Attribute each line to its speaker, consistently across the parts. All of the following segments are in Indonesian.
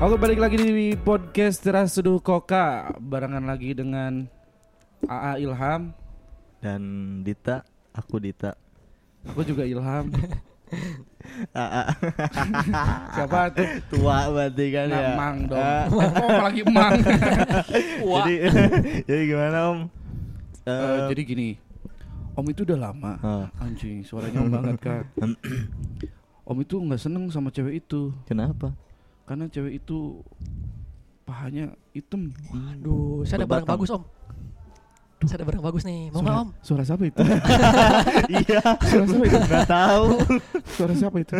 Speaker 1: Aku balik lagi di podcast Teras Seduh Koka Barengan lagi dengan AA Ilham
Speaker 2: Dan Dita, aku Dita.
Speaker 1: Aku juga Ilham
Speaker 2: Ah, ah,
Speaker 1: Siapa tuh?
Speaker 2: Tua berarti
Speaker 3: Iya.
Speaker 2: kan
Speaker 1: Nah,
Speaker 2: ya.
Speaker 1: Mang dong
Speaker 2: Ah,
Speaker 1: Oh apalagi Mang
Speaker 3: Wah.
Speaker 2: jadi, jadi gimana Om? Eh,
Speaker 1: Eh, Jadi gini Om itu udah lama
Speaker 2: Ah.
Speaker 1: Anjing suaranya om banget kan Om itu nggak seneng sama cewek itu
Speaker 2: kenapa?
Speaker 1: Karena cewek itu pahanya hitam
Speaker 3: Aduh, saya ada barang
Speaker 2: Berbatang.
Speaker 3: bagus om. Saya ada barang bagus nih, mau nggak
Speaker 1: Suara,
Speaker 3: om?
Speaker 1: suara siapa itu?
Speaker 2: Iya,
Speaker 1: Suara siapa itu?
Speaker 2: nggak tahu.
Speaker 1: Suara siapa itu?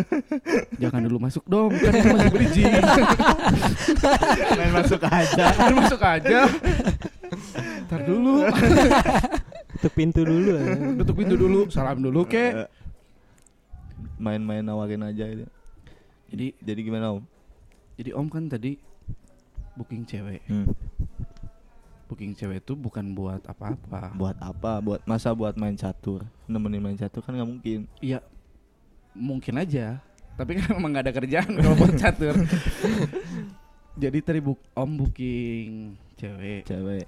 Speaker 1: Jangan dulu masuk dong, kan itu masih bridging.
Speaker 2: Main masuk aja.
Speaker 1: Jangan masuk aja. Ntar dulu,
Speaker 4: Tutup pintu dulu lah.
Speaker 1: tutup pintu dulu, salam dulu
Speaker 2: Eh,
Speaker 1: ke.
Speaker 2: Main-main nawarin aja itu.
Speaker 1: Jadi
Speaker 2: Jadi gimana Om?
Speaker 1: jadi Om kan tadi booking cewek.
Speaker 2: Hmm,
Speaker 1: Booking cewek itu bukan buat apa-apa.
Speaker 2: Buat apa? Buat masa buat main catur. Nemenin main catur kan nggak mungkin.
Speaker 1: Iya. Mungkin aja, tapi kan emang gak ada kerjaan kalau buat catur. jadi tadi bu- Om booking cewek.
Speaker 2: Cewek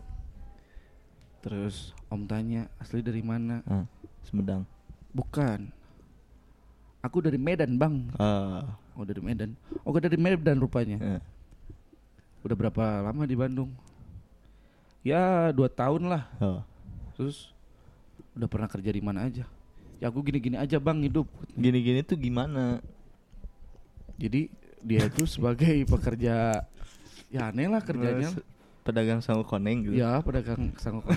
Speaker 1: Terus Om tanya, asli dari mana?
Speaker 2: Sumedang.
Speaker 1: Bukan. Aku dari Medan, Bang.
Speaker 2: Ah,
Speaker 1: Oh, dari Medan. Oh, dari Medan rupanya.
Speaker 2: eh,
Speaker 1: Udah berapa lama di Bandung? Ya, dua tahun lah.
Speaker 2: oh.
Speaker 1: Terus udah pernah kerja di mana aja? Ya aku gini-gini aja, Bang, hidup.
Speaker 2: Gini-gini tuh gimana?
Speaker 1: Jadi dia itu sebagai pekerja ya aneh lah kerjanya.
Speaker 2: Mas, Pedagang sama koneng gitu.
Speaker 1: Ya, pedagang sanggup.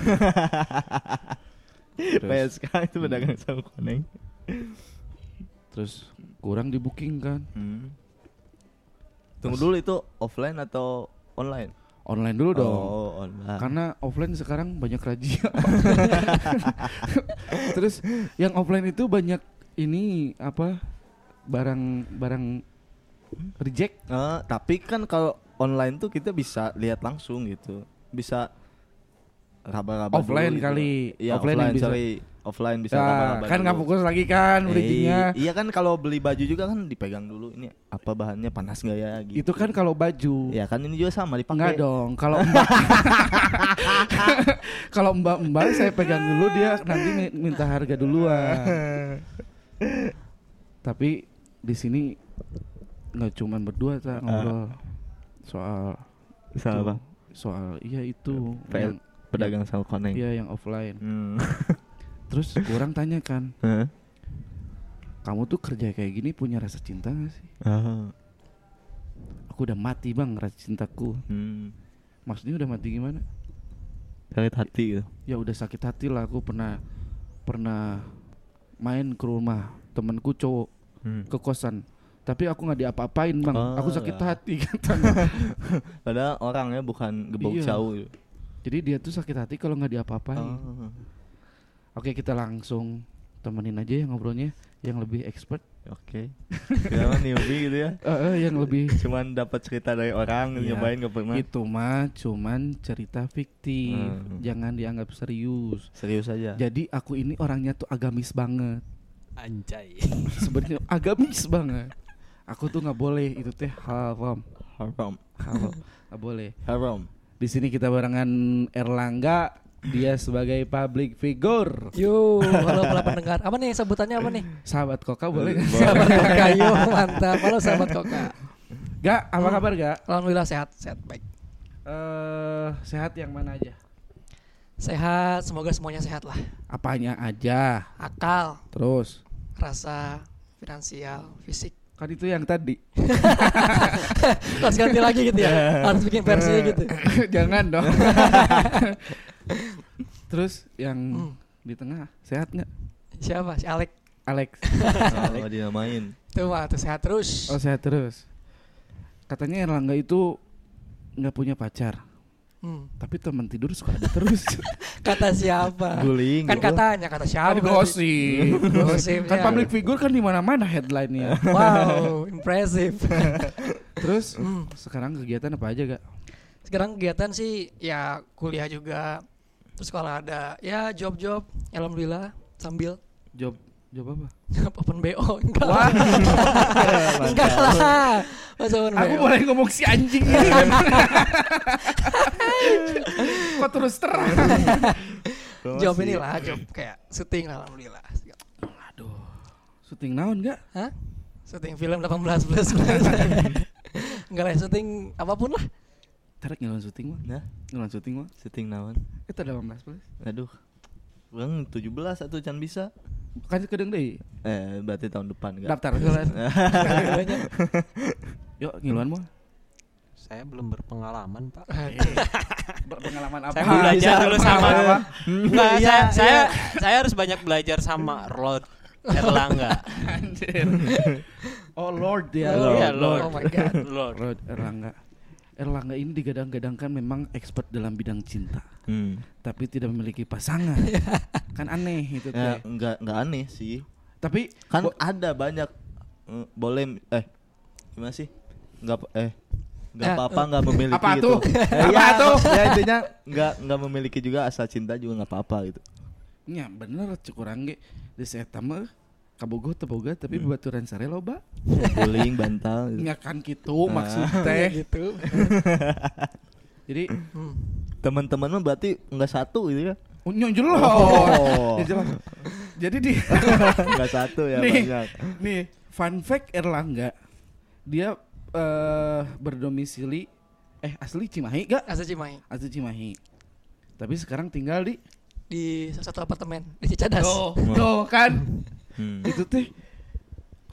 Speaker 1: terus, Hmm.
Speaker 2: PSK itu pedagang sama koneng.
Speaker 1: terus kurang di booking kan?
Speaker 2: Tunggu dulu itu offline atau online?
Speaker 1: Online dulu dong. Kan
Speaker 2: Oh, online.
Speaker 1: Karena offline sekarang banyak razia. Terus yang offline itu banyak ini apa barang-barang reject.
Speaker 2: Eh, tapi kan kalau online tuh kita bisa lihat langsung gitu. Bisa raba-raba dulu
Speaker 1: Offline
Speaker 2: gitu.
Speaker 1: kali.
Speaker 2: Iya,
Speaker 1: Offline
Speaker 2: offline,
Speaker 1: yang bisa.
Speaker 2: sorry. Offline bisa
Speaker 1: Ya,
Speaker 2: raba-raba.
Speaker 1: kan nggak fokus lagi kan bridgingnya.
Speaker 2: Iya kan kalau beli baju juga kan dipegang dulu ini apa bahannya panas nggak ya gitu.
Speaker 1: Itu kan kalau baju.
Speaker 2: Iya kan ini juga sama
Speaker 1: Enggak
Speaker 2: dipakai.
Speaker 1: dong, kalau mbak kalau mbak mbak saya pegang dulu dia nanti mi- minta harga duluan. Tapi di sini nggak cuman berdua
Speaker 2: Ah.
Speaker 1: tak ngobrol soal
Speaker 2: Soal
Speaker 1: itu.
Speaker 2: apa?
Speaker 1: Soal iya itu
Speaker 2: PL.
Speaker 1: yang-
Speaker 2: Pedagang sama koneng.
Speaker 1: iya yang offline.
Speaker 2: Hmm.
Speaker 1: Terus kurang tanyakan,
Speaker 2: Hah?
Speaker 1: kamu tuh kerja kayak gini punya rasa cinta gak sih?
Speaker 2: Ah,
Speaker 1: Aku udah mati bang rasa cintaku.
Speaker 2: Hmm.
Speaker 1: Maksudnya udah mati gimana?
Speaker 2: Sakit hati gitu.
Speaker 1: ya udah sakit hati lah aku pernah pernah main ke rumah temanku cowok
Speaker 2: Hmm.
Speaker 1: ke kosan tapi aku nggak diapa-apain bang
Speaker 2: Oh,
Speaker 1: aku sakit
Speaker 2: lah.
Speaker 1: hati katanya
Speaker 2: Padahal orangnya bukan gebau
Speaker 1: Iya.
Speaker 2: jauh gitu.
Speaker 1: jadi dia tuh sakit hati kalau nggak diapa-apain
Speaker 2: Oh.
Speaker 1: oke kita langsung temenin aja ya ngobrolnya yang lebih expert
Speaker 2: Oke. Kenapa newbie gitu ya?
Speaker 1: Eh, eh, yang lebih
Speaker 2: Cuman dapat cerita dari orang gitu,
Speaker 1: Iya.
Speaker 2: nyobain gak pernah.
Speaker 1: itu mah cuman cerita fiktif
Speaker 2: Hmm.
Speaker 1: jangan dianggap serius
Speaker 2: Serius aja.
Speaker 1: jadi aku ini orangnya tuh agamis banget
Speaker 3: Anjay.
Speaker 1: sebenarnya agamis banget aku tuh nggak boleh itu teh haram
Speaker 2: Haram.
Speaker 1: Kalau nggak boleh.
Speaker 2: Haram.
Speaker 1: Di sini kita barengan Erlangga, dia sebagai public figure.
Speaker 3: Yo, halo para pendengar. Apa nih sebutannya apa nih?
Speaker 1: Sahabat Koka boleh nggak?
Speaker 3: Sahabat Koka, yo mantap. Halo sahabat Koka.
Speaker 1: Gak, apa kabar gak?
Speaker 3: Alhamdulillah sehat, sehat baik.
Speaker 1: Eh, sehat yang mana aja?
Speaker 3: Sehat, semoga semuanya sehat lah.
Speaker 1: Apanya aja?
Speaker 3: Akal,
Speaker 1: Terus,
Speaker 3: rasa, finansial, fisik.
Speaker 1: kan itu yang tadi.
Speaker 3: Harus ganti lagi gitu ya. Harus bikin versinya gitu.
Speaker 1: Eh, Jangan dong. Terus yang
Speaker 3: Hmm.
Speaker 1: di tengah sehat nggak?
Speaker 3: Siapa? Si Alek.
Speaker 1: Alex.
Speaker 2: Oh, dinamain.
Speaker 3: Tuh wah, tuh sehat terus.
Speaker 1: Oh sehat terus. Katanya Erlangga itu nggak punya pacar,
Speaker 3: Hmm.
Speaker 1: tapi teman tidur suka ada terus.
Speaker 3: Kata siapa?
Speaker 2: Guling.
Speaker 3: Kan katanya, kata siapa?
Speaker 1: Kan
Speaker 3: berarti?
Speaker 1: gosip.
Speaker 3: Gosip,
Speaker 1: kan
Speaker 3: ya.
Speaker 1: public figure kan di mana-mana headline-nya.
Speaker 3: Wow, impresif.
Speaker 1: Terus
Speaker 3: Hmm.
Speaker 1: sekarang kegiatan apa aja, Kak?
Speaker 3: sekarang kegiatan sih ya kuliah juga terus kalau ada ya job-job alhamdulillah sambil
Speaker 1: Job job apa?
Speaker 3: open bo enggak lah enggak lah Masa one
Speaker 1: Aku
Speaker 3: way?
Speaker 1: boleh ngomong si anjing ini kan? memang. Kok terus terang?
Speaker 3: job inilah job kayak syuting lah, alhamdulillah
Speaker 1: Aduh. Syuting naon enggak?
Speaker 3: Hah? syuting film 18 plus enggak lah syuting apapun lah
Speaker 1: Tarik ngeluan syuting mah.
Speaker 2: Nah,
Speaker 1: Ngeluan syuting mah.
Speaker 2: syuting naon.
Speaker 1: Itu 18 plus.
Speaker 2: Aduh. Bang 17 atau can bisa.
Speaker 1: Kan kedeng deui.
Speaker 2: Eh, berarti tahun depan enggak?
Speaker 1: Daftar
Speaker 3: Ngeluan. Banyak.
Speaker 1: Yuk ngeluan mah.
Speaker 5: Saya belum berpengalaman, Pak.
Speaker 3: Iya.
Speaker 1: Pengalaman apa?
Speaker 5: Saya mau belajar dulu sama.
Speaker 1: Pengalaman.
Speaker 5: Enggak, saya, saya saya harus banyak belajar sama Lord Erlangga.
Speaker 1: Anjir. Oh Lord ya.
Speaker 3: Oh,
Speaker 5: Iya,
Speaker 3: Lord.
Speaker 5: Lord.
Speaker 3: Oh my God.
Speaker 5: Lord.
Speaker 1: Lord
Speaker 2: eh,
Speaker 1: Erlangga. Erlangga ini digadang-gadangkan memang expert dalam bidang cinta,
Speaker 2: Hmm.
Speaker 1: tapi tidak memiliki pasangan. kan aneh itu
Speaker 2: Ya,
Speaker 1: teh.
Speaker 2: enggak enggak aneh sih.
Speaker 1: Tapi
Speaker 2: Kan
Speaker 1: bo-
Speaker 2: ada banyak eh, boleh eh gimana sih? Enggak eh enggak
Speaker 3: Ya,
Speaker 2: apa-apa enggak memiliki
Speaker 1: eh, apa
Speaker 2: gitu.
Speaker 1: tuh?
Speaker 2: Eh,
Speaker 1: Apa
Speaker 2: ya,
Speaker 1: tuh?
Speaker 2: ya intinya enggak enggak memiliki juga asal cinta juga enggak apa-apa gitu.
Speaker 1: Ya bener cukurang ge Di eta mah kabogoh teboga tapi
Speaker 2: Hmm.
Speaker 1: baturan sare loba.
Speaker 2: Guling bantal gitu.
Speaker 1: Ya kan gitu maksud
Speaker 2: Ya
Speaker 1: teh.
Speaker 3: gitu
Speaker 1: Jadi
Speaker 3: Hmm.
Speaker 2: Teman-teman mah berarti enggak satu gitu ya.
Speaker 1: unyu jelas.
Speaker 2: Oh.
Speaker 1: Ya, jelas. Jadi di
Speaker 2: Enggak satu ya
Speaker 1: Nih.
Speaker 2: banyak.
Speaker 1: nih fun fact Erlangga dia eh, berdomisili eh asli Cimahi gak?
Speaker 3: asal Cimahi
Speaker 1: Asli Cimahi. Tapi sekarang tinggal di
Speaker 3: di salah satu apartemen di Cicadas
Speaker 1: Tuh, tuh kan.
Speaker 2: Hmm.
Speaker 1: Itu teh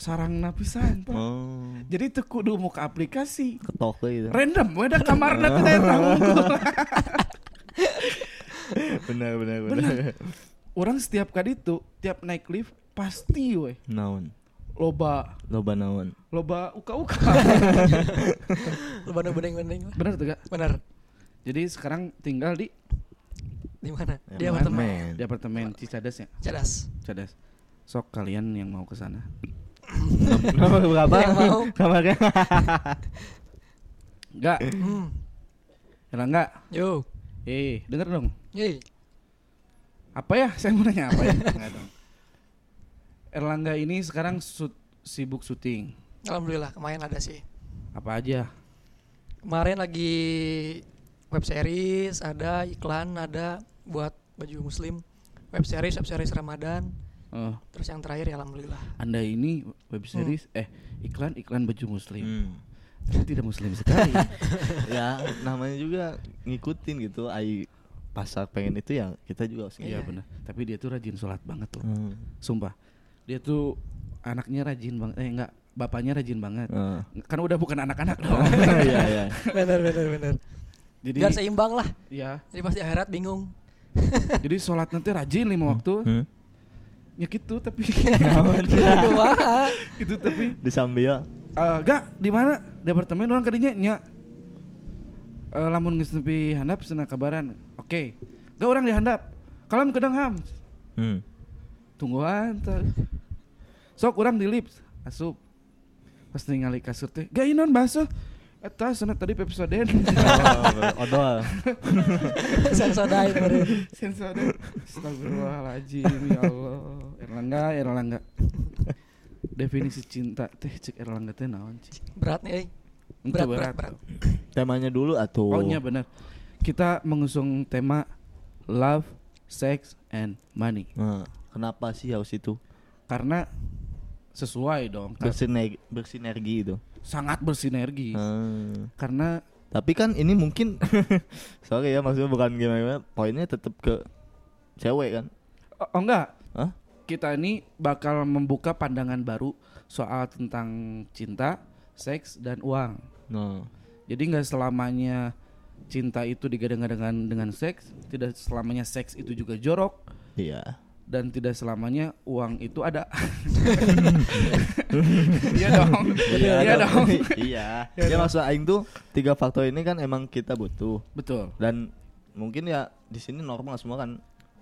Speaker 1: sarang napisan, Pak.
Speaker 2: Oh.
Speaker 1: Jadi teu kudu muka aplikasi.
Speaker 2: Ketok we gitu.
Speaker 1: Random, ada kamar nanti datang
Speaker 2: Benar benar
Speaker 1: Benar. Orang setiap kali itu, tiap naik lift pasti weh
Speaker 2: Naon.
Speaker 1: loba
Speaker 2: Loba naon.
Speaker 1: loba uka-uka.
Speaker 3: lu bandeng bandeng bandeng lah
Speaker 1: Benar tuh gak?
Speaker 3: benar
Speaker 1: Jadi sekarang tinggal di
Speaker 3: di mana
Speaker 2: Ya,
Speaker 3: di
Speaker 2: mana?
Speaker 3: apartemen
Speaker 1: di apartemen Cicadas ya.
Speaker 3: Cicadas
Speaker 1: Cicadas. Sok kalian yang mau ke sana.
Speaker 2: Nomor berapa?
Speaker 3: Yang mau.
Speaker 2: Kamarnya.
Speaker 1: Enggak,
Speaker 3: hmm.
Speaker 1: Erlangga enggak.
Speaker 3: yo
Speaker 1: Eh, denger dong.
Speaker 3: yey
Speaker 1: Apa ya? Saya mau nanya apa ya? Enggak dong. Erlangga ini sekarang sut- sibuk syuting.
Speaker 3: alhamdulillah kemarin ada sih
Speaker 1: Apa aja?
Speaker 3: kemarin lagi web series ada iklan ada buat baju muslim web series web series ramadan
Speaker 1: Eh,
Speaker 3: terus yang terakhir ya alhamdulillah
Speaker 1: anda ini web series eh iklan iklan baju muslim.
Speaker 2: Hmm.
Speaker 1: Tapi tidak muslim sekali.
Speaker 2: ya namanya juga ngikutin gitu ai pasar pengen itu ya kita juga harus
Speaker 1: Iya
Speaker 3: Iya.
Speaker 1: benar. Tapi dia tuh rajin sholat banget loh.
Speaker 2: Hmm.
Speaker 1: Sumpah. Dia tuh anaknya rajin banget. Eh enggak, bapaknya rajin banget.
Speaker 2: Ah.
Speaker 1: Kan udah bukan anak-anak dong.
Speaker 2: Iya iya.
Speaker 3: benar benar benar
Speaker 1: jadi
Speaker 3: biar seimbang lah
Speaker 1: ya,
Speaker 3: jadi pasti akhirat bingung
Speaker 1: jadi sholat nanti rajin lima
Speaker 2: Hmm.
Speaker 1: waktu. Ya gitu tapi
Speaker 3: Aduh, wah.
Speaker 1: itu tapi
Speaker 2: Di sambil
Speaker 1: eh gak di mana di apartemen orang kadinya nya Eh, lamun geus nepi handap cenah kabaran. Oke. Gak orang di handap. Kalam kedang ham.
Speaker 2: Hmm.
Speaker 1: tungguan teh. sok kurang di lips asup pas ningali kasur teh gak inon basuh Eta sana Eh, tadi Pepsodent
Speaker 2: Oh, odol.
Speaker 3: Sensodyne kemarin.
Speaker 1: Sensodyne Astagfirullahaladzim Ya Allah Erlangga Erlangga Definisi cinta teh cek Erlangga teh naon cik
Speaker 3: berat nih eh.
Speaker 1: Itu
Speaker 3: berat berat berat
Speaker 2: Temanya dulu atuh.
Speaker 1: Oh iya benar Kita mengusung tema Love, Sex, and Money
Speaker 2: Nah, kenapa sih harus itu?
Speaker 1: Karena sesuai dong kar-
Speaker 2: Bersinergi, bersinergi itu.
Speaker 1: Sangat bersinergi
Speaker 2: Ah.
Speaker 1: Karena
Speaker 2: Tapi kan ini mungkin sorry ya maksudnya bukan gimana, -gimana poinnya tetap ke cewek kan.
Speaker 1: Oh, oh enggak.
Speaker 2: Hah?
Speaker 1: Kita ini bakal membuka pandangan baru soal tentang cinta, seks, dan uang.
Speaker 2: Nah.
Speaker 1: Jadi nggak selamanya cinta itu digadang-gadang dengan seks, tidak selamanya seks itu juga jorok,
Speaker 2: Iya.
Speaker 1: dan tidak selamanya uang itu ada. Iya dong,
Speaker 2: Iya
Speaker 1: iya dong.
Speaker 2: dong. Iya. Ya maksud aing tuh tiga faktor ini kan emang kita butuh
Speaker 1: Betul,
Speaker 2: dan mungkin ya di sini normal semua kan.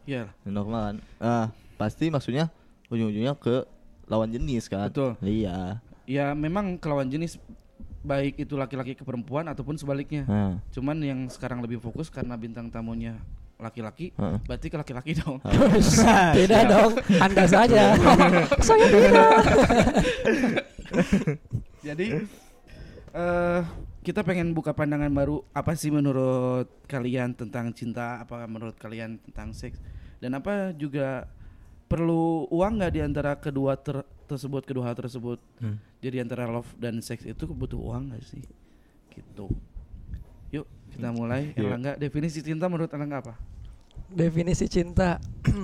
Speaker 1: iya.
Speaker 2: Normal kan. Ah, pasti maksudnya ujung-ujungnya ke lawan jenis kan.
Speaker 1: Betul.
Speaker 2: Iya.
Speaker 1: Ya memang kelawan jenis baik itu laki-laki ke perempuan ataupun sebaliknya.
Speaker 2: Nah.
Speaker 1: Cuman yang sekarang lebih fokus karena bintang tamunya laki-laki,
Speaker 2: Heeh.
Speaker 1: berarti ke laki-laki dong.
Speaker 3: beda dong anda saja saya beda
Speaker 1: Jadi eh kita pengen buka pandangan baru apa sih menurut kalian tentang cinta apa menurut kalian tentang seks dan apa juga perlu uang nggak di antara kedua ter- tersebut kedua hal tersebut
Speaker 2: Hmm.
Speaker 1: jadi antara love dan seks itu butuh uang nggak sih gitu yuk kita mulai
Speaker 2: Yuk.
Speaker 1: Erlangga definisi cinta menurut Erlangga apa
Speaker 3: Definisi cinta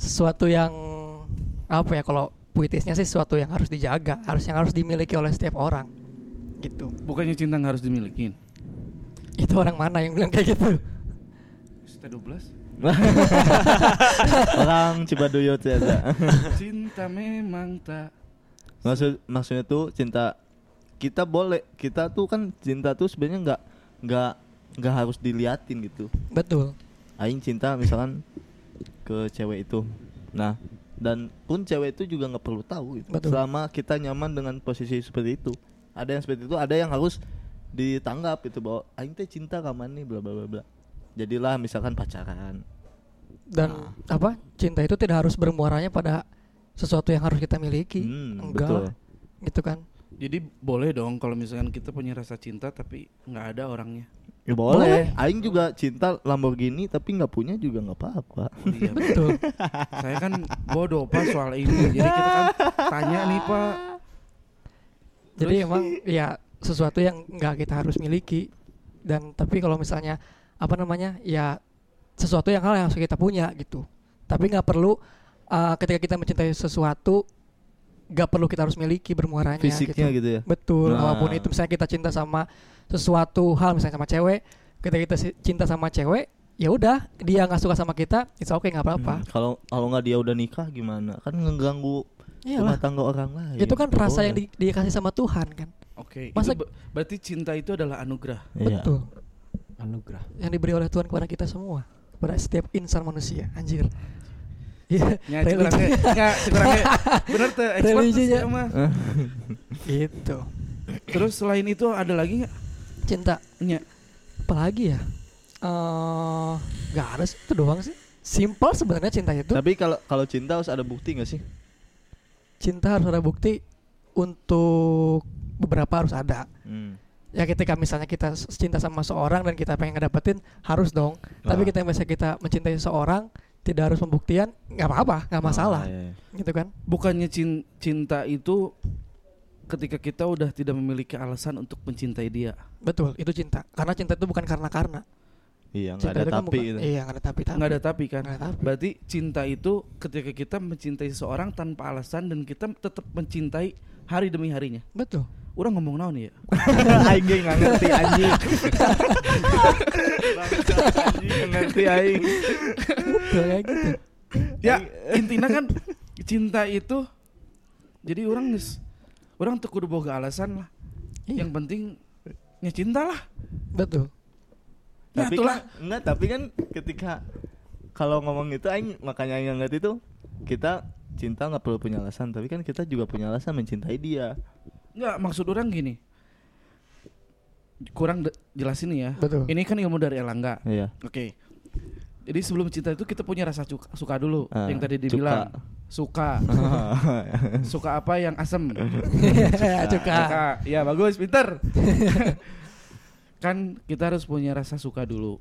Speaker 3: sesuatu yang apa ya kalau puitisnya sih sesuatu yang harus dijaga, harus yang harus dimiliki oleh setiap orang. Gitu.
Speaker 1: bukannya cinta nggak harus dimiliki
Speaker 3: Itu orang mana yang bilang kayak gitu?
Speaker 1: Cinta 12
Speaker 2: Orang Cibaduyut ya. Za.
Speaker 1: Cinta memang tak
Speaker 2: Maksud maksudnya tuh cinta kita boleh kita tuh kan cinta tuh sebenarnya nggak nggak nggak harus diliatin gitu.
Speaker 3: Betul.
Speaker 2: Aing cinta misalkan ke cewek itu. Nah dan pun cewek itu juga nggak perlu tahu gitu.
Speaker 3: Betul.
Speaker 2: Selama kita nyaman dengan posisi seperti itu. Ada yang seperti itu, ada yang harus ditanggap itu bahwa aing teh cinta ka nih bla bla bla bla. Jadilah misalkan pacaran.
Speaker 3: Dan
Speaker 2: Ah.
Speaker 3: apa? Cinta itu tidak harus bermuaranya pada sesuatu yang harus kita miliki.
Speaker 2: Hmm,
Speaker 3: Enggak.
Speaker 2: betul.
Speaker 3: lah. Gitu kan.
Speaker 1: Jadi boleh dong kalau misalkan kita punya rasa cinta tapi nggak ada orangnya
Speaker 2: Ya boleh.
Speaker 3: Boleh.
Speaker 2: Aing juga cinta Lamborghini tapi nggak punya juga nggak apa-apa.
Speaker 1: Iya,
Speaker 3: Betul.
Speaker 1: Saya kan bodoh pak soal ini Jadi kita kan tanya nih pak
Speaker 3: Jadi emang ya sesuatu yang nggak kita harus miliki dan tapi kalau misalnya apa namanya ya sesuatu yang hal yang harus kita punya gitu. Tapi nggak perlu uh, ketika kita mencintai sesuatu nggak perlu kita harus miliki bermuaranya.
Speaker 2: Fisiknya
Speaker 3: gitu.
Speaker 2: gitu ya.
Speaker 3: Betul.
Speaker 2: Nah.
Speaker 3: Walaupun itu misalnya kita cinta sama sesuatu hal misalnya sama cewek, ketika kita si- cinta sama cewek ya udah dia nggak suka sama kita, it's okay nggak apa-apa.
Speaker 2: Hmm, Kalau kalau nggak dia udah nikah gimana? Kan ngeganggu rumah
Speaker 3: Iyalah.
Speaker 2: tangga orang lain.
Speaker 3: Itu kan rasa yang
Speaker 2: Boleh.
Speaker 3: di- dikasih sama Tuhan kan.
Speaker 1: Oke
Speaker 3: Masa-
Speaker 1: itu be- Berarti cinta itu adalah anugerah
Speaker 2: Iya.
Speaker 3: Betul.
Speaker 4: Anugerah.
Speaker 3: yang diberi oleh Tuhan kepada kita semua kepada setiap insan manusia anjir Iya,
Speaker 1: Ya
Speaker 3: religi-
Speaker 1: kurangnya Nggak kurangnya Bener tuh expert tuh
Speaker 3: Religinya.
Speaker 1: saya mah.
Speaker 3: gitu
Speaker 1: Terus selain itu ada lagi nggak?
Speaker 3: cinta
Speaker 1: Nya
Speaker 3: apalagi ya Eh, nggak ada sih, itu doang sih simple sebenarnya cinta itu
Speaker 2: Iya. Tapi kalau kalau cinta harus ada bukti nggak sih?
Speaker 3: cinta harus ada bukti untuk beberapa harus ada
Speaker 2: Hmm.
Speaker 3: ya ketika misalnya kita s- cinta sama seorang dan kita pengen ngedapetin harus dong tapi
Speaker 2: Nah.
Speaker 3: kita misalnya kita mencintai seorang tidak harus pembuktian nggak apa-apa nggak masalah
Speaker 2: Ah, iya, iya.
Speaker 3: gitu kan
Speaker 1: Bukannya cin- cinta itu Ketika kita udah tidak memiliki alasan untuk mencintai dia
Speaker 3: betul itu cinta karena cinta itu bukan karena karena
Speaker 2: Iya, nggak
Speaker 3: Cinta
Speaker 2: ada
Speaker 3: itu kan
Speaker 2: tapi
Speaker 3: bukan-
Speaker 2: gitu.
Speaker 3: Iya, nggak ada tapi tapi.
Speaker 1: nggak ada tapi kan
Speaker 3: Nggak ada tapi.
Speaker 1: Berarti cinta itu ketika kita mencintai seseorang tanpa alasan dan kita tetap mencintai hari demi harinya.
Speaker 3: Betul.
Speaker 1: Orang ngomong naon ya?
Speaker 2: Aing ge nggak ngerti anjing. Bangsat, anjing, nggak ngerti ya. aing.
Speaker 3: Betul kayak gitu.
Speaker 1: Iya, Ya, intinya kan cinta itu jadi orang geus- orang tuh kudu boga alasan lah.
Speaker 3: Iya.
Speaker 1: Yang penting ya cinta lah.
Speaker 3: Betul.
Speaker 1: Ya,
Speaker 2: Tapi
Speaker 1: itulah.
Speaker 2: kan, enggak, tapi kan ketika kalau ngomong itu aing makanya aing nggak ngerti tuh kita cinta nggak perlu punya alasan, tapi kan kita juga punya alasan mencintai dia.
Speaker 1: Enggak, maksud orang gini. Kurang de- jelasin nih ya.
Speaker 3: Betul.
Speaker 1: Ini kan ilmu dari Elangga.
Speaker 2: Iya.
Speaker 1: Oke. Jadi sebelum cinta itu kita punya rasa cuka- suka dulu
Speaker 2: Ah,
Speaker 1: yang tadi
Speaker 2: cuka.
Speaker 1: dibilang. Suka. suka apa yang asem Nah,
Speaker 3: Cuka.
Speaker 1: suka ya bagus pinter kan kita harus punya rasa suka dulu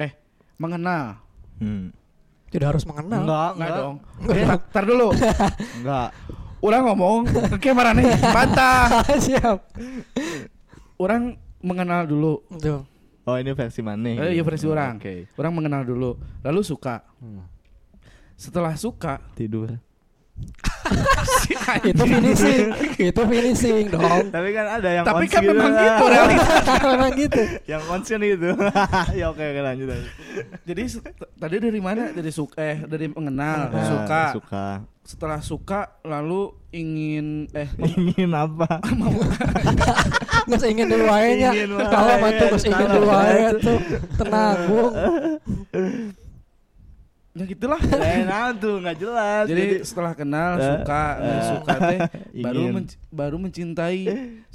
Speaker 1: eh mengenal
Speaker 2: Hmm.
Speaker 3: Tidak harus
Speaker 1: Nah.
Speaker 3: mengenal.
Speaker 2: Enggak,
Speaker 1: nggak dong
Speaker 3: Enggak.
Speaker 1: Tar- tar dulu
Speaker 2: Enggak.
Speaker 1: orang ngomong oke marah nih bantah
Speaker 3: Siap.
Speaker 1: orang mengenal dulu
Speaker 3: Betul.
Speaker 2: Oh, ini versi mana?
Speaker 1: Eh, iya, versi orang.
Speaker 2: Oke.
Speaker 1: orang mengenal dulu lalu suka
Speaker 4: Hmm.
Speaker 1: setelah suka
Speaker 2: Tidur.
Speaker 1: si
Speaker 3: Itu
Speaker 1: anjing-
Speaker 3: finishing. itu finishing dong.
Speaker 2: Tapi kan ada yang
Speaker 1: tapi
Speaker 2: ons
Speaker 1: kan memang
Speaker 2: lah.
Speaker 1: gitu realita
Speaker 3: Memang gitu.
Speaker 2: yang konsen gitu. ya oke, oke lanjut. aja.
Speaker 1: jadi set- tadi dari mana dari suka eh dari mengenal
Speaker 2: Nah,
Speaker 1: suka
Speaker 2: Suka.
Speaker 1: setelah suka lalu ingin eh
Speaker 2: Ingin apa?
Speaker 3: Nggak ingin dulu aja nya.
Speaker 2: Ingin wae,
Speaker 3: Kalau mah tuh nggak ingin dulu
Speaker 2: kalau
Speaker 3: aja
Speaker 2: wae.
Speaker 3: tuh. Tenang, Bung.
Speaker 1: ya gitulah
Speaker 2: Eh, nah tuh nggak jelas.
Speaker 1: Jadi setelah kenal
Speaker 2: Eh,
Speaker 1: suka eh,
Speaker 2: eh,
Speaker 1: suka teh baru
Speaker 2: ingin.
Speaker 1: menc- baru mencintai.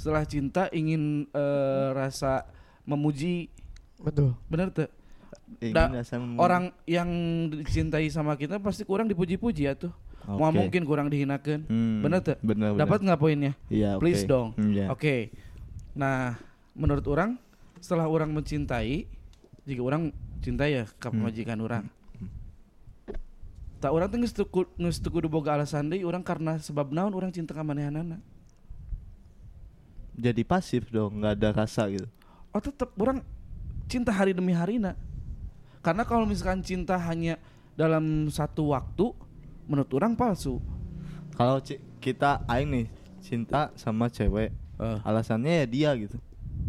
Speaker 1: Setelah cinta ingin eh, rasa memuji.
Speaker 3: Betul.
Speaker 1: Bener tuh.
Speaker 2: Ingin
Speaker 1: da-
Speaker 2: rasa mem-
Speaker 1: Orang yang dicintai sama kita pasti kurang dipuji-puji ya tuh.
Speaker 2: Oke.
Speaker 1: Mau mungkin kurang dihinakan.
Speaker 2: Hmm,
Speaker 1: Bener tuh.
Speaker 2: Bener. bener.
Speaker 1: Dapat nggak poinnya?
Speaker 2: Iya, oke.
Speaker 1: Please dong.
Speaker 2: Hmm, Iya.
Speaker 1: Oke. Nah, menurut orang setelah orang mencintai, jika orang cinta ya ke
Speaker 2: Hmm.
Speaker 1: pemajikan orang. Tak orang tuh geus tuku geus tuku kudu boga alasan deui urang karena sebab naon orang cinta ka manehanana.
Speaker 2: jadi pasif dong nggak ada rasa gitu
Speaker 1: Oh tetep orang cinta hari demi harina. Karena kalau misalkan cinta hanya dalam satu waktu menurut orang palsu.
Speaker 2: kalau ci- kita aing nih cinta sama cewek
Speaker 1: Eh.
Speaker 2: alasannya ya dia gitu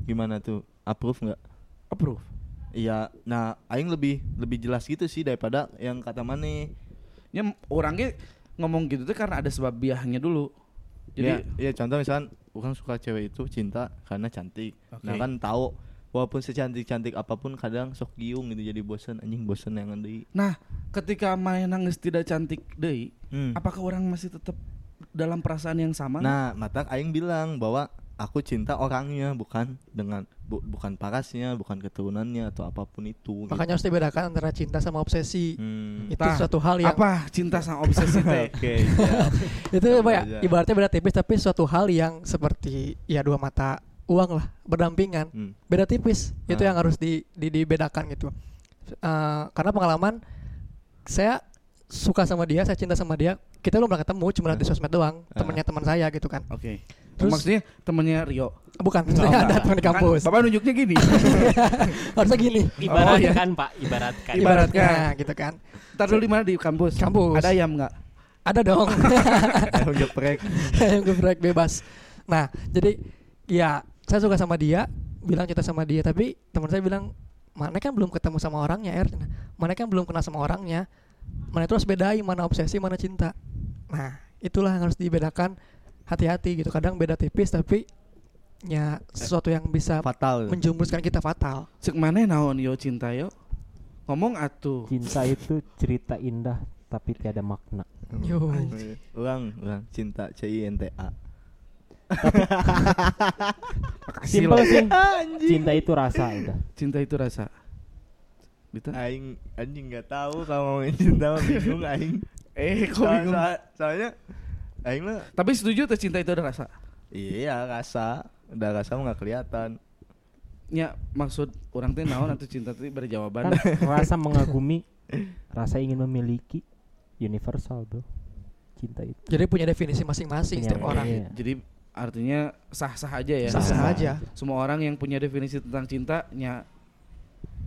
Speaker 2: gimana tuh approve nggak
Speaker 1: approve.
Speaker 2: iya nah aing lebih lebih jelas gitu sih daripada yang kata mana
Speaker 1: Ya m- orangnya ngomong gitu tuh karena ada sebab biahnya dulu.
Speaker 2: jadi
Speaker 1: Jadi
Speaker 2: ya, contoh misalkan orang suka cewek itu cinta karena cantik nah
Speaker 1: Oke.
Speaker 2: kan tahu walaupun secantik cantik apapun kadang sok giung gitu jadi bosen anjing bosen yang ngendi
Speaker 1: nah ketika mainan geus tidak cantik deui,
Speaker 2: Hmm.
Speaker 1: apakah orang masih tetap dalam perasaan yang sama?
Speaker 2: Nah, mata aing bilang bahwa aku cinta orangnya bukan dengan bu- bukan parasnya, bukan keturunannya atau apapun itu. gitu.
Speaker 3: Makanya harus dibedakan antara cinta sama obsesi.
Speaker 2: Hmm.
Speaker 3: Itu
Speaker 1: Tah,
Speaker 3: suatu hal yang
Speaker 1: apa cinta sama obsesi teh?
Speaker 2: Oke, ya. siap.
Speaker 3: itu apa ya?
Speaker 2: Aja.
Speaker 3: Ibaratnya beda tipis tapi suatu hal yang seperti ya dua mata uang lah, berdampingan.
Speaker 2: Hmm.
Speaker 3: beda tipis itu
Speaker 2: Ah.
Speaker 3: yang harus di, di- dibedakan gitu Eh, karena pengalaman saya suka sama dia saya cinta sama dia kita belum pernah ketemu cuma lihat di sosmed doang
Speaker 2: Ah.
Speaker 3: temennya teman saya gitu kan
Speaker 1: Oke.
Speaker 3: Terus-
Speaker 1: Maksudnya temennya Rio.
Speaker 3: bukan saya ada teman di kampus
Speaker 1: Kan, Bapak nunjuknya gini.
Speaker 3: harusnya gini
Speaker 5: Ibaratkan Pak, ibaratkan.
Speaker 1: Ibarat-
Speaker 3: ibaratnya gitu kan
Speaker 1: Ntar dulu di mana di kampus?
Speaker 3: Kampus.
Speaker 1: Ada ayam nggak?
Speaker 3: ada dong
Speaker 2: Ayam geprek.
Speaker 3: yang geprek bebas nah jadi ya saya suka sama dia bilang cinta sama dia tapi teman saya bilang mana kan belum ketemu sama orangnya er mana kan belum kenal sama orangnya mana itu harus bedain mana obsesi mana cinta nah itulah yang harus dibedakan hati-hati gitu kadang beda tipis tapi ya sesuatu yang bisa
Speaker 2: Fatal.
Speaker 3: menjumuskan kita fatal
Speaker 1: Cek mana naon yo cinta yo? Ngomong atuh.
Speaker 4: Cinta itu cerita indah tapi tiada makna.
Speaker 3: Yo.
Speaker 2: Orang, orang cinta C I N T A.
Speaker 1: Makasih
Speaker 4: Simpel
Speaker 1: loh.
Speaker 4: sih. Cinta itu rasa udah.
Speaker 1: Cinta itu rasa. Gitu. Dita?
Speaker 2: Aing anjing nggak tahu kalau ngomongin cinta mah bingung aing.
Speaker 1: Eh, kok
Speaker 2: Soal-
Speaker 1: bingung?
Speaker 2: soal- soalnya aing mah
Speaker 1: Tapi setuju tuh cinta itu ada rasa.
Speaker 2: iya rasa, udah rasa mah nggak kelihatan.
Speaker 1: Ya, maksud orang teh naon atau cinta teh
Speaker 4: Kan
Speaker 1: berjawaban.
Speaker 4: rasa mengagumi, rasa ingin memiliki universal, Bro. Cinta itu.
Speaker 3: jadi punya definisi Iya. masing-masing setiap
Speaker 4: Iya,
Speaker 3: orang
Speaker 4: iya.
Speaker 1: Jadi artinya sah-sah aja ya.
Speaker 3: sah-sah aja
Speaker 1: Semua orang yang punya definisi tentang cinta nya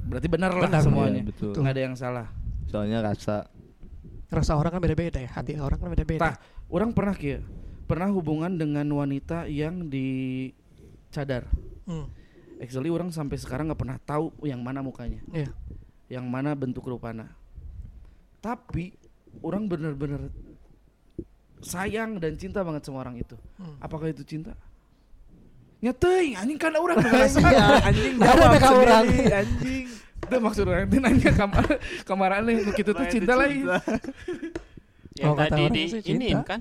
Speaker 1: berarti benar lah
Speaker 3: Benar.
Speaker 1: semuanya.
Speaker 2: Iya, betul.
Speaker 1: Nggak ada yang salah.
Speaker 2: Soalnya rasa
Speaker 3: rasa orang kan beda-beda ya hati orang kan beda-beda
Speaker 1: Tah, orang pernah kia pernah hubungan dengan wanita yang di cadar.
Speaker 3: Hmm,
Speaker 1: Actually orang sampai sekarang nggak pernah tahu yang mana mukanya,
Speaker 3: iya.
Speaker 1: yang mana bentuk rupana. Tapi orang bener-bener sayang dan cinta banget sama orang itu.
Speaker 3: Hmm.
Speaker 1: Apakah itu cinta? Nyeteing, anjing kan orang
Speaker 3: Iya,
Speaker 1: merasa
Speaker 2: anjing
Speaker 3: Nggak ada
Speaker 2: jawab
Speaker 3: kata
Speaker 2: sendiri,
Speaker 3: orang.
Speaker 2: anjing.
Speaker 1: Itu maksud orang itu nanya kamar kamaran begitu tuh
Speaker 2: Lain
Speaker 1: cinta
Speaker 2: tuh
Speaker 1: lagi.
Speaker 2: Nah, cinta.
Speaker 5: Yang
Speaker 3: Oh, kata
Speaker 5: tadi
Speaker 3: orang
Speaker 5: di
Speaker 3: sih
Speaker 5: ini
Speaker 3: cinta.
Speaker 5: kan.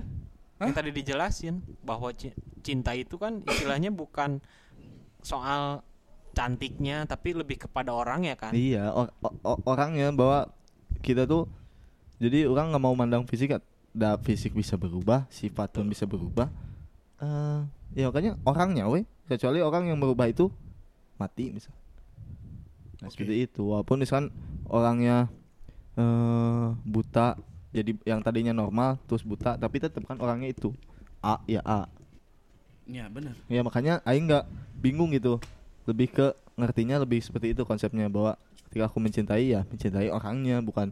Speaker 5: Yang tadi dijelasin bahwa ci- cinta itu kan istilahnya bukan soal cantiknya tapi lebih kepada orang ya kan.
Speaker 2: Iya, or- o- o- orangnya bahwa kita tuh jadi orang nggak mau mandang fisik, da fisik bisa berubah, sifat pun bisa berubah. Eh, ya makanya orangnya, weh kecuali orang yang berubah itu mati misal. Nah, seperti itu. Walaupun misalkan orangnya eh buta, jadi yang tadinya normal terus buta, tapi tetap kan orangnya itu A ya A.
Speaker 1: Ya benar.
Speaker 2: Ya makanya Aing nggak bingung gitu. Lebih ke ngertinya lebih seperti itu konsepnya bahwa ketika aku mencintai ya mencintai orangnya bukan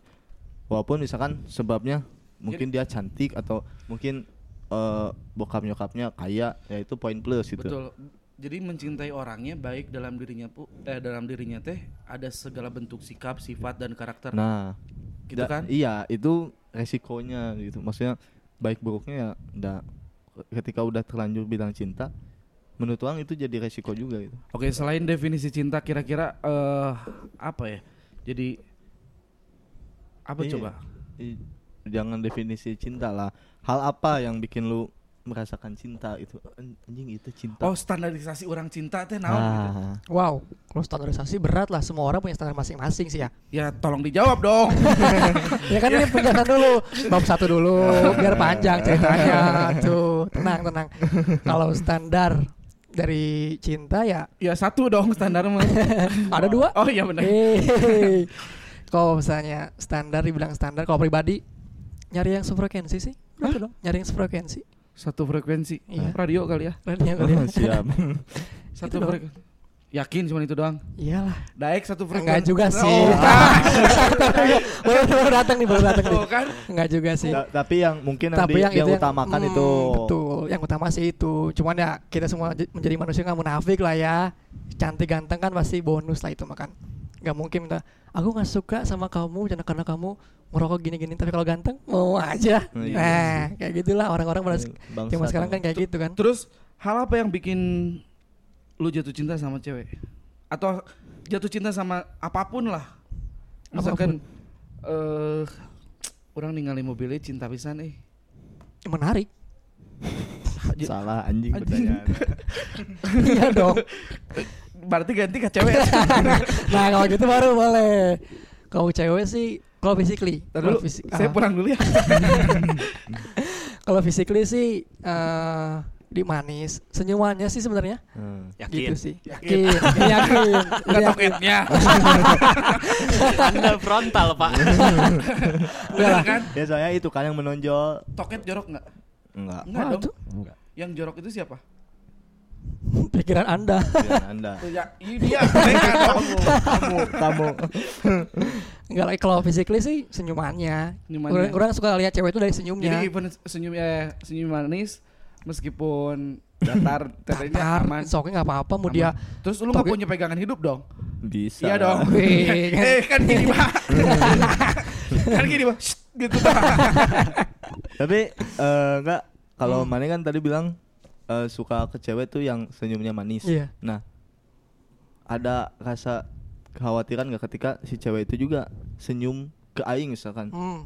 Speaker 2: walaupun misalkan sebabnya mungkin dia cantik atau mungkin eh, bokap nyokapnya kaya ya itu poin plus gitu.
Speaker 1: Betul. Jadi mencintai orangnya baik dalam dirinya pu, eh dalam dirinya teh ada segala bentuk sikap, sifat dan karakter.
Speaker 2: Nah,
Speaker 1: Gitu
Speaker 2: da-
Speaker 1: kan?
Speaker 2: Iya, itu resikonya gitu. Maksudnya baik buruknya ya da, ketika udah terlanjur bilang cinta menurut orang itu jadi resiko juga gitu.
Speaker 1: Oke, selain definisi cinta kira-kira eh apa ya? Jadi apa
Speaker 2: Iya.
Speaker 1: coba?
Speaker 2: I- jangan definisi cinta lah hal apa yang bikin lu merasakan cinta itu An- anjing itu cinta
Speaker 1: Oh, standarisasi orang cinta teh naon gitu.
Speaker 2: Ah.
Speaker 3: Wow, kalau standarisasi berat lah. Semua orang punya standar masing-masing sih ya.
Speaker 1: Ya tolong dijawab dong.
Speaker 3: ya kan ini penjelasan dulu, bab satu dulu, biar panjang ceritanya. Tuh, tenang tenang. Kalau standar dari cinta ya
Speaker 1: Ya satu dong standar mah.
Speaker 3: ada dua Eh.
Speaker 1: Oh iya benar.
Speaker 3: Hei. kalau misalnya standar dibilang standar kalau pribadi nyari yang sefrekuensi sih Gitu dong, nyari yang sefrekuensi
Speaker 1: Satu frekuensi.
Speaker 3: Iya.
Speaker 1: Radio kali ya.
Speaker 3: radio kali ya.
Speaker 2: Oh, Siap.
Speaker 1: Satu
Speaker 3: Itu doang.
Speaker 1: frekuensi. Yakin cuma itu doang?
Speaker 3: iyalah
Speaker 1: Daek satu frekuensi.
Speaker 3: enggak juga sih
Speaker 1: Oh,
Speaker 3: baru baru datang nih baru datang nih
Speaker 1: oh, kan.
Speaker 3: enggak juga sih
Speaker 2: Ta- tapi yang mungkin yang,
Speaker 3: tapi
Speaker 2: di-
Speaker 3: yang,
Speaker 2: yang
Speaker 3: itu
Speaker 2: utamakan
Speaker 3: yang,
Speaker 2: itu
Speaker 3: Hmm, betul yang utama sih itu cuman ya kita semua j- menjadi manusia nggak munafik lah ya cantik ganteng kan pasti bonus lah itu makan nggak mungkin minta aku nggak suka sama kamu karena karena kamu merokok gini gini tapi kalau ganteng mau aja
Speaker 2: Nah, iya
Speaker 3: nah kayak gitulah orang-orang pada se-
Speaker 2: Bangsa
Speaker 3: zaman sekarang kan
Speaker 2: tuh.
Speaker 3: kayak gitu kan
Speaker 1: Terus hal apa yang bikin lu jatuh cinta sama cewek? Atau jatuh cinta sama apapun lah. Misalkan eh orang ningali mobilnya cinta pisan eh.
Speaker 3: menarik ya-
Speaker 2: salah anjing, ya.
Speaker 1: Anjing.
Speaker 2: pertanyaan.
Speaker 3: iya dong
Speaker 1: Berarti ganti ke cewek.
Speaker 3: nah kalau gitu baru boleh kalau cewek sih kalau physically
Speaker 1: Ntar
Speaker 3: kalau
Speaker 1: dulu,
Speaker 3: fisik
Speaker 1: saya pulang dulu ya.
Speaker 3: kalau physically sih eh di manis senyumannya sih sebenarnya
Speaker 2: Hmm.
Speaker 5: Yakin.
Speaker 3: gitu sih iya, yakin Iya. yakin
Speaker 1: Enggak
Speaker 3: yakin
Speaker 1: toketnya.
Speaker 5: Anda frontal, Pak.
Speaker 3: Iya
Speaker 1: Bener kan?
Speaker 2: Ya soalnya itu kan yang menonjol.
Speaker 1: Toket jorok enggak?
Speaker 2: Enggak.
Speaker 1: Enggak
Speaker 3: Wah,
Speaker 1: dong.
Speaker 3: itu
Speaker 4: Enggak.
Speaker 1: Yang jorok itu siapa?
Speaker 3: pikiran anda
Speaker 2: Jangan Anda.
Speaker 1: Oh, Ya, ini dia. mereka dong.
Speaker 2: Kamu, kamu.
Speaker 3: nggak lah, kalau physically sih senyumannya
Speaker 1: Senyumannya.
Speaker 3: orang, orang suka lihat cewek itu dari
Speaker 1: Jadi
Speaker 3: senyumnya
Speaker 1: even senyum eh, senyum manis meskipun datar tetenya
Speaker 3: Tatar,
Speaker 1: aman.
Speaker 3: soknya nggak apa-apa mau dia
Speaker 1: Terus lu nggak
Speaker 3: Toge-
Speaker 1: punya pegangan hidup dong?
Speaker 2: Bisa.
Speaker 1: Iya dong.
Speaker 3: Wih, kan.
Speaker 1: eh kan gini pak. kan gini pak. Shh, gitu pak.
Speaker 2: Tapi eh, enggak kalau Mane kan tadi bilang eh, suka ke cewek tuh yang senyumnya manis.
Speaker 3: Iya.
Speaker 2: Nah, ada rasa kekhawatiran nggak ketika si cewek itu juga senyum ke aing misalkan.
Speaker 3: hmm,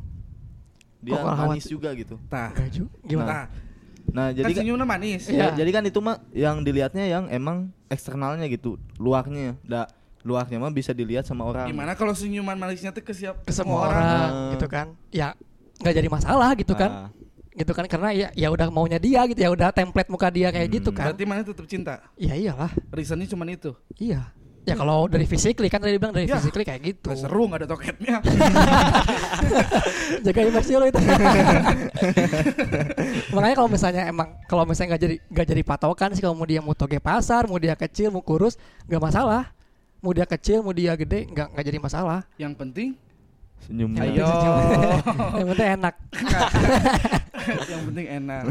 Speaker 2: Dia
Speaker 3: Kok
Speaker 2: manis
Speaker 3: khawatir?
Speaker 2: juga gitu.
Speaker 1: Nah,
Speaker 3: nggak juga. gimana
Speaker 1: nah,
Speaker 2: Nah,
Speaker 1: kan
Speaker 2: jadi kan,
Speaker 1: senyumnya manis.
Speaker 3: Iya.
Speaker 2: ya, jadi kan itu mah yang dilihatnya yang emang eksternalnya gitu, luarnya. Da, luarnya mah bisa dilihat sama orang.
Speaker 1: Gimana kalau senyuman manisnya tuh ke siap
Speaker 3: ke semua orang,
Speaker 2: orang.
Speaker 3: gitu kan ya nggak jadi masalah gitu
Speaker 1: Nah.
Speaker 3: kan
Speaker 2: Ah,
Speaker 3: gitu kan karena ya ya udah maunya dia gitu ya udah template muka dia kayak gitu kan
Speaker 1: Hmm, Berarti mana tetap cinta?
Speaker 3: ya iyalah
Speaker 1: Reasonnya cuma itu.
Speaker 3: iya ya kalau dari physically kan tadi bilang dari
Speaker 1: Iya.
Speaker 3: physically kayak gitu
Speaker 1: Nggak seru nggak ada toketnya.
Speaker 3: jaga emosi lo itu makanya kalau misalnya emang kalau misalnya nggak jadi nggak jadi patokan sih kalau mau dia mau toge pasar mau dia kecil mau kurus nggak masalah mau dia kecil mau dia gede nggak nggak jadi masalah
Speaker 1: Yang penting,
Speaker 2: senyumnya.
Speaker 3: Yang
Speaker 1: ayo.
Speaker 3: penting yang penting enak
Speaker 1: yang penting enak.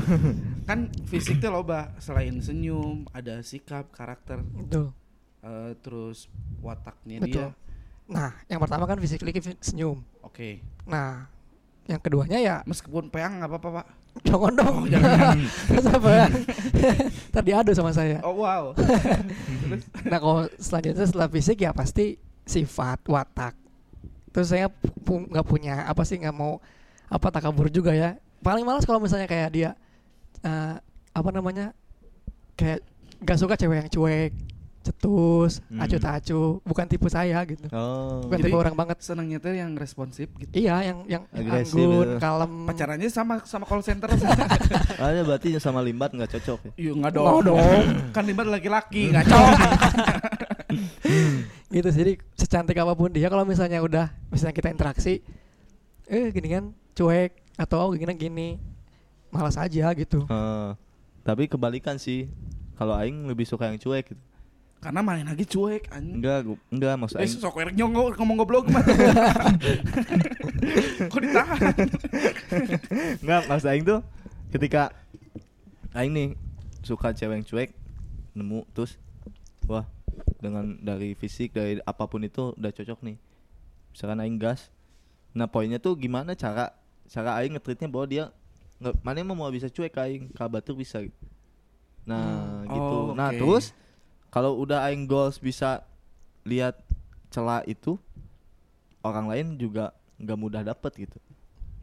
Speaker 1: Kan fisik tuh loba. Selain senyum, ada sikap, karakter,
Speaker 3: Betul.
Speaker 1: eh, terus wataknya dia.
Speaker 3: betul nah yang pertama kan physically senyum
Speaker 1: Oke.
Speaker 3: nah yang keduanya ya
Speaker 1: Meskipun peang nggak apa-apa pak.
Speaker 3: jangan dong Kenapa ya? tadi adu sama saya
Speaker 1: Oh wow.
Speaker 3: Nah kalau selanjutnya setelah fisik ya pasti sifat watak. Terus saya pu- nggak punya apa sih nggak mau apa takabur juga ya. Paling malas kalau misalnya kayak dia eh, apa namanya kayak gak suka cewek yang cuek, cetus,
Speaker 2: Hmm.
Speaker 3: acuh tak acuh, bukan tipe saya gitu.
Speaker 2: Oh.
Speaker 3: Bukan
Speaker 1: Jadi-
Speaker 3: tipe orang banget.
Speaker 1: Senangnya tuh yang responsif gitu.
Speaker 3: Iya, yang yang yang
Speaker 2: Agresif
Speaker 3: anggun,
Speaker 2: gitu.
Speaker 3: kalem.
Speaker 1: Pacarannya sama sama call center.
Speaker 2: Ada Ah, ya berarti sama limbat nggak cocok ya?
Speaker 1: Iya nggak dong.
Speaker 3: Oh, dong.
Speaker 1: kan limbat laki-laki ngaco.
Speaker 3: gitu jadi secantik apapun dia kalau misalnya udah misalnya kita interaksi eh gini kan cuek atau gini gini malas aja gitu
Speaker 2: Heeh. tapi kebalikan sih. Kalau aing lebih suka yang cuek gitu.
Speaker 1: Karena main lagi cuek anjing.
Speaker 2: Enggak, gu- enggak maksud
Speaker 1: Eh
Speaker 2: aing.
Speaker 1: sok erek nyongo ngomong goblok mah. Kok ditahan?
Speaker 2: Enggak, maksud aing tuh ketika aing nih suka cewek yang cuek nemu terus wah dengan dari fisik dari apapun itu udah cocok nih. Misalkan aing gas. Nah, poinnya tuh gimana cara cara aing ngetritnya bahwa dia nggak mana emang mau bisa cuek ke aing, ka batur bisa. gitu. Nah,
Speaker 1: Hmm.
Speaker 2: gitu.
Speaker 1: Oh,
Speaker 2: Nah,
Speaker 1: oke.
Speaker 2: terus kalau udah aing goals bisa lihat celah itu orang lain juga nggak mudah dapet gitu.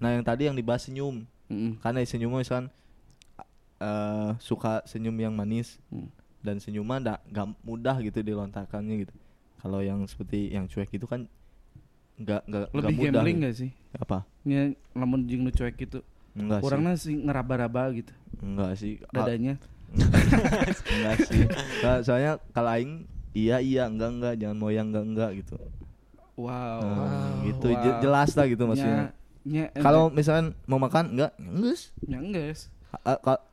Speaker 2: Nah, yang tadi yang dibahas senyum karena senyumnya misalkan eh suka senyum yang manis
Speaker 1: Hmm.
Speaker 2: dan senyuman nggak nggak mudah gitu dilontarkannya gitu kalau yang seperti yang cuek itu kan nggak nggak nggak
Speaker 1: Lebih
Speaker 2: mudah
Speaker 1: gambling
Speaker 2: gitu.
Speaker 1: gak sih?
Speaker 2: apa
Speaker 1: Ya, lamun jeung nu cuek gitu.
Speaker 2: enggak sih
Speaker 1: Orangnya sih ngeraba-raba gitu
Speaker 2: enggak sih Ah,
Speaker 1: dadanya.
Speaker 2: enggak sih Nah, soalnya kalau aing iya iya enggak enggak jangan mau yang enggak enggak gitu
Speaker 1: Oh, Wow.
Speaker 2: Nah,
Speaker 3: Wow.
Speaker 2: gitu je- jelas lah gitu maksudnya
Speaker 1: Nya, nya-
Speaker 2: kalau misalkan mau makan enggak enggak
Speaker 1: nya enggeus.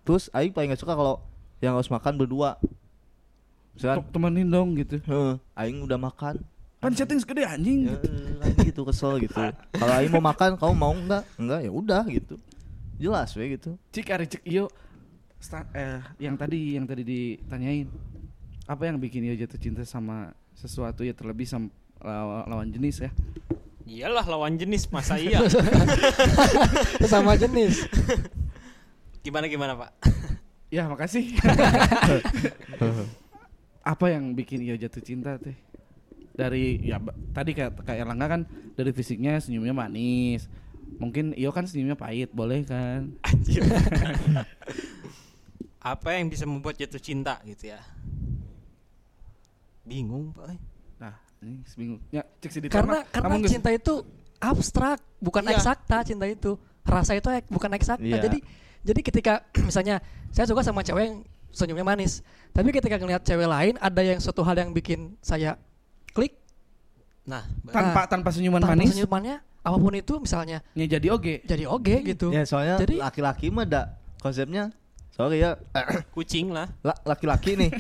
Speaker 2: terus aing paling gak suka kalau yang harus makan berdua misalkan
Speaker 1: Tok temenin dong gitu.
Speaker 2: "Heh, aing udah makan
Speaker 1: Pan setting segede anjing.
Speaker 2: ya, aing gitu kesel gitu kalau aing mau makan kamu mau enggak enggak ya udah gitu jelas we gitu
Speaker 1: Cik ari cik iyo Sta- eh, yang tadi yang tadi ditanyain apa yang bikin iyo jatuh cinta sama sesuatu ya terlebih sama lawa- lawan jenis ya
Speaker 5: Iyalah lawan jenis masa iya.
Speaker 3: sama jenis
Speaker 5: Gimana gimana pak?
Speaker 1: ya makasih apa yang bikin iyo jatuh cinta teh dari ya ba- tadi kayak kayak Erlangga kan dari fisiknya senyumnya manis mungkin iyo kan senyumnya pahit boleh kan
Speaker 5: Anjir. Apa yang bisa membuat jatuh cinta gitu ya? Bingung pak.
Speaker 1: nah ini seminggu ya cek si Dita
Speaker 3: karena
Speaker 1: mah,
Speaker 3: karena
Speaker 1: kamu geus-
Speaker 3: cinta itu abstrak bukan
Speaker 5: Iya.
Speaker 3: eksakta cinta itu rasa itu ek- bukan eksakta
Speaker 2: Iya.
Speaker 3: jadi jadi ketika misalnya saya suka sama cewek yang senyumnya manis tapi ketika ngelihat cewek lain ada yang suatu hal yang bikin saya klik
Speaker 5: Nah, ba-
Speaker 1: tanpa tanpa senyuman
Speaker 3: tanpa
Speaker 1: manis
Speaker 3: senyumannya apapun itu misalnya
Speaker 1: ya jadi oge
Speaker 3: jadi oge gitu
Speaker 2: ya soalnya
Speaker 3: Jadi-
Speaker 2: laki-laki mah da konsepnya sorry ya
Speaker 5: kucing lah.
Speaker 2: la- laki-laki nih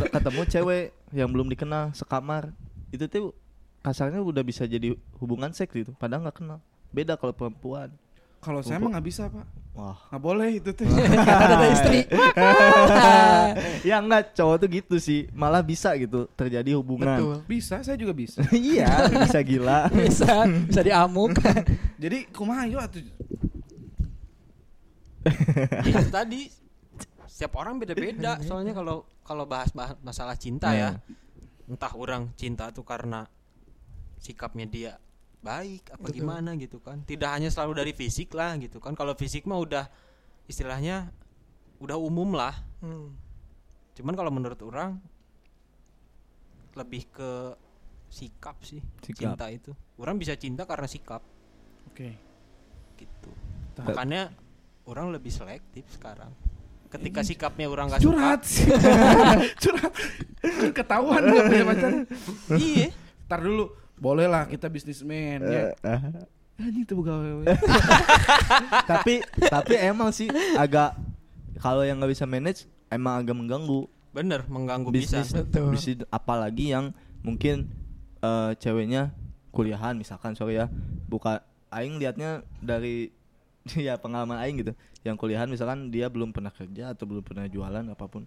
Speaker 2: ketemu cewek yang belum dikenal sekamar itu tuh kasarnya udah bisa jadi hubungan seks gitu padahal nggak kenal beda kalau perempuan
Speaker 1: kalau saya mah nggak bisa pak
Speaker 2: wah
Speaker 1: nggak boleh itu teh
Speaker 3: karena ada istri
Speaker 2: ya enggak cowok tuh gitu sih malah bisa gitu terjadi hubungan
Speaker 3: betul
Speaker 1: bisa saya juga bisa
Speaker 2: iya bisa gila
Speaker 3: bisa bisa diamuk
Speaker 1: jadi kumaha yo atuh
Speaker 5: Itu tadi setiap orang beda-beda. Soalnya kalau kalau bahas, bahas masalah cinta ya, entah orang cinta tuh karena sikapnya dia baik apa
Speaker 3: Betul.
Speaker 5: gimana gitu kan. Tidak hanya selalu dari fisik lah gitu kan. Kalau fisik mah udah istilahnya udah umum lah.
Speaker 3: Hmm.
Speaker 5: Cuman kalau menurut orang lebih ke sikap sih
Speaker 2: Sikap.
Speaker 5: cinta itu. Orang bisa cinta karena sikap
Speaker 1: oke
Speaker 5: gitu.
Speaker 1: Ta-
Speaker 5: Makanya orang lebih selektif sekarang. Ketika sikapnya orang gak
Speaker 1: curhat
Speaker 5: suka,
Speaker 1: sih curhat Kan ketahuan gak punya pacar
Speaker 5: iya.
Speaker 1: Ntar dulu boleh lah kita bisnismen ya
Speaker 2: Nah, eh.
Speaker 1: anjing tuh gawe
Speaker 2: tapi tapi emang sih agak kalau yang nggak bisa manage emang agak mengganggu
Speaker 5: Bener mengganggu
Speaker 2: bisnis
Speaker 5: bisa.
Speaker 3: Betul.
Speaker 2: bisnis apalagi yang mungkin eh, ceweknya kuliahan misalkan sorry ya buka aing liatnya dari ya pengalaman aing gitu yang kuliahan misalkan dia belum pernah kerja atau belum pernah jualan apapun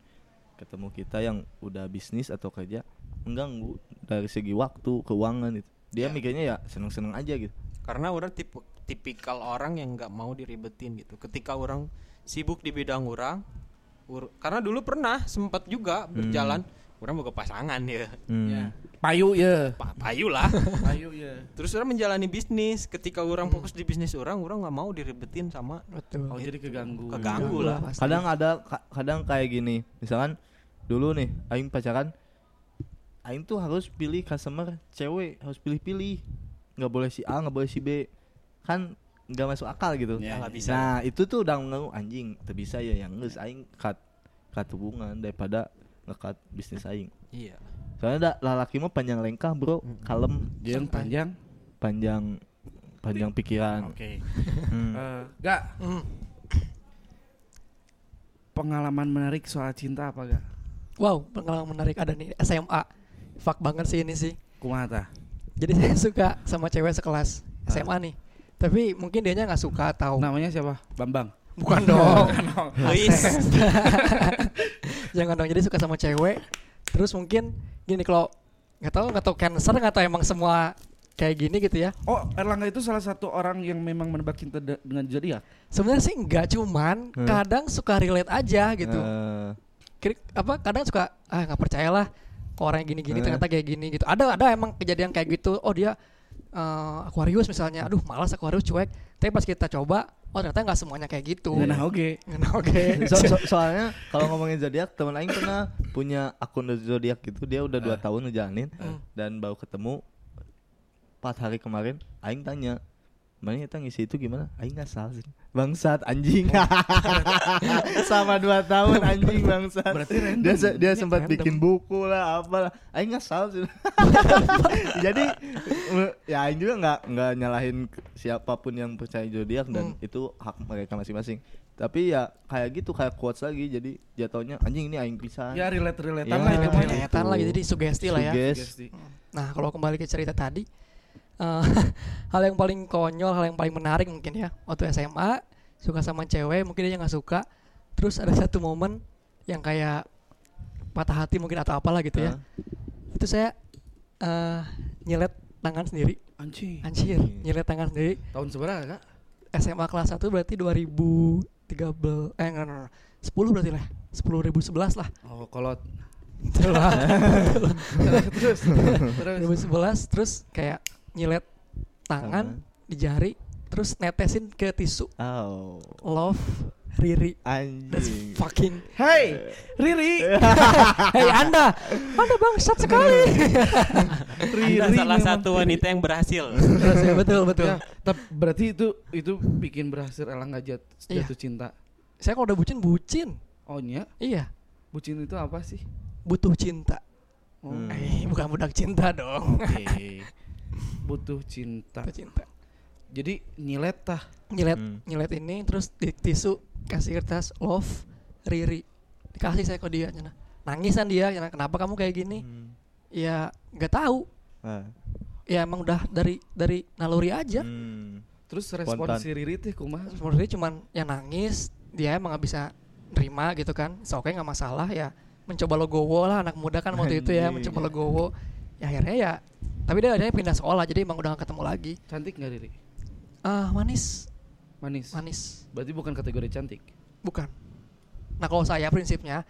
Speaker 2: ketemu kita yang udah bisnis atau kerja mengganggu dari segi waktu keuangan gitu dia mikirnya ya seneng-seneng aja gitu
Speaker 5: Karena orang tipe tipikal orang yang nggak mau diribetin gitu. Ketika orang sibuk di bidang orang, ur- karena dulu pernah sempat juga berjalan, orang boga pasangan ya,
Speaker 2: Hmm.
Speaker 1: ya payu ya
Speaker 5: Pa- payu lah.
Speaker 1: payu ya
Speaker 5: Terus orang menjalani bisnis. Ketika orang fokus di bisnis orang, orang nggak mau diribetin sama
Speaker 3: betul
Speaker 1: oh jadi keganggu
Speaker 5: keganggu lah.
Speaker 3: Pasti.
Speaker 2: kadang ada ka- kadang kayak gini misalkan dulu nih aing pacaran aing tuh harus pilih customer cewek harus pilih-pilih nggak boleh si A nggak boleh si B kan nggak masuk akal gitu
Speaker 5: Ya, nggak bisa.
Speaker 2: nah itu tuh udah mengganggu anjing tuh bisa ya yang nges aing cut cut hubungan daripada ngekat bisnis aing
Speaker 5: Iya.
Speaker 2: soalnya ada lalaki mah panjang lengkah bro
Speaker 5: Hmm.
Speaker 2: kalem
Speaker 1: dia yang panjang
Speaker 2: panjang panjang pikiran
Speaker 1: oke
Speaker 5: Gitu.
Speaker 2: Hmm.
Speaker 1: Eh, gak
Speaker 3: Hmm.
Speaker 1: pengalaman menarik soal cinta apa gak
Speaker 3: Wow, pengalaman menarik ada nih SMA. Fuck banget sih ini sih.
Speaker 1: kumaha tah
Speaker 3: Jadi saya suka sama cewek sekelas SMA nih. Tapi mungkin dianya nggak suka atau
Speaker 1: namanya siapa Bambang
Speaker 3: Oh. bukan dong.
Speaker 5: Luis.
Speaker 3: Jangan dong. Jadi suka sama cewek. Terus mungkin gini kalau nggak tahu nggak tahu cancer nggak tahu emang semua kayak gini gitu ya.
Speaker 1: oh Erlangga itu salah satu orang yang memang menebak cinta de- dengan zodiak
Speaker 3: Sebenarnya sih enggak cuman
Speaker 2: Hmm.
Speaker 3: kadang suka relate aja gitu.
Speaker 2: Eh,
Speaker 3: Kira- apa kadang suka ah nggak percayalah ke orang yang
Speaker 2: Eh.
Speaker 3: gini-gini ternyata kayak gini gitu ada ada emang kejadian kayak gitu oh dia eh, Aquarius misalnya aduh malas Aquarius cuek tapi pas kita coba oh ternyata nggak semuanya kayak gitu
Speaker 1: nah oke
Speaker 3: Ngena, oke
Speaker 2: So- so- soalnya kalau ngomongin zodiak teman aing pernah punya akun zodiak gitu dia udah dua tahun ngejalanin
Speaker 3: Hmm.
Speaker 2: dan baru ketemu ya, empat hari kemarin aing tanya mana kita ngisi itu gimana aing nggak salah sih Bangsat anjing. Sama dua tahun anjing bangsat.
Speaker 1: Berarti random.
Speaker 2: dia se- dia
Speaker 3: Ini
Speaker 2: sempat
Speaker 3: random.
Speaker 2: bikin buku lah apalah. Aing ngesal sih. Jadi me- ya aing juga nggak nggak nyalahin ke- siapapun yang percaya zodiak dan
Speaker 3: Hmm.
Speaker 2: itu hak mereka masing-masing. Tapi ya kayak gitu kayak quotes lagi jadi jatuhnya anjing ini aing pisan.
Speaker 1: Ya relate-relate
Speaker 2: Ya,
Speaker 1: lah itu mah.
Speaker 2: relate.
Speaker 3: Kenyataan lagi jadi Iya, sugesti lah ya.
Speaker 2: Suges.
Speaker 3: Nah, kalau kembali ke cerita tadi, eh, hal yang paling konyol, hal yang paling menarik mungkin ya, waktu SMA suka sama cewek, mungkin dia nggak suka. Terus ada satu momen yang kayak patah hati mungkin atau apalah gitu ya. Itu saya eh, nyelet tangan sendiri,
Speaker 1: Anjing.
Speaker 3: anjir, nyelet tangan sendiri.
Speaker 1: Tahun seberapa, Kak?
Speaker 3: SMA kelas 1 berarti 2013 eh enggak, enggak, enggak. 10 berarti lah. 10.011 lah.
Speaker 1: Oh, kolot.
Speaker 3: Betul lah.
Speaker 1: terus terus
Speaker 3: 2011 terus kayak nyilet tangan di jari terus netesin ke tisu
Speaker 2: Oh.
Speaker 3: love Riri that's
Speaker 2: Anjing.
Speaker 3: fucking
Speaker 1: hey Riri
Speaker 3: hey anda anda bangsat sekali
Speaker 5: Anda salah satu wanita yang berhasil.
Speaker 3: betul betul
Speaker 1: ya, tapi berarti itu itu bikin berhasil Elang nggak jat-
Speaker 3: Iya.
Speaker 1: jatuh cinta
Speaker 3: saya kalau udah bucin bucin
Speaker 1: oh nya
Speaker 3: iya
Speaker 1: bucin itu apa sih
Speaker 3: butuh cinta
Speaker 1: oh.
Speaker 2: Hmm.
Speaker 3: eh bukan budak cinta dong
Speaker 1: oke butuh cinta
Speaker 3: butuh cinta
Speaker 1: jadi nyilet tah
Speaker 3: nyilet
Speaker 2: Hmm.
Speaker 3: nyilet ini terus di tisu kasih kertas love Riri dikasih saya ke dia nyana. nangisan dia nyana, kenapa kamu kayak gini
Speaker 2: Hmm.
Speaker 3: ya nggak tahu
Speaker 2: Ah.
Speaker 3: ya emang udah dari dari naluri aja
Speaker 2: Hmm.
Speaker 1: terus respon
Speaker 2: Spontan.
Speaker 1: si Riri teh
Speaker 2: Hmm.
Speaker 1: kumaha
Speaker 3: sebenarnya cuman yang nangis dia emang nggak bisa nerima gitu kan so oke nggak masalah ya mencoba logowo lah anak muda kan waktu itu ya
Speaker 2: Anjing.
Speaker 3: mencoba logowo ya akhirnya ya tapi dia akhirnya pindah sekolah jadi emang udah gak ketemu lagi
Speaker 1: cantik nggak Riri
Speaker 3: ah manis
Speaker 1: manis
Speaker 3: manis
Speaker 1: berarti bukan kategori cantik
Speaker 3: bukan nah kalau saya prinsipnya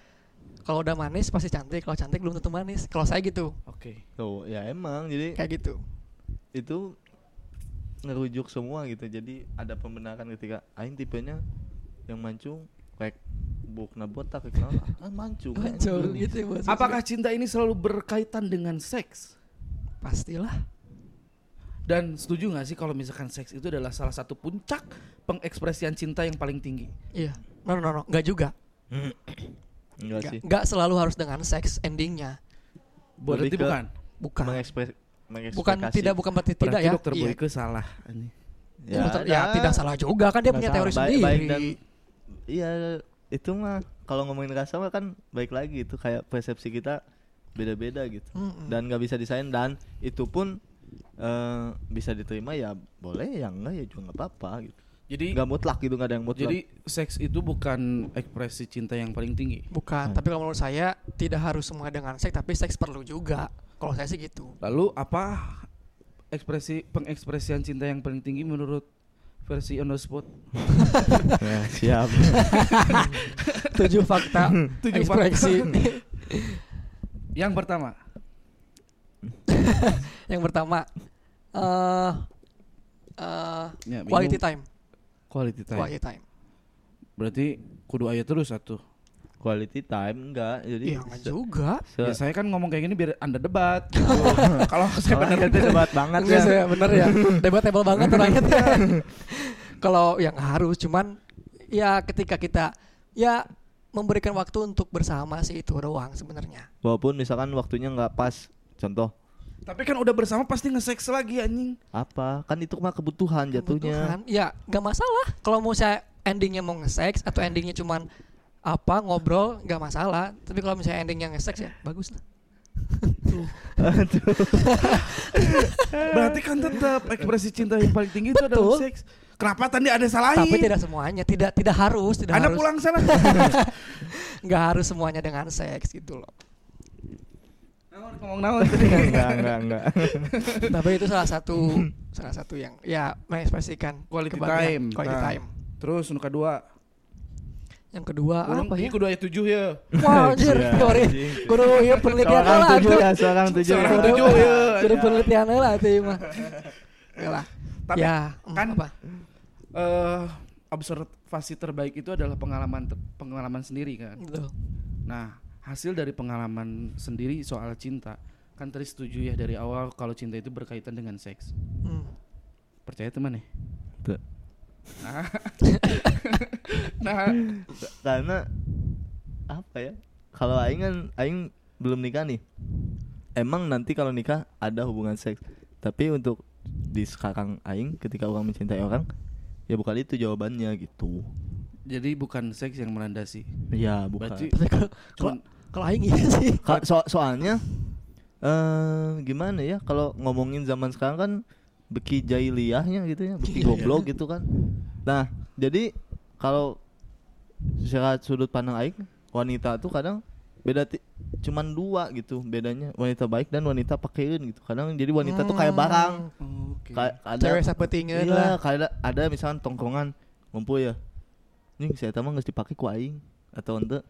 Speaker 3: kalau udah manis pasti cantik kalau cantik belum tentu manis kalau saya gitu
Speaker 1: oke
Speaker 2: Tuh, ya emang jadi
Speaker 3: kayak gitu
Speaker 2: itu ngerujuk semua gitu. Jadi ada pembenaran ketika aing tipenya yang mancung kayak bukna botak kayak naon ah mancung. kan.
Speaker 3: Jauh gitu ya, maksudnya.
Speaker 1: apakah cinta ini selalu berkaitan dengan seks
Speaker 3: pastilah
Speaker 1: dan setuju nggak sih kalau misalkan seks itu adalah salah satu puncak pengekspresian cinta yang paling tinggi
Speaker 3: iya no no no nggak juga
Speaker 2: Hmm. Enggak
Speaker 3: Nggak-
Speaker 2: sih.
Speaker 3: nggak selalu harus dengan seks endingnya
Speaker 1: berarti
Speaker 2: Lebih ke-
Speaker 1: bukan
Speaker 3: bukan
Speaker 2: Mengekspres
Speaker 3: bukan
Speaker 2: mengekspektasi.
Speaker 3: tidak bukan berarti tidak
Speaker 1: berarti
Speaker 3: ya
Speaker 1: dokter
Speaker 3: Iya.
Speaker 1: Boyke salah ini
Speaker 3: Ya, dokter- ya,
Speaker 2: ada.
Speaker 3: tidak salah juga kan dia
Speaker 4: Nggak
Speaker 3: punya
Speaker 4: salah.
Speaker 3: teori
Speaker 2: Baik-
Speaker 3: sendiri
Speaker 2: baik dan- Iya, itu mah kalau ngomongin rasa mah kan baik lagi itu kayak persepsi kita beda-beda gitu.
Speaker 3: Mm-mm.
Speaker 2: Dan nggak bisa desain dan itu pun eh, bisa diterima ya boleh ya enggak ya juga nggak apa-apa gitu.
Speaker 1: jadi
Speaker 2: Nggak mutlak gitu nggak ada yang mutlak.
Speaker 1: Jadi seks itu bukan ekspresi cinta yang paling tinggi.
Speaker 3: bukan
Speaker 2: Hmm.
Speaker 3: tapi kalau menurut saya tidak harus semua dengan seks tapi seks perlu juga kalau saya sih gitu
Speaker 1: Lalu apa ekspresi pengekspresian cinta yang paling tinggi menurut versi on the spot?
Speaker 2: Nah, siap.
Speaker 3: tujuh fakta
Speaker 1: Tujuh fakta.
Speaker 3: ekspresi
Speaker 1: Yang pertama,
Speaker 3: yang pertama eh eh,
Speaker 1: ya, bingung.
Speaker 3: quality time
Speaker 1: Quality time.
Speaker 3: quality time
Speaker 1: Berarti kudu ayat terus satu.
Speaker 2: Quality time enggak. Jadi
Speaker 3: iya nggak juga
Speaker 2: se-
Speaker 1: Ya, saya kan ngomong kayak gini biar anda debat. gitu. Kalau saya
Speaker 2: Soalnya
Speaker 1: benar gitu.
Speaker 2: kita Oh, debat banget
Speaker 3: Enggak
Speaker 2: ya.
Speaker 3: sih, bener ya. Debatable banget orangnya. tuh. Kalau yang harus cuman ya ketika kita ya memberikan waktu untuk bersama sih itu doang sebenarnya.
Speaker 2: Walaupun misalkan waktunya nggak pas. Contoh
Speaker 1: Tapi kan udah bersama pasti nge-seks lagi anjing.
Speaker 2: apa? Kan itu mah kebutuhan jatuhnya.
Speaker 3: Kebutuhan. Ya, nggak masalah. Kalau mau saya endingnya mau nge-sex atau endingnya cuman apa ngobrol nggak masalah. Tapi kalau misalnya endingnya nge-sex ya bagus lah.
Speaker 1: Berarti kan tetap ekspresi cinta yang paling tinggi itu adalah
Speaker 3: Betul.
Speaker 1: seks. Kenapa tadi ada salahin?
Speaker 3: Tapi tidak semuanya, tidak tidak harus, tidak
Speaker 1: Anda
Speaker 3: harus.
Speaker 1: pulang sana.
Speaker 3: Nggak harus semuanya dengan seks gitu loh.
Speaker 1: Naon, ngomong naon tadi.
Speaker 2: enggak, enggak, enggak.
Speaker 3: Tapi itu salah satu salah satu yang ya mengekspresikan
Speaker 1: Quality
Speaker 3: kebahagiaan.
Speaker 1: time.
Speaker 3: Quality
Speaker 1: Nah.
Speaker 3: time.
Speaker 1: Terus nu kedua,
Speaker 3: Yang kedua
Speaker 1: Urang
Speaker 3: apa ya?
Speaker 1: ini kudu ayat tujuh ya.
Speaker 3: Wah anjir
Speaker 2: Iya,
Speaker 3: teori.
Speaker 2: anjing.
Speaker 3: Kudu ya penelitian
Speaker 2: Seorang
Speaker 3: lah
Speaker 2: tujuh
Speaker 3: tuh.
Speaker 2: ya, seorang tujuh.
Speaker 1: Seorang
Speaker 2: ya.
Speaker 3: Kudu-
Speaker 1: tujuh ya.
Speaker 3: Kudu penelitian lah tuh ya, mah. Ya lah.
Speaker 1: Tapi
Speaker 3: ya,
Speaker 1: kan-
Speaker 3: kan apa?
Speaker 1: eh observasi terbaik itu adalah pengalaman ter- pengalaman sendiri kan.
Speaker 3: Betul.
Speaker 1: Nah, hasil dari pengalaman sendiri soal cinta kan tadi setuju ya dari awal kalau cinta itu berkaitan dengan seks.
Speaker 3: Hmm.
Speaker 1: Percaya teman nih? ya?
Speaker 2: Tuh.
Speaker 1: Nah, nah
Speaker 2: karena apa ya kalau aing kan aing belum nikah nih emang nanti kalau nikah ada hubungan seks tapi untuk di sekarang aing ketika orang mencintai orang ya bukan itu jawabannya gitu
Speaker 1: jadi bukan seks yang melandasi.
Speaker 2: ya bukan
Speaker 1: Berarti
Speaker 3: Tapi kalau
Speaker 1: cuman
Speaker 3: kalau aing iya sih.
Speaker 2: Ka- so- soalnya eh gimana ya kalau ngomongin zaman sekarang kan beki jahiliyahnya gitu ya, beki
Speaker 3: Iya,
Speaker 2: goblok gitu kan. Nah, jadi kalau secara sudut pandang aing wanita tuh kadang beda ti- cuman dua gitu bedanya wanita baik dan wanita pakein gitu kadang jadi wanita tuh kayak barang
Speaker 1: Oke.
Speaker 2: Ka- ada
Speaker 3: Hmm, Cewek sapetingeun
Speaker 2: Iya,
Speaker 3: lah.
Speaker 2: kayak ada, ada misalkan tongkongan ngumpul ya. Nih, saya mah geus dipake ku aing atau ente.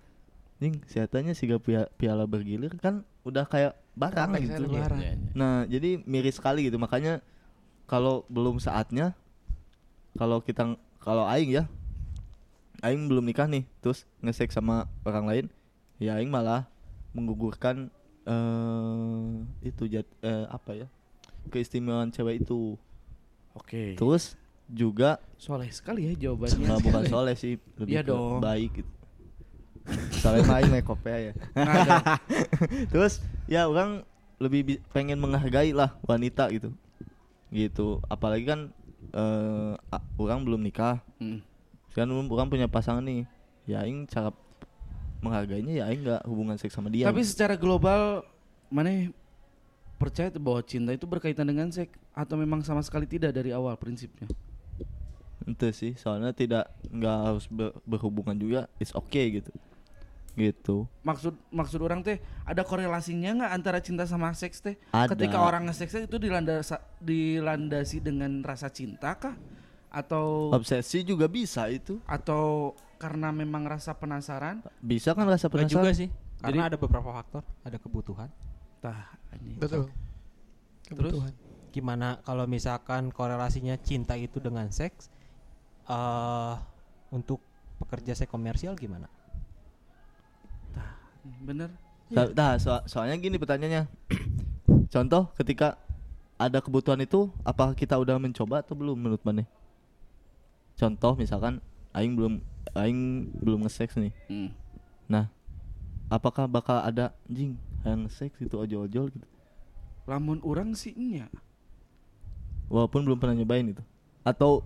Speaker 2: Nih, sehatnya siga pia- piala bergilir kan udah kayak barang
Speaker 3: Kayak
Speaker 2: gitu.
Speaker 3: barang.
Speaker 1: Iya, iya.
Speaker 2: Nah, jadi miris sekali gitu. Makanya kalau belum saatnya kalau kita kalau aing ya aing belum nikah nih, terus ngesek sama orang lain, ya aing malah menggugurkan eh itu jat, eh, apa ya? keistimewaan cewek itu.
Speaker 1: Oke.
Speaker 2: Terus juga
Speaker 1: Soleh sekali ya jawabannya.
Speaker 2: nggak bukan soleh sih, lebih
Speaker 1: Iya
Speaker 2: ke
Speaker 1: dong.
Speaker 2: baik gitu. Soleh main naik kopea ya.
Speaker 1: Nah,
Speaker 2: Terus ya orang lebih bi- pengen menghargai lah wanita gitu. Gitu. Apalagi kan eh a- orang belum nikah.
Speaker 1: Hmm.
Speaker 2: Kan belum- orang punya pasangan nih. Ya aing cara menghargainya ya aing nggak hubungan seks sama dia.
Speaker 1: Tapi secara global mana ya, percaya tuh bahwa cinta itu berkaitan dengan seks atau memang sama sekali tidak dari awal prinsipnya?
Speaker 2: Itu sih soalnya tidak nggak harus ber- berhubungan juga is okay gitu. Gitu.
Speaker 1: Maksud maksud orang teh ada korelasinya nggak antara cinta sama seks teh?
Speaker 2: Ada.
Speaker 1: Ketika orang ngeseksnya itu dilandasi dilandasi dengan rasa cinta kah? Atau
Speaker 2: Obsesi juga bisa itu.
Speaker 1: atau karena memang rasa penasaran?
Speaker 2: Bisa kan rasa
Speaker 5: Nggak juga
Speaker 2: penasaran?
Speaker 5: sih karena ada beberapa faktor ada kebutuhan
Speaker 1: Tah, anjing.
Speaker 3: Betul. Kebutuhan.
Speaker 5: gimana kalau misalkan korelasinya cinta itu dengan seks eh untuk pekerja seks komersial gimana
Speaker 1: Hmm, Bener.
Speaker 2: Ta- Nah, soa- soalnya gini pertanyaannya. Contoh ketika ada kebutuhan itu apa kita udah mencoba atau belum menurut Maneh? Contoh misalkan aing belum aing belum nge-sex nih.
Speaker 1: Hmm.
Speaker 2: Nah, apakah bakal ada anjing yang nge-sex itu ojol-ojol gitu.
Speaker 1: Lamun orang sih nya.
Speaker 2: Walaupun belum pernah nyobain itu. Atau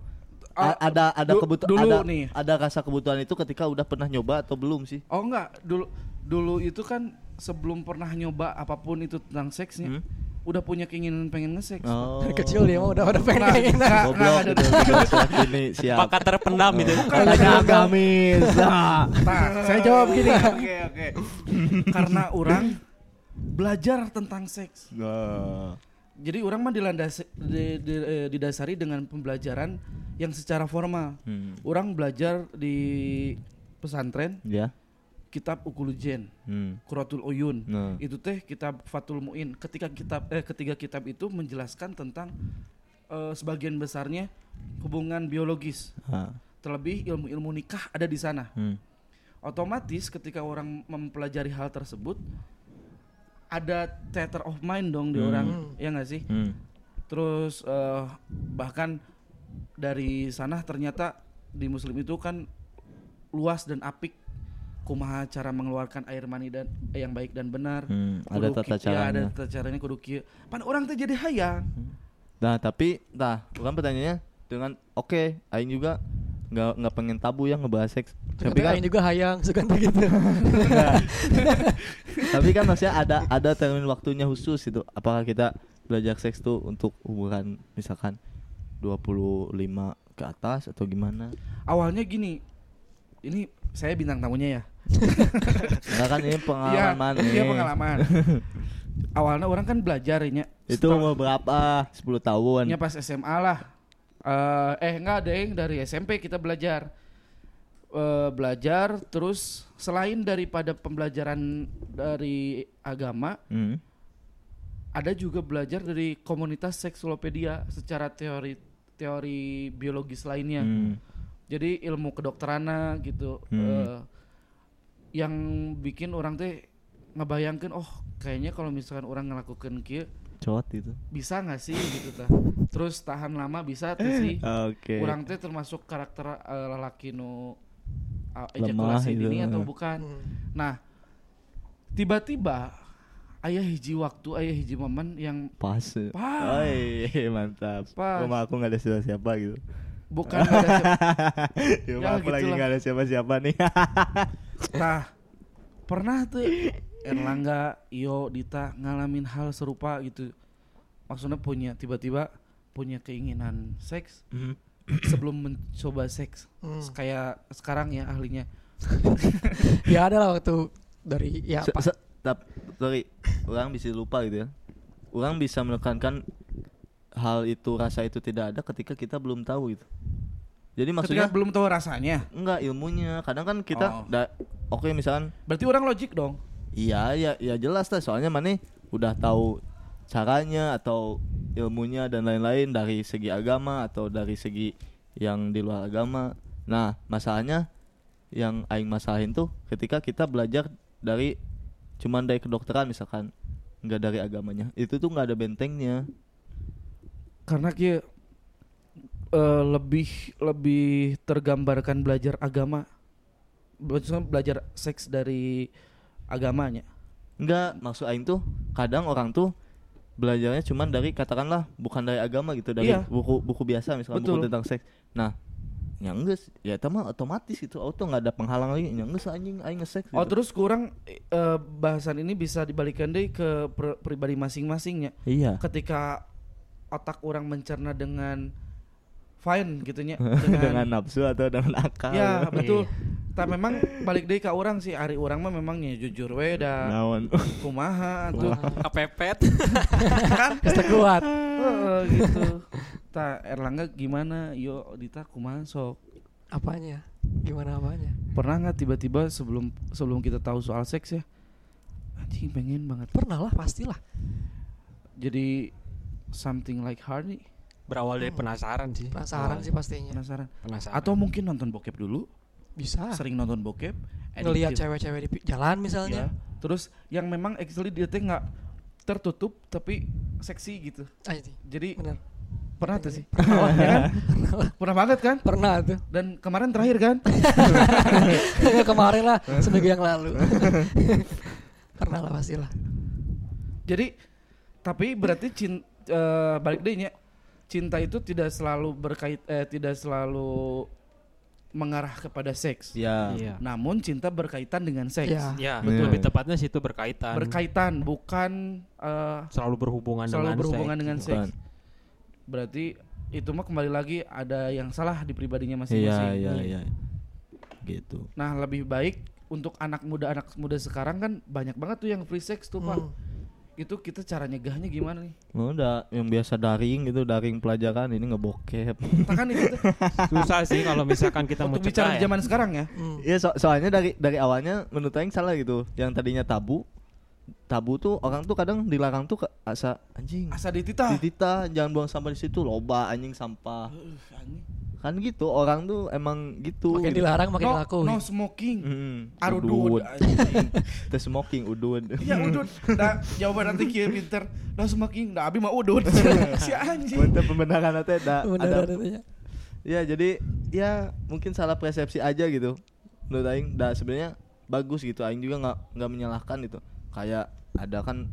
Speaker 2: a-
Speaker 1: Ah,
Speaker 2: ada ada
Speaker 1: du-
Speaker 2: kebutuhan
Speaker 1: dulu
Speaker 2: ada
Speaker 1: nih.
Speaker 2: ada rasa kebutuhan itu ketika udah pernah nyoba atau belum sih?
Speaker 1: Oh enggak, dulu dulu itu kan sebelum pernah nyoba apapun itu tentang seksnya,
Speaker 2: Hmm?
Speaker 1: udah punya keinginan pengen ngeseks.
Speaker 2: Oh.
Speaker 3: Dari kecil dia mah udah udah pengen
Speaker 1: Nah,
Speaker 3: kayak
Speaker 1: nah, nah,
Speaker 2: Goblok
Speaker 1: ada-
Speaker 2: gitu, goblok ini siap.
Speaker 5: apakah terpendam gitu? itu
Speaker 2: Tanya agamis. Ah.
Speaker 1: Nah, saya jawab gini. Oke, oke. Karena orang belajar tentang seks.
Speaker 2: Nah.
Speaker 1: Jadi orang mah dilandasi di- di- eh, didasari dengan pembelajaran yang secara formal.
Speaker 2: Hmm.
Speaker 1: Orang belajar di pesantren
Speaker 2: Ya.
Speaker 1: kitab Ukulujen,
Speaker 2: Hmm.
Speaker 1: Quratul Uyun.
Speaker 2: Nah.
Speaker 1: itu teh kitab Fatul Muin ketika kitab eh ketiga kitab itu menjelaskan tentang eh, sebagian besarnya hubungan biologis
Speaker 2: Ah.
Speaker 1: terlebih ilmu-ilmu nikah ada di sana
Speaker 2: Hmm.
Speaker 1: otomatis ketika orang mempelajari hal tersebut ada theater of mind dong di orang ya nggak sih
Speaker 2: Hmm.
Speaker 1: terus eh, bahkan dari sana ternyata di muslim itu kan luas dan apik kumaha cara mengeluarkan air mani dan yang baik dan benar
Speaker 2: Hmm. Ada
Speaker 1: Kudu ki-
Speaker 2: tata
Speaker 1: ya, ada
Speaker 2: caranya.
Speaker 1: tata caranya kudu kieu. Pan orang teh jadi hayang.
Speaker 2: Nah, tapi nah, bukan pertanyaannya dengan oke, aing juga nggak nggak pengen tabu ya ngebahas seks. Tapi
Speaker 3: Tapi
Speaker 2: kan
Speaker 3: aing juga hayang suka gitu.
Speaker 2: tapi kan maksudnya ada ada termin waktunya khusus itu. Apakah kita belajar seks tuh untuk umuran misalkan 25 ke atas atau gimana?
Speaker 1: Awalnya gini. Ini saya bintang tamunya ya.
Speaker 2: Enggak kan ini
Speaker 1: Iya,
Speaker 2: pengalaman nih.
Speaker 1: iya pengalaman. Awalnya orang kan belajar ya.
Speaker 2: Itu umur berapa? 10 tahun.
Speaker 1: Nya pas SMA lah. Eh, eh enggak deng dari SMP kita belajar. Eh, belajar terus selain daripada pembelajaran dari agama
Speaker 2: Hmm.
Speaker 1: ada juga belajar dari komunitas seksulopedia secara teori teori biologis lainnya.
Speaker 2: Hmm.
Speaker 1: jadi ilmu kedokterannya gitu
Speaker 2: Hmm.
Speaker 1: eh, yang bikin orang teh ngebayangkan oh kayaknya kalau misalkan orang ngelakukan kieu
Speaker 2: cowok itu
Speaker 1: bisa nggak sih gitu tah terus tahan lama bisa tuh sih
Speaker 2: Eh,
Speaker 1: Iya.
Speaker 2: oke
Speaker 1: kurang teh termasuk karakter eh, lelaki nu eh,
Speaker 2: Lemah
Speaker 1: ejakulasi
Speaker 2: gitu.
Speaker 1: dini atau bukan nah tiba-tiba ayah hiji waktu ayah hiji momen yang
Speaker 2: pas
Speaker 1: Pas.
Speaker 2: Oi, mantap
Speaker 1: Pas.
Speaker 2: rumah aku nggak ada siapa siapa gitu
Speaker 1: bukan ada siapa-
Speaker 2: Di
Speaker 1: Ya,
Speaker 2: rumah aku
Speaker 1: gitu
Speaker 2: lagi
Speaker 1: lah.
Speaker 2: nggak ada siapa siapa nih
Speaker 1: Tah, pernah tuh Erlangga, Iyo, Dita ngalamin hal serupa gitu. Maksudnya punya tiba-tiba punya keinginan seks sebelum mencoba seks.
Speaker 3: Hmm.
Speaker 1: Kayak sekarang ya ahlinya.
Speaker 3: ya ada lah waktu dari ya
Speaker 2: Se-
Speaker 3: pas
Speaker 2: se- tap- sorry orang bisa lupa gitu ya orang bisa menekankan hal itu rasa itu tidak ada ketika kita belum tahu gitu jadi maksudnya
Speaker 1: Ketika kan belum tahu rasanya.
Speaker 2: enggak ilmunya kadang kan
Speaker 1: Oh.
Speaker 2: kita da- oke misalkan
Speaker 1: Berarti orang logik dong.
Speaker 2: iya ya ya jelas lah soalnya mana udah tahu caranya atau ilmunya dan lain-lain dari segi agama atau dari segi yang di luar agama nah masalahnya yang aing masalahin tuh ketika kita belajar dari cuman dari kedokteran misalkan nggak dari agamanya itu tuh nggak ada bentengnya
Speaker 1: Karena kia eh, lebih lebih tergambarkan belajar agama. Maksudnya belajar seks dari agamanya.
Speaker 2: Enggak, maksud aing tuh kadang orang tuh belajarnya cuman dari katakanlah bukan dari agama gitu, dari
Speaker 1: Iya.
Speaker 2: buku buku biasa misalkan
Speaker 1: Betul.
Speaker 2: buku tentang seks. Nah, ya enggak sih. ya itu mah otomatis itu auto nggak ada penghalang lagi. Ya enggak sih, anjing aing ngesek.
Speaker 1: Oh
Speaker 2: gitu.
Speaker 1: terus kurang eh, bahasan ini bisa dibalikan deh ke per- pribadi masing-masingnya.
Speaker 2: Iya.
Speaker 1: Ketika otak orang mencerna dengan fine gitunya
Speaker 2: dengan Iya. nafsu atau dengan akal.
Speaker 1: ya betul. Ta memang balik deh ke orang sih hari orang mah memangnya jujur weda
Speaker 2: Naon.
Speaker 1: kumaha tuh
Speaker 5: kepepet
Speaker 1: kan
Speaker 3: Terus kuat
Speaker 1: Heeh, gitu. Ta Erlangga gimana? Yo Dita kumaha sok.
Speaker 3: apanya gimana apanya
Speaker 1: Pernah nggak tiba-tiba sebelum sebelum kita tahu soal seks ya? Anjing pengen banget.
Speaker 3: pernah lah pastilah
Speaker 1: Jadi something like Hardy
Speaker 5: berawal dari penasaran sih
Speaker 3: penasaran sih pastinya
Speaker 1: penasaran
Speaker 5: penasaran
Speaker 1: atau mungkin nonton bokep dulu
Speaker 3: bisa
Speaker 1: sering gitu. nonton bokep
Speaker 3: ngelihat
Speaker 1: addictive.
Speaker 3: cewek-cewek di pi- jalan misalnya
Speaker 1: Ya. terus yang memang actually dia teh nggak tertutup tapi seksi gitu
Speaker 3: anjing
Speaker 1: jadi
Speaker 3: benar
Speaker 1: pernah tuh sih
Speaker 3: pernah lah
Speaker 1: Ya kan?
Speaker 3: pernah lah
Speaker 1: pernah banget kan
Speaker 3: pernah tuh
Speaker 1: dan kemarin terakhir kan
Speaker 3: Nggak, kemarin lah seminggu yang lalu pernah lah pastilah
Speaker 1: jadi tapi berarti cinta balik deh nya cinta itu tidak selalu berkait eh, tidak selalu mengarah kepada seks
Speaker 2: Ya.
Speaker 5: iya
Speaker 1: namun cinta berkaitan dengan seks
Speaker 3: ya
Speaker 5: ya
Speaker 2: Betul.
Speaker 5: lebih tepatnya situ berkaitan
Speaker 1: berkaitan bukan eh,
Speaker 5: selalu berhubungan
Speaker 1: selalu
Speaker 5: dengan
Speaker 1: berhubungan
Speaker 5: seks.
Speaker 1: dengan
Speaker 2: Bukan.
Speaker 1: seks. Berarti itu mah kembali lagi ada yang salah di pribadinya
Speaker 2: Iya,
Speaker 1: masing-masing.
Speaker 2: iya, iya. Gitu.
Speaker 1: Nah, lebih baik untuk anak muda anak muda sekarang kan banyak banget tuh yang free sex tuh, Pak.
Speaker 3: Hmm.
Speaker 1: Itu kita cara nyegahnya gimana nih?
Speaker 2: Udah yang biasa daring gitu, daring pelajaran ini ngebokep.
Speaker 1: Kita kan itu tuh,
Speaker 5: susah sih kalau misalkan kita mau
Speaker 1: untuk bicara di
Speaker 5: cegah ya.
Speaker 1: zaman sekarang ya.
Speaker 3: Hmm.
Speaker 2: Iya so- soalnya dari dari awalnya menurut Aing salah gitu Yang tadinya tabu Tabu tuh orang tuh kadang dilarang tuh ke asa anjing
Speaker 1: Asa dititah.
Speaker 2: Ditita jangan buang sampah di situ loba anjing sampah
Speaker 1: Eh, anjing.
Speaker 2: Kan gitu orang tuh emang gitu
Speaker 3: makin
Speaker 2: gitu.
Speaker 3: dilarang makin
Speaker 1: no,
Speaker 3: laku
Speaker 1: no smoking.
Speaker 2: Mm,
Speaker 1: Arudud.
Speaker 2: udud. Teh smoking udud
Speaker 1: Iya udud. Nah, jawaban nanti kia pinter. No smoking. Nah, abi mah udud. si anjing.
Speaker 2: Untuk pembenaran teh da,
Speaker 3: benar
Speaker 2: ada Ya jadi ya mungkin salah persepsi aja gitu Menurut Aing da sebenarnya bagus gitu Aing juga nggak nggak menyalahkan gitu Kayak ada kan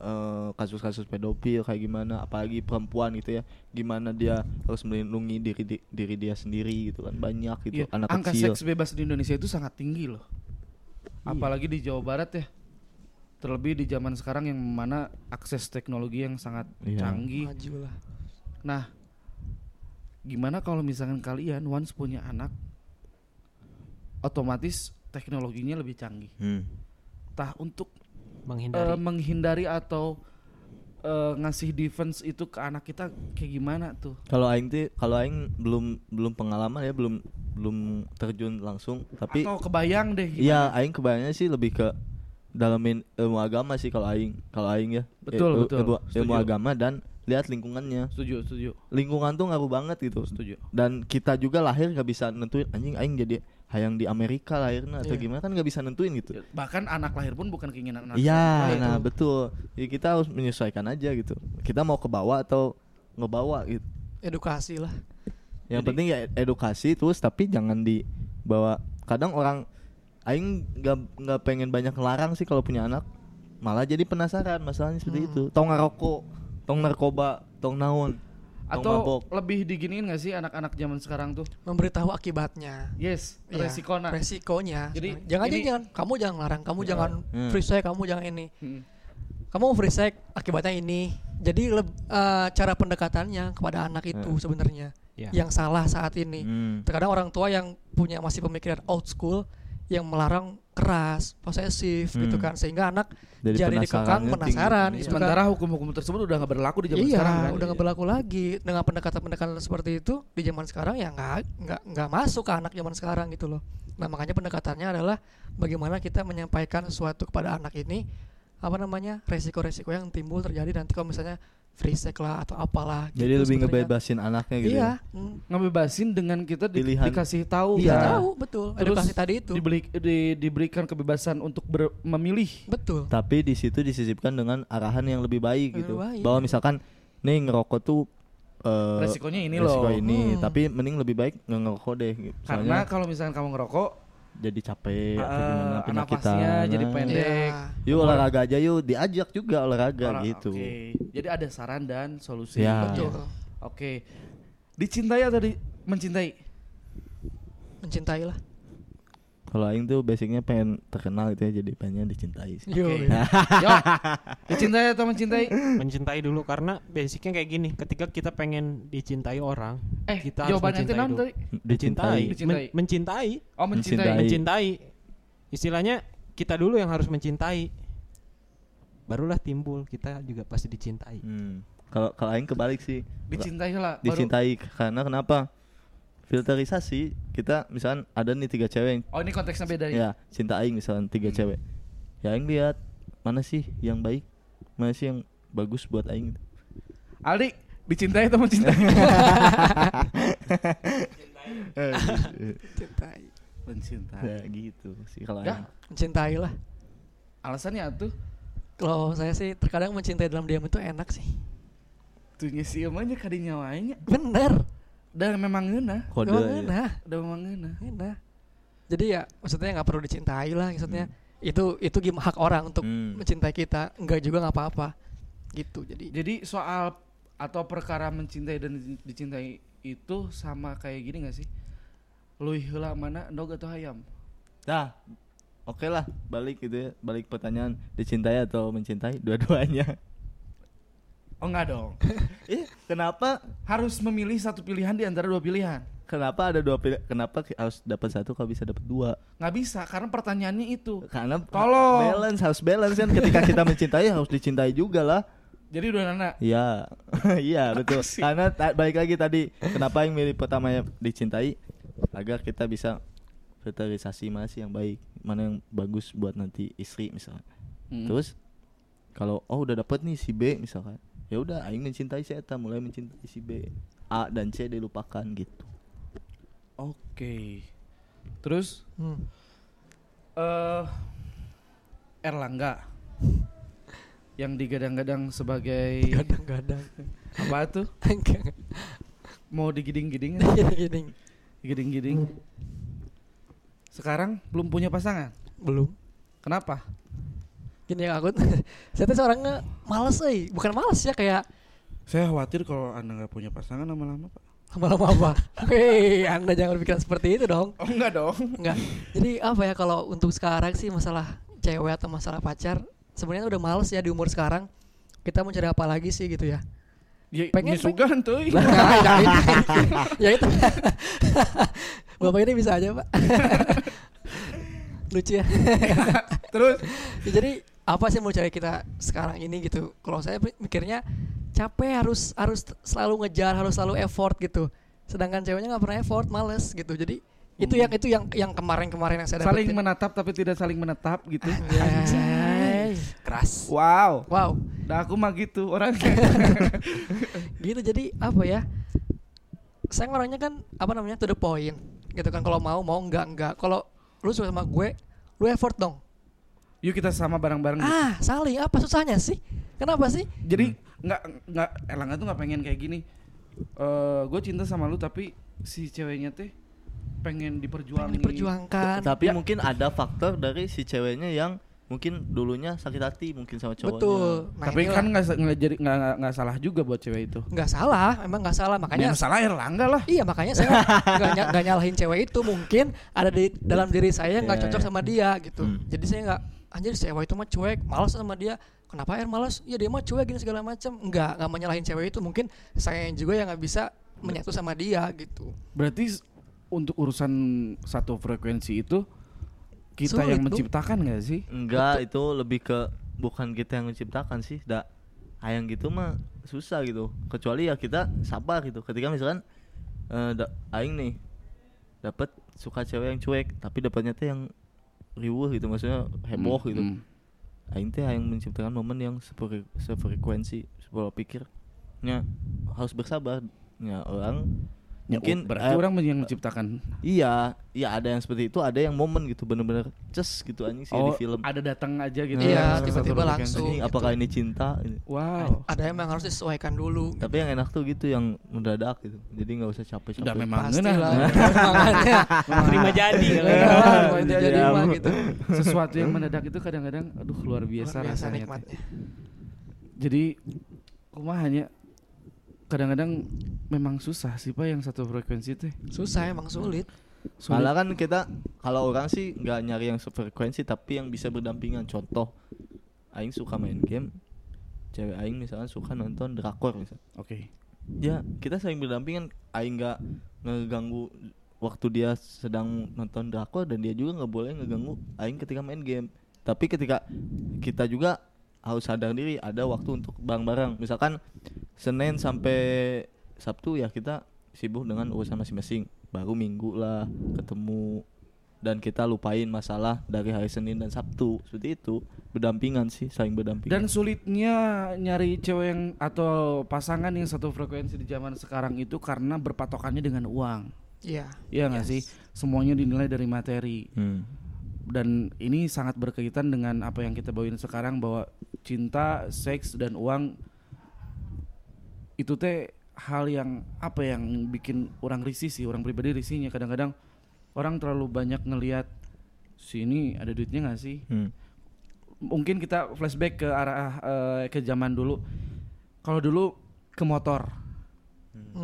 Speaker 2: eh, kasus-kasus pedofil kayak gimana apalagi perempuan gitu ya gimana dia harus melindungi diri di- diri dia sendiri gitu kan banyak gitu
Speaker 1: Iya,
Speaker 2: anak
Speaker 1: angka
Speaker 2: kecil Iya.
Speaker 1: seks bebas di Indonesia itu sangat tinggi loh. Apalagi di Jawa Barat ya. Terlebih di zaman sekarang yang mana akses teknologi yang sangat
Speaker 2: Iya.
Speaker 1: canggih.
Speaker 3: maju lah
Speaker 1: Nah, gimana kalau misalkan kalian once punya anak otomatis teknologinya lebih canggih.
Speaker 2: Hmm.
Speaker 1: Tah untuk
Speaker 5: menghindari
Speaker 1: eh, menghindari atau eh, ngasih defense itu ke anak kita kayak gimana tuh?
Speaker 2: kalau aing tuh kalau aing belum belum pengalaman ya belum belum terjun langsung tapi
Speaker 1: atau kebayang deh gimana?
Speaker 2: Iya, aing kebayangnya sih lebih ke dalamin ilmu agama sih kalau aing, kalau aing ya.
Speaker 1: Betul,
Speaker 2: Il-
Speaker 1: betul.
Speaker 2: Ilmu, ilmu
Speaker 1: Setuju.
Speaker 2: agama dan lihat lingkungannya.
Speaker 1: Setuju, setuju.
Speaker 2: Lingkungan tuh ngaruh banget gitu.
Speaker 1: Setuju.
Speaker 2: Dan kita juga lahir nggak bisa nentuin anjing aing jadi hayang di Amerika lahirnya atau
Speaker 3: Iya.
Speaker 2: gimana kan nggak bisa nentuin gitu
Speaker 1: bahkan anak lahir pun bukan keinginan anak
Speaker 2: Iya,
Speaker 1: lahir.
Speaker 2: nah betul. Ya, kita harus menyesuaikan aja gitu. Kita mau ke bawah atau ngebawa gitu.
Speaker 3: edukasi lah
Speaker 1: Jadi-
Speaker 2: Yang penting ya edukasi terus tapi jangan dibawa. Kadang orang aing nggak nggak pengen banyak larang sih kalau punya anak. Malah jadi penasaran masalahnya seperti
Speaker 3: Hmm.
Speaker 2: itu. Tong ngerokok, tong narkoba, tong naon, tong
Speaker 1: atau
Speaker 2: mabok.
Speaker 1: lebih diginiin gak sih anak-anak zaman sekarang tuh
Speaker 3: memberitahu akibatnya
Speaker 1: yes
Speaker 3: Ya,
Speaker 1: resikonya
Speaker 3: resikonya
Speaker 1: Jadi,
Speaker 3: Sebenarnya. jangan aja
Speaker 1: ini- Iya.
Speaker 3: jangan kamu jangan larang kamu jangan
Speaker 2: Hmm.
Speaker 3: free sex kamu jangan ini
Speaker 1: Hmm.
Speaker 3: kamu free sex akibatnya ini jadi leb- eh, cara pendekatannya kepada anak itu sebenarnya
Speaker 5: Iya.
Speaker 1: ya.
Speaker 3: yang salah saat ini
Speaker 2: Hmm.
Speaker 3: terkadang orang tua yang punya masih pemikiran old school yang melarang keras posesif gitu
Speaker 2: Hmm.
Speaker 3: kan sehingga anak
Speaker 2: Jadi
Speaker 3: jadi dikekang
Speaker 2: penasarannya
Speaker 3: penasaran
Speaker 2: tinggi.
Speaker 3: gitu kan.
Speaker 1: sementara hukum-hukum tersebut udah nggak berlaku di zaman
Speaker 3: iya,
Speaker 1: sekarang kan
Speaker 3: udah nggak berlaku lagi dengan pendekatan-pendekatan seperti itu di zaman sekarang ya nggak nggak nggak masuk ke anak zaman sekarang gitu loh. Nah makanya pendekatannya adalah bagaimana kita menyampaikan sesuatu kepada anak ini apa namanya resiko-resiko yang timbul terjadi nanti kalau misalnya free sex lah atau apalah.
Speaker 2: Jadi
Speaker 3: gitu
Speaker 2: lebih
Speaker 3: sebenarnya.
Speaker 2: ngebebasin anaknya gitu.
Speaker 3: Iya,
Speaker 2: ya.
Speaker 3: mm,
Speaker 1: ngebebasin dengan kita di-
Speaker 2: Pilihan.
Speaker 1: dikasih tahu
Speaker 2: Iya.
Speaker 1: kan?
Speaker 3: tahu betul
Speaker 1: Terus
Speaker 3: edukasi tadi itu
Speaker 1: Dibeli- di- diberikan kebebasan untuk ber- memilih
Speaker 3: betul.
Speaker 2: tapi di situ disisipkan dengan arahan yang lebih baik
Speaker 3: Lebih
Speaker 2: gitu
Speaker 3: baik.
Speaker 2: bahwa misalkan nih ngerokok tuh eh,
Speaker 1: Resikonya ini
Speaker 2: resiko
Speaker 1: loh.
Speaker 2: ini
Speaker 3: Hmm.
Speaker 2: tapi mending lebih baik nggak ngerokok deh gitu.
Speaker 1: karena
Speaker 2: soalnya Iya,
Speaker 1: kalau misalnya kamu ngerokok
Speaker 2: jadi capek atau
Speaker 1: eh,
Speaker 2: gimana penyakitan
Speaker 1: nafasnya jadi
Speaker 2: Nah,
Speaker 1: pendek.
Speaker 3: Iya.
Speaker 2: yuk olahraga aja yuk diajak juga olahraga
Speaker 1: orang-
Speaker 2: gitu
Speaker 1: oke. jadi ada saran dan solusi
Speaker 2: Ya.
Speaker 3: betul.
Speaker 1: oke dicintai atau di- mencintai
Speaker 3: Mencintai lah.
Speaker 2: kalau Aing tuh basicnya pengen terkenal gitu ya jadi pengen dicintai sih
Speaker 3: Yo,
Speaker 1: Oke.
Speaker 3: ya.
Speaker 1: Yo, iya. dicintai atau mencintai
Speaker 5: mencintai dulu karena basicnya kayak gini ketika kita pengen dicintai orang
Speaker 1: eh
Speaker 5: kita harus
Speaker 1: jawabannya
Speaker 5: mencintai
Speaker 1: nanti
Speaker 5: dulu.
Speaker 1: nanti
Speaker 5: dicintai
Speaker 2: dicintai
Speaker 1: Dicintai.
Speaker 5: Men- mencintai
Speaker 1: oh mencintai
Speaker 2: Mencintai.
Speaker 5: mencintai istilahnya kita dulu yang harus mencintai barulah timbul kita juga pasti dicintai
Speaker 2: Hmm. kalau kalau Aing kebalik sih
Speaker 1: dicintai lah baru-
Speaker 2: dicintai karena kenapa filterisasi kita misalkan ada nih tiga cewek yang
Speaker 1: oh ini konteksnya beda ya
Speaker 2: ya cinta aing misalkan tiga cewek ya aing lihat mana sih yang baik mana sih yang bagus buat aing
Speaker 1: Aldi dicintai atau mencintai
Speaker 2: Eh,
Speaker 3: Mencintai.
Speaker 1: mencintai
Speaker 2: ya gitu sih kalau
Speaker 1: Ya.
Speaker 2: aing
Speaker 3: Mencintai lah.
Speaker 1: alasannya tuh
Speaker 3: Kalau saya sih terkadang mencintai dalam diam itu enak sih.
Speaker 1: tuhnya si emangnya kadinya wanya
Speaker 3: Bener.
Speaker 1: dan memang ngena
Speaker 2: kode
Speaker 3: Emang
Speaker 2: ya.
Speaker 3: enak,
Speaker 1: udah memang ngena
Speaker 3: enak. Jadi ya maksudnya nggak perlu dicintai lah maksudnya. Itu itu gim- hak orang untuk
Speaker 2: Hmm.
Speaker 3: mencintai kita. Enggak juga nggak apa-apa. Gitu. Jadi
Speaker 1: Jadi soal atau perkara mencintai dan dicintai itu sama kayak gini gak sih? Lu heula mana endog atau ayam?
Speaker 2: Dah, oke lah balik gitu ya balik pertanyaan dicintai atau mencintai dua-duanya
Speaker 1: Oh enggak dong.
Speaker 2: eh kenapa
Speaker 1: Harus memilih satu pilihan di antara dua pilihan.
Speaker 2: kenapa ada dua pilihan kenapa ki- harus dapat satu kalau bisa dapat dua
Speaker 1: Nggak bisa karena pertanyaannya itu.
Speaker 2: karena
Speaker 1: Tolong.
Speaker 2: balance harus balance kan ketika kita mencintai harus dicintai juga lah
Speaker 1: Jadi dua nana.
Speaker 2: Iya, iya betul.
Speaker 1: Asik.
Speaker 2: Karena ta- balik lagi tadi, kenapa yang milih pertama yang dicintai agar kita bisa filterisasi mana sih yang baik, mana yang bagus buat nanti istri misalnya. Terus kalau oh udah dapet nih si B misalkan, ya udah aing mencintai si Eta, mulai mencintai si B. A dan C dilupakan gitu.
Speaker 1: oke. Terus
Speaker 3: hmm.
Speaker 1: eh Erlangga yang digadang-gadang
Speaker 3: Iya.
Speaker 1: sebagai
Speaker 3: gadang-gadang. Iya.
Speaker 1: apa tuh? Mau digiding-giding,
Speaker 3: Gini-gini.
Speaker 1: giding-giding. Sekarang belum punya pasangan.
Speaker 3: Belum.
Speaker 1: Kenapa?
Speaker 3: Gini ya aku. saya tuh seorangnya males euy. Bukan males ya kayak
Speaker 1: Saya khawatir kalau anda nggak punya pasangan lama-lama pak.
Speaker 3: lama-lama apa. Hei, Anda jangan berpikiran seperti itu dong.
Speaker 1: Oh enggak dong.
Speaker 3: Enggak. Jadi apa ya kalau untuk sekarang sih masalah cewek atau masalah pacar sebenarnya udah males ya di umur sekarang kita mencari apa lagi sih gitu ya.
Speaker 1: Ya,
Speaker 3: Pengen,
Speaker 1: nyusugan tuh.
Speaker 3: Iya, ya itu. Bapak ini bisa aja, Pak. Lucu ya.
Speaker 1: Terus
Speaker 3: Ya, jadi apa sih mau cari kita sekarang ini gitu? Kalau saya mikirnya capek harus harus selalu ngejar, harus selalu effort gitu. Sedangkan ceweknya nggak pernah effort, males gitu. Jadi itu yang itu yang yang kemarin-kemarin yang saya
Speaker 1: Hmm. saling
Speaker 3: dapetin.
Speaker 1: menatap tapi tidak saling menetap gitu.
Speaker 3: Anjay.
Speaker 5: keras
Speaker 1: Wow.
Speaker 3: Wow,
Speaker 1: Nah aku mah gitu orangnya.
Speaker 3: gitu jadi apa ya? Saya orangnya kan apa namanya to the point. gitu kan kalau mau mau enggak enggak kalau lu suka sama gue lu effort dong
Speaker 1: Yuk kita sama bareng-bareng. gitu.
Speaker 3: ah saling apa susahnya sih kenapa sih
Speaker 1: Jadi
Speaker 3: Hmm.
Speaker 1: nggak nggak Erlangga tuh nggak pengen kayak gini. Eh gue cinta sama lu tapi si ceweknya teh pengen diperjuangin.
Speaker 3: pengen diperjuangkan
Speaker 2: Tapi mungkin ada faktor dari si ceweknya yang mungkin dulunya sakit hati mungkin sama cowoknya.
Speaker 3: betul Nah,
Speaker 1: tapi
Speaker 3: inilah.
Speaker 1: kan nggak sa- nggak jadi nggak nggak- nggak salah juga buat cewek itu.
Speaker 3: nggak salah emang nggak salah makanya
Speaker 1: Yang salah Erlangga lah.
Speaker 3: Iya makanya saya nggak ny- nggak nyalahin cewek itu mungkin ada di dalam diri saya yang nggak
Speaker 2: Iya,
Speaker 3: cocok
Speaker 2: iya.
Speaker 3: sama dia gitu.
Speaker 2: Hmm.
Speaker 3: Jadi saya nggak anjir si cewek itu mah cuek, malas sama dia. Kenapa air malas? Ya dia mah cuek gini segala macam. Nggak nggak menyalahin cewek itu mungkin saya juga yang nggak bisa menyatu sama dia gitu.
Speaker 1: Berarti s- untuk urusan satu frekuensi itu kita
Speaker 3: Sulit,
Speaker 1: yang
Speaker 3: Bu.
Speaker 1: menciptakan nggak sih?
Speaker 2: Enggak, itu lebih ke bukan kita yang menciptakan sih, da. Ayang gitu mah susah gitu. Kecuali ya kita sabar gitu. Ketika misalkan eh, da- aing nih dapat suka cewek yang cuek, tapi dapatnya tuh yang riuh gitu, maksudnya heboh gitu.
Speaker 1: Hmm.
Speaker 2: Aing teh yang menciptakan momen yang sefre- sefrekuensi pola pikirnya harus bersabar. Ya orang
Speaker 1: Ya,
Speaker 2: mungkin
Speaker 1: berarti
Speaker 2: eh,
Speaker 1: orang yang menciptakan.
Speaker 2: iya, iya ada yang seperti itu, ada yang momen gitu bener-bener ces gitu anjing sih
Speaker 1: Oh,
Speaker 2: di film.
Speaker 1: ada datang aja gitu.
Speaker 3: Iya,
Speaker 1: Satu
Speaker 3: tiba-tiba
Speaker 1: frekuensi.
Speaker 3: langsung.
Speaker 2: Anjing,
Speaker 3: gitu.
Speaker 2: apakah ini cinta? Ini.
Speaker 1: Wow.
Speaker 3: Ada emang harus disesuaikan dulu.
Speaker 2: Tapi yang enak tuh gitu yang mendadak gitu. Jadi nggak usah capek-capek.
Speaker 1: Udah memang
Speaker 3: Pastilah.
Speaker 1: ngeunah.
Speaker 3: Makanya.
Speaker 5: terima jadi
Speaker 3: Iya,
Speaker 5: kalau gitu.
Speaker 3: lah, kalau itu jadi
Speaker 2: Diam.
Speaker 3: mah gitu.
Speaker 1: sesuatu yang mendadak itu kadang-kadang aduh luar biasa,
Speaker 3: Luar biasa
Speaker 1: rasanya
Speaker 3: nikmatnya.
Speaker 1: jadi kumaha hanya kadang-kadang memang susah sih pak yang satu frekuensi teh
Speaker 3: Susah emang sulit.
Speaker 1: Sulit.
Speaker 2: Malah kan kita kalau orang sih nggak nyari yang sefrekuensi tapi yang bisa berdampingan. Contoh, Aing suka main game, cewek Aing misalkan suka nonton drakor misalnya.
Speaker 1: oke
Speaker 2: Ya kita sering berdampingan. Aing nggak ngeganggu waktu dia sedang nonton drakor dan dia juga nggak boleh ngeganggu Aing ketika main game. Tapi ketika kita juga harus sadar diri ada waktu untuk bareng-bareng. Misalkan Senin sampai Sabtu ya kita sibuk dengan urusan masing-masing. Baru Minggu lah ketemu dan kita lupain masalah dari hari Senin dan Sabtu seperti itu berdampingan sih
Speaker 1: dan
Speaker 2: saling berdampingan
Speaker 1: sulitnya nyari cewek yang atau pasangan yang satu frekuensi di zaman sekarang itu karena berpatokannya dengan uang
Speaker 3: Iya.
Speaker 1: Iya nggak sih semuanya dinilai dari materi
Speaker 2: Hmm.
Speaker 1: dan ini sangat berkaitan dengan apa yang kita bawain sekarang bahwa cinta, seks dan uang itu teh hal yang apa yang bikin orang risih sih, orang pribadi risihnya kadang-kadang orang terlalu banyak ngelihat sini ada duitnya nggak sih?
Speaker 2: Hmm.
Speaker 1: Mungkin kita flashback ke arah eh, ke zaman dulu. Kalau dulu ke motor,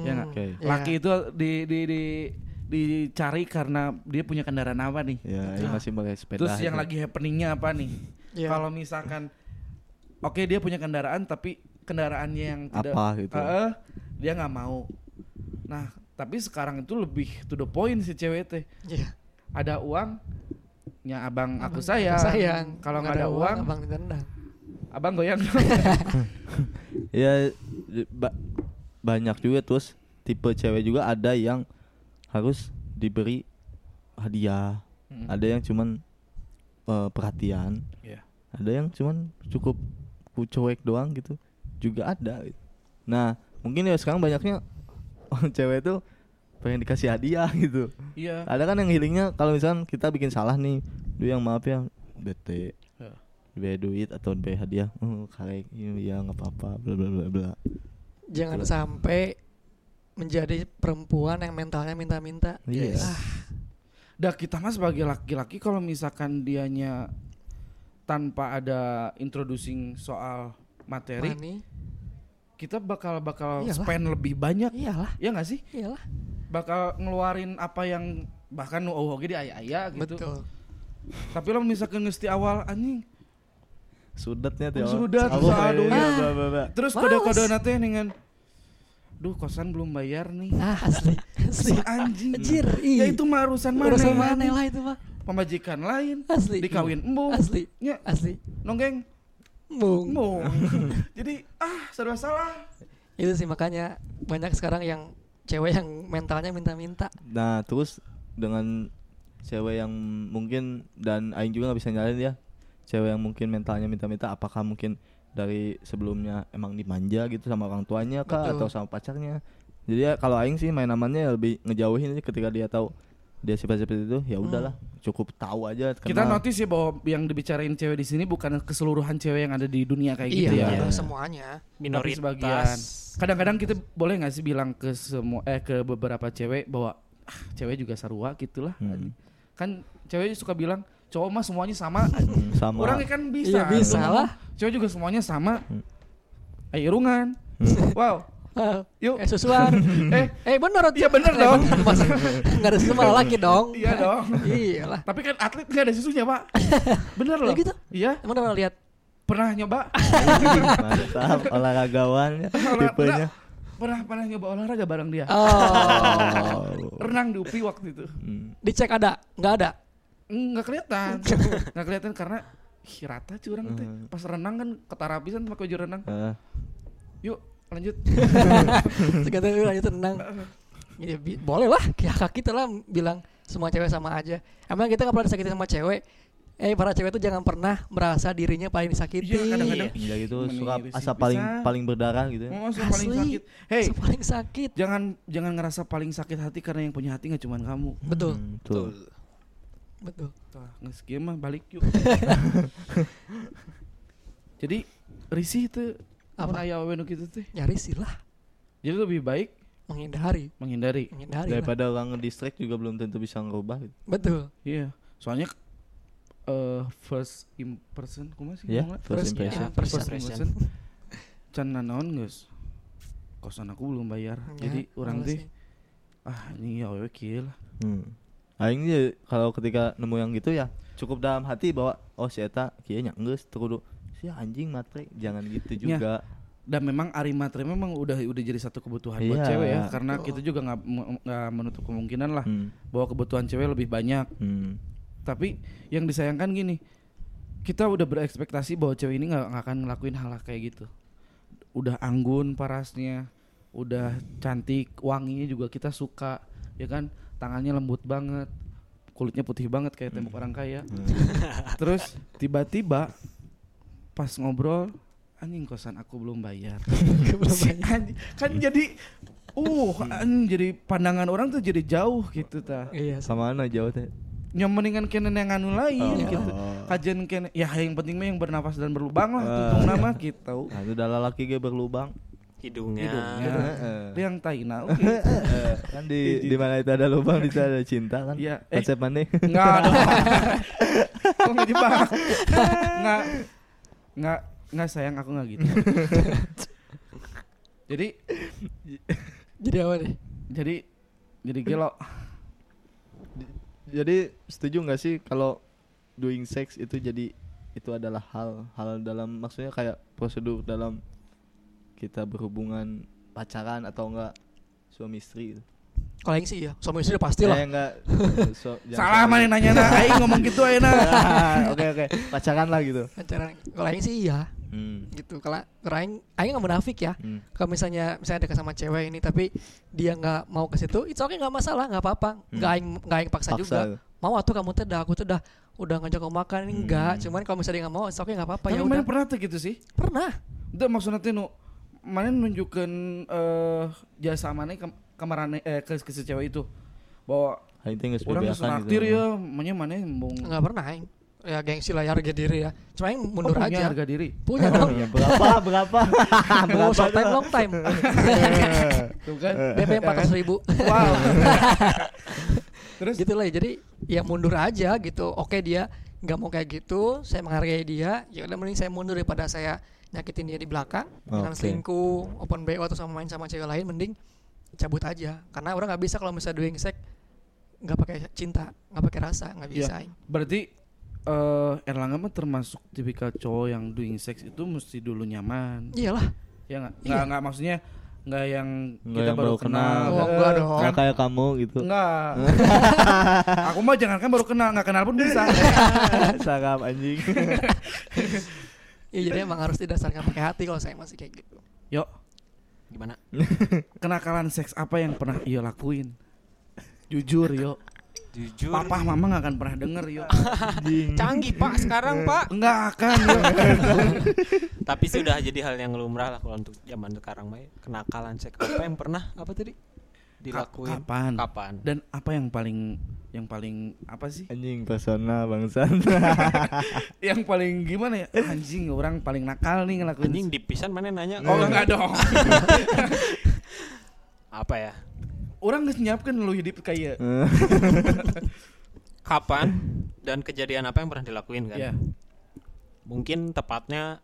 Speaker 1: Iya nggak?
Speaker 2: Oke.
Speaker 3: Iya.
Speaker 1: laki itu di di di dicari karena dia punya kendaraan apa nih? Nah,
Speaker 2: ya Aing masih pakai sepeda
Speaker 1: Terus yang
Speaker 2: itu.
Speaker 1: lagi happeningnya apa nih?
Speaker 3: Iya.
Speaker 1: Kalau misalkan, oke dia punya kendaraan tapi kendaraannya yang tidak, Ah,
Speaker 2: Apa gitu.
Speaker 1: Heeh, dia nggak mau. Nah tapi sekarang itu lebih to the point si cewek teh.
Speaker 3: Iya.
Speaker 1: Ada uang, ya abang, aku
Speaker 3: Abang,
Speaker 1: sayang.
Speaker 3: sayang.
Speaker 1: Kalau nggak ada, uang, abang,
Speaker 3: abang ditendang.
Speaker 1: goyang.
Speaker 2: ya di- ba- banyak juga terus tipe cewek juga ada yang harus diberi hadiah
Speaker 1: Mm.
Speaker 2: ada yang cuman eh, perhatian
Speaker 1: Iya.
Speaker 2: ada yang cuman cukup ku- cuek doang gitu juga ada nah mungkin ya sekarang banyaknya cewek tuh pengen dikasih hadiah gitu
Speaker 1: Iya.
Speaker 2: ada kan yang healingnya kalau misalkan kita bikin salah nih duh yang maaf ya bete
Speaker 1: Ya.
Speaker 2: dibayar duit atau dibayar hadiah oh karek iya nggak apa-apa bla bla bla bla
Speaker 3: Jangan
Speaker 2: Betul.
Speaker 3: sampai menjadi perempuan yang mentalnya minta-minta. Ah,
Speaker 2: Iya.
Speaker 1: Dah kita mah sebagai laki-laki kalau misalkan dianya tanpa ada introducing soal materi,
Speaker 3: Money.
Speaker 1: kita bakal bakal
Speaker 3: Iyalah.
Speaker 1: spend lebih banyak.
Speaker 3: Iyalah,
Speaker 1: Ya nggak sih?
Speaker 3: iyalah.
Speaker 1: bakal ngeluarin apa yang bahkan nu oh oge di aya-aya gitu.
Speaker 3: Betul.
Speaker 1: Tapi lo misalkan ngesti awal anjing,
Speaker 2: Sudatnya tuh. ya.
Speaker 1: Sudat,
Speaker 2: Aku
Speaker 1: susah aduh.
Speaker 2: bla bla bla, bla.
Speaker 1: terus
Speaker 3: Males.
Speaker 1: kode-kode nate dengan duh kosan belum bayar nih.
Speaker 3: Ah, asli.
Speaker 1: Si
Speaker 3: Asli.
Speaker 1: anjing.
Speaker 3: Anjir,
Speaker 1: Ya
Speaker 3: iya.
Speaker 1: itu mah urusan mana?
Speaker 3: Urusan mana lah Iya. itu, Pak?
Speaker 1: Pemajikan lain,
Speaker 3: Asli.
Speaker 1: dikawin Ya. embung.
Speaker 3: Asli.
Speaker 1: Nya,
Speaker 3: Asli.
Speaker 1: nonggeng
Speaker 3: Mung.
Speaker 1: embung. Jadi ah serba salah.
Speaker 3: Itu sih makanya banyak sekarang yang cewek yang mentalnya minta-minta.
Speaker 2: Nah, terus dengan cewek yang mungkin dan aing juga nggak bisa nyalain ya. Cewek yang mungkin mentalnya minta-minta apakah mungkin dari sebelumnya emang dimanja gitu sama orang tuanya kah
Speaker 3: Betul.
Speaker 2: atau sama pacarnya. Jadi ya kalau aing sih main amannya ya lebih ngejauhin aja ketika dia tahu dia sifat seperti itu ya udahlah cukup tahu aja
Speaker 1: Kita
Speaker 2: kenal.
Speaker 1: notice ya bahwa yang dibicarain cewek di sini bukan keseluruhan cewek yang ada di dunia kayak
Speaker 3: iya,
Speaker 1: gitu ya.
Speaker 3: iya,
Speaker 2: Iya.
Speaker 3: semuanya.
Speaker 1: Tapi
Speaker 5: minoritas
Speaker 1: sebagian. Kadang-kadang kita boleh nggak sih bilang ke semua eh ke beberapa cewek bahwa ah, cewek juga sarua gitulah.
Speaker 2: Hmm.
Speaker 1: Kan cewek suka bilang cowok mah semuanya sama.
Speaker 2: Hmm, sama
Speaker 1: Orang kan bisa.
Speaker 3: Iya bisa
Speaker 1: Orang
Speaker 3: lah.
Speaker 1: Cewek juga semuanya sama.
Speaker 2: Hmm.
Speaker 1: Ayo irungan.
Speaker 2: Hmm.
Speaker 1: Wow. Yuk.
Speaker 3: Eh susuan.
Speaker 1: Eh,
Speaker 3: eh bener
Speaker 1: Iya, bener
Speaker 3: Eh,
Speaker 1: dong.
Speaker 3: bener, Mas. Nggak ada susu malah laki dong.
Speaker 1: Iya dong.
Speaker 3: Iyalah.
Speaker 1: Tapi kan atlet nggak ada susunya, Pak. Bener
Speaker 3: Ya
Speaker 1: loh.
Speaker 3: gitu.
Speaker 1: Iya,
Speaker 3: Emang udah pernah lihat?
Speaker 1: pernah nyoba.
Speaker 2: mantap olahragawan ya, tipenya
Speaker 1: Pernah pernah nyoba olahraga bareng dia.
Speaker 3: Ah. Oh.
Speaker 2: Wow.
Speaker 1: Renang di UPI waktu itu.
Speaker 2: Hmm.
Speaker 3: Dicek ada? Nggak ada.
Speaker 1: Nggak kelihatan. Nggak kelihatan karena ih, rata curang teh.
Speaker 2: Hmm.
Speaker 1: Pas renang kan ketara pisan pakai baju renang.
Speaker 2: Ah,
Speaker 1: Yuk, lanjut.
Speaker 3: Sekarang lu lanjut tenang. Ya, bi- boleh lah, ya kaki kita lah bilang semua cewek sama aja. Emang kita nggak pernah disakiti sama cewek. Eh para cewek itu jangan pernah merasa dirinya paling disakiti.
Speaker 1: Iya, kadang-kadang.
Speaker 2: gila gitu
Speaker 1: Meniris
Speaker 2: suka
Speaker 1: sih Hmm,
Speaker 2: asap paling
Speaker 1: pisan.
Speaker 2: paling berdarah gitu ya.
Speaker 1: Mau masuk paling
Speaker 3: Asli.
Speaker 1: sakit. Hey,
Speaker 3: Yang paling sakit.
Speaker 1: jangan jangan ngerasa paling sakit hati karena yang punya hati nggak cuma kamu.
Speaker 3: Betul,
Speaker 2: Hmm, tuh.
Speaker 3: betul.
Speaker 1: Tah, geus kieu mah balik yuk. Jadi risih itu
Speaker 3: Apa?
Speaker 1: apa aya we nu kitu teh.
Speaker 3: Nyari silah
Speaker 1: gitu Jadi lebih baik
Speaker 3: menghindari,
Speaker 1: menghindari.
Speaker 3: menghindari. lah.
Speaker 2: daripada orang ngedistract juga belum tentu bisa ngerubah gitu.
Speaker 3: Betul.
Speaker 1: Iya, soalnya eh first impression kumaha sih
Speaker 2: Ya,
Speaker 1: ngomongna?
Speaker 2: first
Speaker 3: Terus,
Speaker 2: impression.
Speaker 3: ya.
Speaker 1: Iya, First
Speaker 5: First
Speaker 1: impression. Can nanaon geus? Kosan aku belum bayar.
Speaker 3: Ya,
Speaker 1: Jadi orang
Speaker 3: males
Speaker 1: teh
Speaker 3: nih.
Speaker 1: ah ini ya we kieu lah.
Speaker 2: Hmm. Aing ya kalau ketika nemu yang gitu ya cukup dalam hati bahwa oh si eta kieu nya geus kudu si anjing matre jangan gitu
Speaker 1: Ya,
Speaker 2: juga.
Speaker 1: Dan memang ari matre memang udah udah jadi satu kebutuhan buat
Speaker 2: Iya.
Speaker 1: cewek ya karena
Speaker 3: Betul.
Speaker 1: kita juga nggak nggak menutup kemungkinan lah
Speaker 2: Hmm.
Speaker 1: bahwa kebutuhan cewek lebih banyak.
Speaker 2: Hmm.
Speaker 1: Tapi yang disayangkan gini, kita udah berekspektasi bahwa cewek ini nggak nggak akan ngelakuin hal kayak gitu. Udah anggun parasnya, udah cantik, wanginya juga kita suka, ya kan? Tangannya lembut banget, kulitnya putih banget kayak tembok orang kaya. Terus tiba-tiba pas ngobrol, anjing kosan aku belum bayar.
Speaker 3: Belum
Speaker 1: Si
Speaker 3: banyak.
Speaker 1: anjing- kan jadi uh anjing, jadi pandangan orang tuh jadi jauh gitu ta
Speaker 3: Iya, sama.
Speaker 2: Sama mana jauh teh?
Speaker 1: yang mendingan kene yang anu lain
Speaker 2: Oh.
Speaker 1: gitu kajian kene ya yang penting mah yang bernafas dan berlubang lah tuntung nama gitu
Speaker 2: Nah, itu dalam laki ge berlubang. Gitu.
Speaker 5: hidungnya,
Speaker 1: Hidungnya. Ya.
Speaker 2: Heeh.
Speaker 1: Itu yang gitu. taina oke
Speaker 2: Heeh. kan di di mana itu ada lubang di sana ada cinta kan.
Speaker 1: Iya. Eh.
Speaker 2: Konsep mana?
Speaker 1: nggak ada kok nggak jebak nggak nggak nggak sayang aku nggak gitu jadi
Speaker 3: Jadi apa nih?
Speaker 1: jadi jadi gelo
Speaker 2: Jadi setuju nggak sih kalau doing sex itu jadi itu adalah hal hal dalam maksudnya kayak prosedur dalam kita berhubungan pacaran atau enggak suami istri gitu.
Speaker 3: Kalau yang sih ya, suami istri udah pasti lah.
Speaker 2: Eh, enggak so- jangan
Speaker 1: salah mana
Speaker 2: suami.
Speaker 1: yang nanya nah aing ngomong gitu aing
Speaker 2: Ah, Oke oke pacaran lah gitu.
Speaker 3: Pacaran. Kalau yang sih iya,
Speaker 2: Hmm.
Speaker 3: gitu. Kalau kalau yang aing nggak munafik ya.
Speaker 2: Hmm.
Speaker 3: kalau misalnya misalnya dekat sama cewek ini tapi dia nggak mau ke situ it's okay nggak masalah nggak apa-apa nggak aing nggak aing paksa, juga
Speaker 2: Paksa.
Speaker 3: mau atau kamu tuh dah aku tuh dah udah ngajak kamu makan ini enggak
Speaker 2: Hmm.
Speaker 3: cuman kalau misalnya dia nggak mau it's okay nggak apa-apa
Speaker 1: tapi
Speaker 3: ya
Speaker 1: mana
Speaker 3: udah
Speaker 1: pernah tuh gitu sih
Speaker 3: pernah
Speaker 1: Udah maksudnya teh nu mana nunjukkan eh jasa mana ke kamarane eh ke, ke si cewek itu bahwa
Speaker 2: Aing teh geus
Speaker 1: orang
Speaker 2: bebeakan gitu.
Speaker 1: senaktir ya, mana mana oh, mung
Speaker 3: nggak pernah aing ya gengsi lah ya harga diri ya cuma aing mundur
Speaker 1: Oh, punya
Speaker 3: aja
Speaker 1: harga diri.
Speaker 3: punya dong
Speaker 2: Ya, berapa berapa?
Speaker 3: mau short time long time
Speaker 1: Tuh kan.
Speaker 2: Eh.
Speaker 3: DP empat ratus ribu
Speaker 1: wow. Terus
Speaker 3: gitu lah ya. jadi ya mundur aja gitu oke dia nggak mau kayak gitu saya menghargai dia ya udah mending saya mundur daripada saya nyakitin dia di belakang dengan
Speaker 2: Oke.
Speaker 3: selingkuh open bo atau sama main sama cewek lain mending cabut aja karena orang nggak bisa kalau misalnya doing sex nggak pakai cinta nggak pakai rasa nggak
Speaker 1: Iya.
Speaker 3: bisa Aing.
Speaker 1: berarti eh Erlangga mah termasuk tipikal cowok yang doing sex itu mesti dulu nyaman.
Speaker 3: iyalah
Speaker 1: Ya enggak?
Speaker 3: Iya.
Speaker 1: Enggak enggak maksudnya enggak yang
Speaker 2: Nggak
Speaker 1: kita
Speaker 2: yang
Speaker 1: baru
Speaker 2: baru kenal.
Speaker 1: kenal.
Speaker 3: Oh, enggak
Speaker 1: Eh,
Speaker 3: dong.
Speaker 1: kan-
Speaker 2: Nggak kayak kamu gitu.
Speaker 1: Enggak. Aku mah jangan kan baru kenal, enggak kenal pun bisa.
Speaker 2: Sarap anjing.
Speaker 3: ya jadi emang harus didasarkan pakai hati kalau saya masih kayak gitu
Speaker 1: Yuk,
Speaker 5: gimana?
Speaker 1: kenakalan seks apa yang pernah Iyo lakuin? Jujur yo,
Speaker 5: Jujur.
Speaker 1: papa mama nggak akan pernah denger yo,
Speaker 5: Canggih pak sekarang pak.
Speaker 1: nggak akan yo.
Speaker 5: Tapi sudah jadi hal yang lumrah lah kalau untuk zaman sekarang mah. ya. Kenakalan cek apa yang pernah apa tadi? dilakuin
Speaker 1: kapan?
Speaker 5: kapan?
Speaker 1: Dan apa yang paling yang paling apa sih?
Speaker 2: Anjing persona bangsan.
Speaker 1: Yang paling gimana ya? Anjing orang paling nakal nih ngelakuin.
Speaker 5: Anjing dipisan mana nanya
Speaker 1: Oh enggak dong.
Speaker 5: apa ya?
Speaker 1: orang geus nyiapkeun lu hidup kayak iya.
Speaker 5: Kapan dan kejadian apa yang pernah dilakuin kan?
Speaker 1: ya.
Speaker 5: Mungkin tepatnya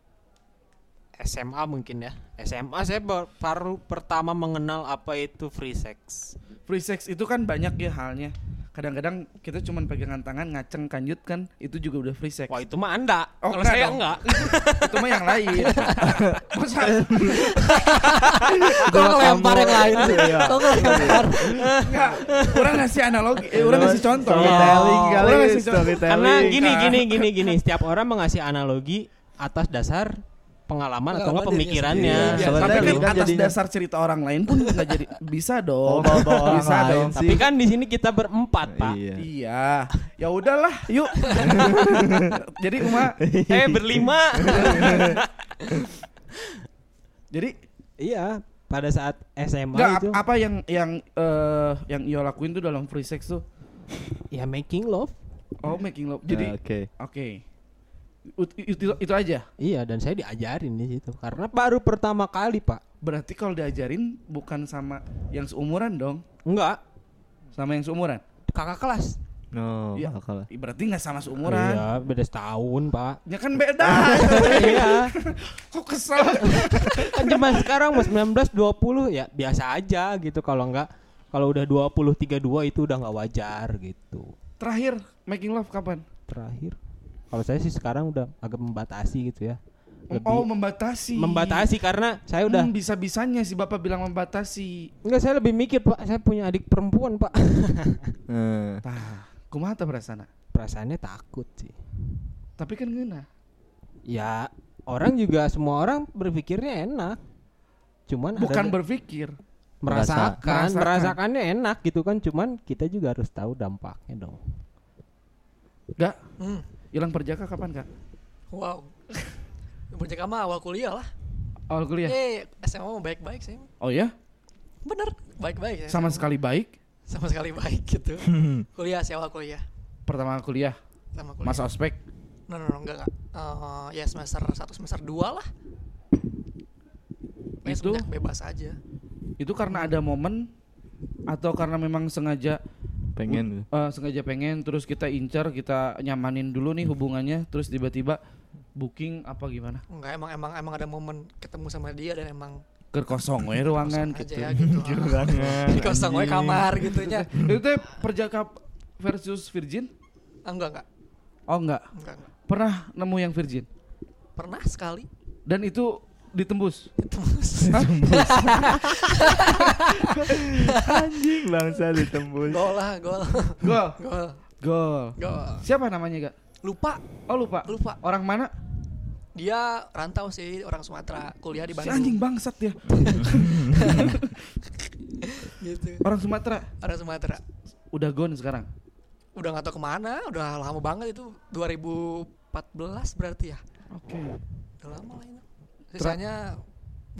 Speaker 5: SMA mungkin ya. SMA saya ba- baru pertama mengenal apa itu free sex.
Speaker 1: Free sex itu kan banyak ya halnya. Kadang-kadang kita cuman pegangan tangan ngaceng kanjut kan itu juga udah free sex.
Speaker 5: Wah, itu mah Anda.
Speaker 1: Oh,
Speaker 5: Kalau
Speaker 1: enggak
Speaker 5: saya
Speaker 1: dong.
Speaker 5: enggak.
Speaker 1: itu mah yang lain. Masa
Speaker 3: Kok ngelempar yang lain sih?
Speaker 2: Iya.
Speaker 3: Kok ngelempar?
Speaker 1: enggak? Orang ngasih analogi, eh, orang ngasih contoh. Iya.
Speaker 2: Storytelling kali,
Speaker 1: Orang ngasih contoh.
Speaker 2: storytelling.
Speaker 5: Karena gini
Speaker 1: kan.
Speaker 5: gini gini gini, setiap orang mengasih analogi atas dasar pengalaman atau enggak
Speaker 6: Pengalaman dirinya
Speaker 5: pemikirannya.
Speaker 2: sendiri.
Speaker 1: Ya,
Speaker 2: Soalnya
Speaker 1: tapi kan
Speaker 2: lu kan
Speaker 1: atas
Speaker 2: jadinya-
Speaker 1: dasar cerita orang lain pun nggak jadi bisa
Speaker 2: Oh,
Speaker 1: dong.
Speaker 2: bawa-bawa orang
Speaker 1: bisa
Speaker 2: lain
Speaker 1: dong.
Speaker 2: sih.
Speaker 5: Tapi kan di sini kita berempat, Pak.
Speaker 2: Iya.
Speaker 1: Iya, ya udahlah, yuk. jadi Uma,
Speaker 5: Eh, berlima.
Speaker 1: jadi
Speaker 5: Iya, pada saat SMA
Speaker 1: nggak
Speaker 5: itu
Speaker 1: ap- apa yang yang eh, yang Iyo lakuin tuh dalam free sex tuh?
Speaker 5: ya making love.
Speaker 1: Oh, making love. Jadi,
Speaker 2: Jadi Ah, oke.
Speaker 1: oke. Ut- Itu, itu aja.
Speaker 5: Iya, dan saya diajarin di situ karena baru pertama kali, Pak.
Speaker 1: Berarti kalau diajarin bukan sama yang seumuran dong,
Speaker 5: Enggak,
Speaker 1: sama yang seumuran.
Speaker 5: kakak kelas.
Speaker 2: No,
Speaker 1: Iya.
Speaker 2: bakal lah.
Speaker 1: Berarti nggak sama seumuran.
Speaker 5: Iya, beda setahun, Pak.
Speaker 1: Ya kan beda.
Speaker 5: iya,
Speaker 1: Kok kesel?
Speaker 5: kan zaman sekarang mas 19 20 ya biasa aja gitu kalau enggak kalau udah 20 32 itu udah nggak wajar gitu.
Speaker 1: Terakhir making love kapan?
Speaker 5: Terakhir kalau saya sih sekarang udah agak membatasi gitu ya. Lebih
Speaker 1: Oh, membatasi.
Speaker 5: membatasi karena saya udah
Speaker 1: Hmm, bisa-bisanya si Bapak bilang membatasi.
Speaker 5: enggak saya lebih mikir, Pak. Saya punya adik perempuan, Pak.
Speaker 2: Eh,
Speaker 1: Tah, kumaha tah perasaan?
Speaker 5: Perasaannya takut sih.
Speaker 1: Tapi kan ngena.
Speaker 5: Ya, orang juga semua orang berpikirnya enak. Cuman Kan ada
Speaker 1: Bukan
Speaker 5: di-
Speaker 1: berpikir. Merasakan.
Speaker 5: merasakan, merasakannya enak gitu kan. Cuman kita juga harus tahu dampaknya dong.
Speaker 1: Enggak.
Speaker 3: Hmm,
Speaker 1: Hilang perjaka kapan, Kak?
Speaker 3: Wow. Berjaga mah awal kuliah lah.
Speaker 1: Awal kuliah.
Speaker 3: Eh, SMA mau baik-baik sih.
Speaker 1: Oh ya?
Speaker 3: Bener, baik-baik. ya.
Speaker 1: Sama
Speaker 3: SMA.
Speaker 1: sekali baik
Speaker 3: Sama sekali baik gitu. kuliah sih awal kuliah.
Speaker 1: pertama kuliah.
Speaker 3: Sama
Speaker 1: Hmm.
Speaker 3: kuliah.
Speaker 1: Masa ospek.
Speaker 3: No, no, no, enggak, enggak. Eh, ya semester 1, semester 2 lah. Ya,
Speaker 1: Itu?
Speaker 3: sebenarnya bebas aja.
Speaker 1: Itu karena ada momen atau karena memang sengaja
Speaker 2: pengen.
Speaker 1: eh, sengaja pengen terus kita incar, kita nyamanin dulu nih hubungannya, terus tiba-tiba booking apa gimana?
Speaker 3: Enggak, emang emang emang ada momen ketemu sama dia dan emang
Speaker 1: Ke kosong we ruangan gitu.
Speaker 3: aja ya gitu. Di kosong we kamar gitu nya.
Speaker 1: Itu teh perjaka versus virgin?
Speaker 3: Ah, enggak, enggak,
Speaker 1: Oh enggak.
Speaker 3: enggak, enggak.
Speaker 1: Pernah nemu yang virgin
Speaker 3: Pernah sekali
Speaker 1: dan itu ditembus.
Speaker 3: ditembus.
Speaker 2: Anjing bangsa ditembus.
Speaker 3: gol lah, gol.
Speaker 1: Gol.
Speaker 3: Gol.
Speaker 1: Gol.
Speaker 3: Gol.
Speaker 1: Siapa namanya, Kak?
Speaker 3: Lupa,
Speaker 1: Oh, lupa.
Speaker 3: lupa.
Speaker 1: Orang mana?
Speaker 3: Dia rantau sih, orang Sumatera, kuliah
Speaker 1: Si
Speaker 3: di Bandung.
Speaker 1: anjing bangsat dia.
Speaker 3: gitu.
Speaker 1: Orang Sumatera.
Speaker 3: Orang Sumatera.
Speaker 1: Udah gone sekarang.
Speaker 3: Udah nggak tahu kemana, udah lama banget itu 2014 berarti ya.
Speaker 1: Oke.
Speaker 3: Udah lama lah itu. Sisanya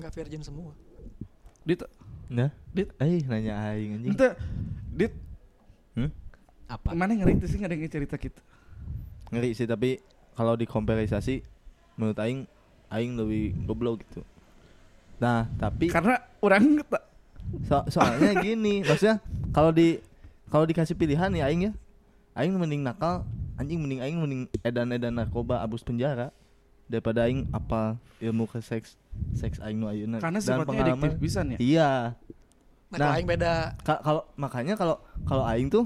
Speaker 3: nggak virgin semua.
Speaker 1: Dit,
Speaker 2: Nah,
Speaker 1: Dit.
Speaker 2: eh nanya aing anjing.
Speaker 1: ente, Dit,
Speaker 2: Hmm?
Speaker 5: Apa?
Speaker 1: mana ngeri tuh sih nggak ada yang cerita kita.
Speaker 2: Ngeri sih tapi kalau dikomparisasi menurut aing aing lebih goblok gitu. Nah, tapi
Speaker 1: Karena orang ta-
Speaker 2: So- soalnya gini, maksudnya kalau di kalau dikasih pilihan ya aing ya. Aing mending nakal, anjing mending aing mending edan-edan narkoba abus penjara daripada aing apa ilmu ke seks seks aing nu ayeuna
Speaker 1: karena sifatnya adiktif pisan ya.
Speaker 2: Iya. Nah.
Speaker 3: Nah, kalau Aing beda
Speaker 2: Ka- kalau makanya kalau kalau aing tuh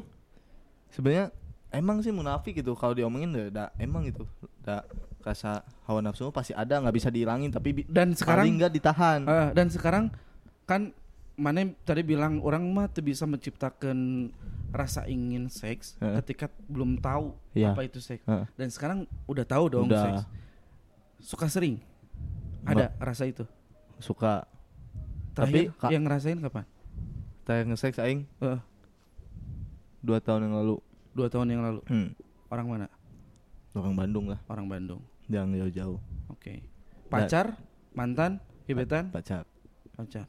Speaker 2: sebenarnya emang sih munafik gitu kalau diomongin da, da- emang gitu. Da rasa hawa nafsu pasti ada nggak bisa dihilangin tapi bi-
Speaker 1: Dan sekarang
Speaker 2: paling nggak ditahan.
Speaker 1: Eh, dan sekarang kan mana tadi bilang orang mah tuh bisa menciptakan rasa ingin seks
Speaker 2: Heeh.
Speaker 1: ketika belum tahu
Speaker 2: Iya.
Speaker 1: apa ya? itu seks.
Speaker 2: Heeh.
Speaker 1: Dan sekarang udah tahu dong
Speaker 2: Udah.
Speaker 1: seks. Suka sering ada rasa itu.
Speaker 2: Suka
Speaker 1: Terakhir
Speaker 2: Tapi, Kak-
Speaker 1: yang ngerasain kapan?
Speaker 2: tayang seks aing
Speaker 1: Eh,
Speaker 2: dua tahun yang lalu
Speaker 1: dua tahun yang lalu.
Speaker 2: hmm,
Speaker 1: Orang mana?
Speaker 2: orang Bandung lah
Speaker 1: Orang Bandung.
Speaker 2: jangan jauh-jauh
Speaker 1: Hmm. Oke. Pacar, mantan, gebetan,
Speaker 2: pacar
Speaker 1: pacar.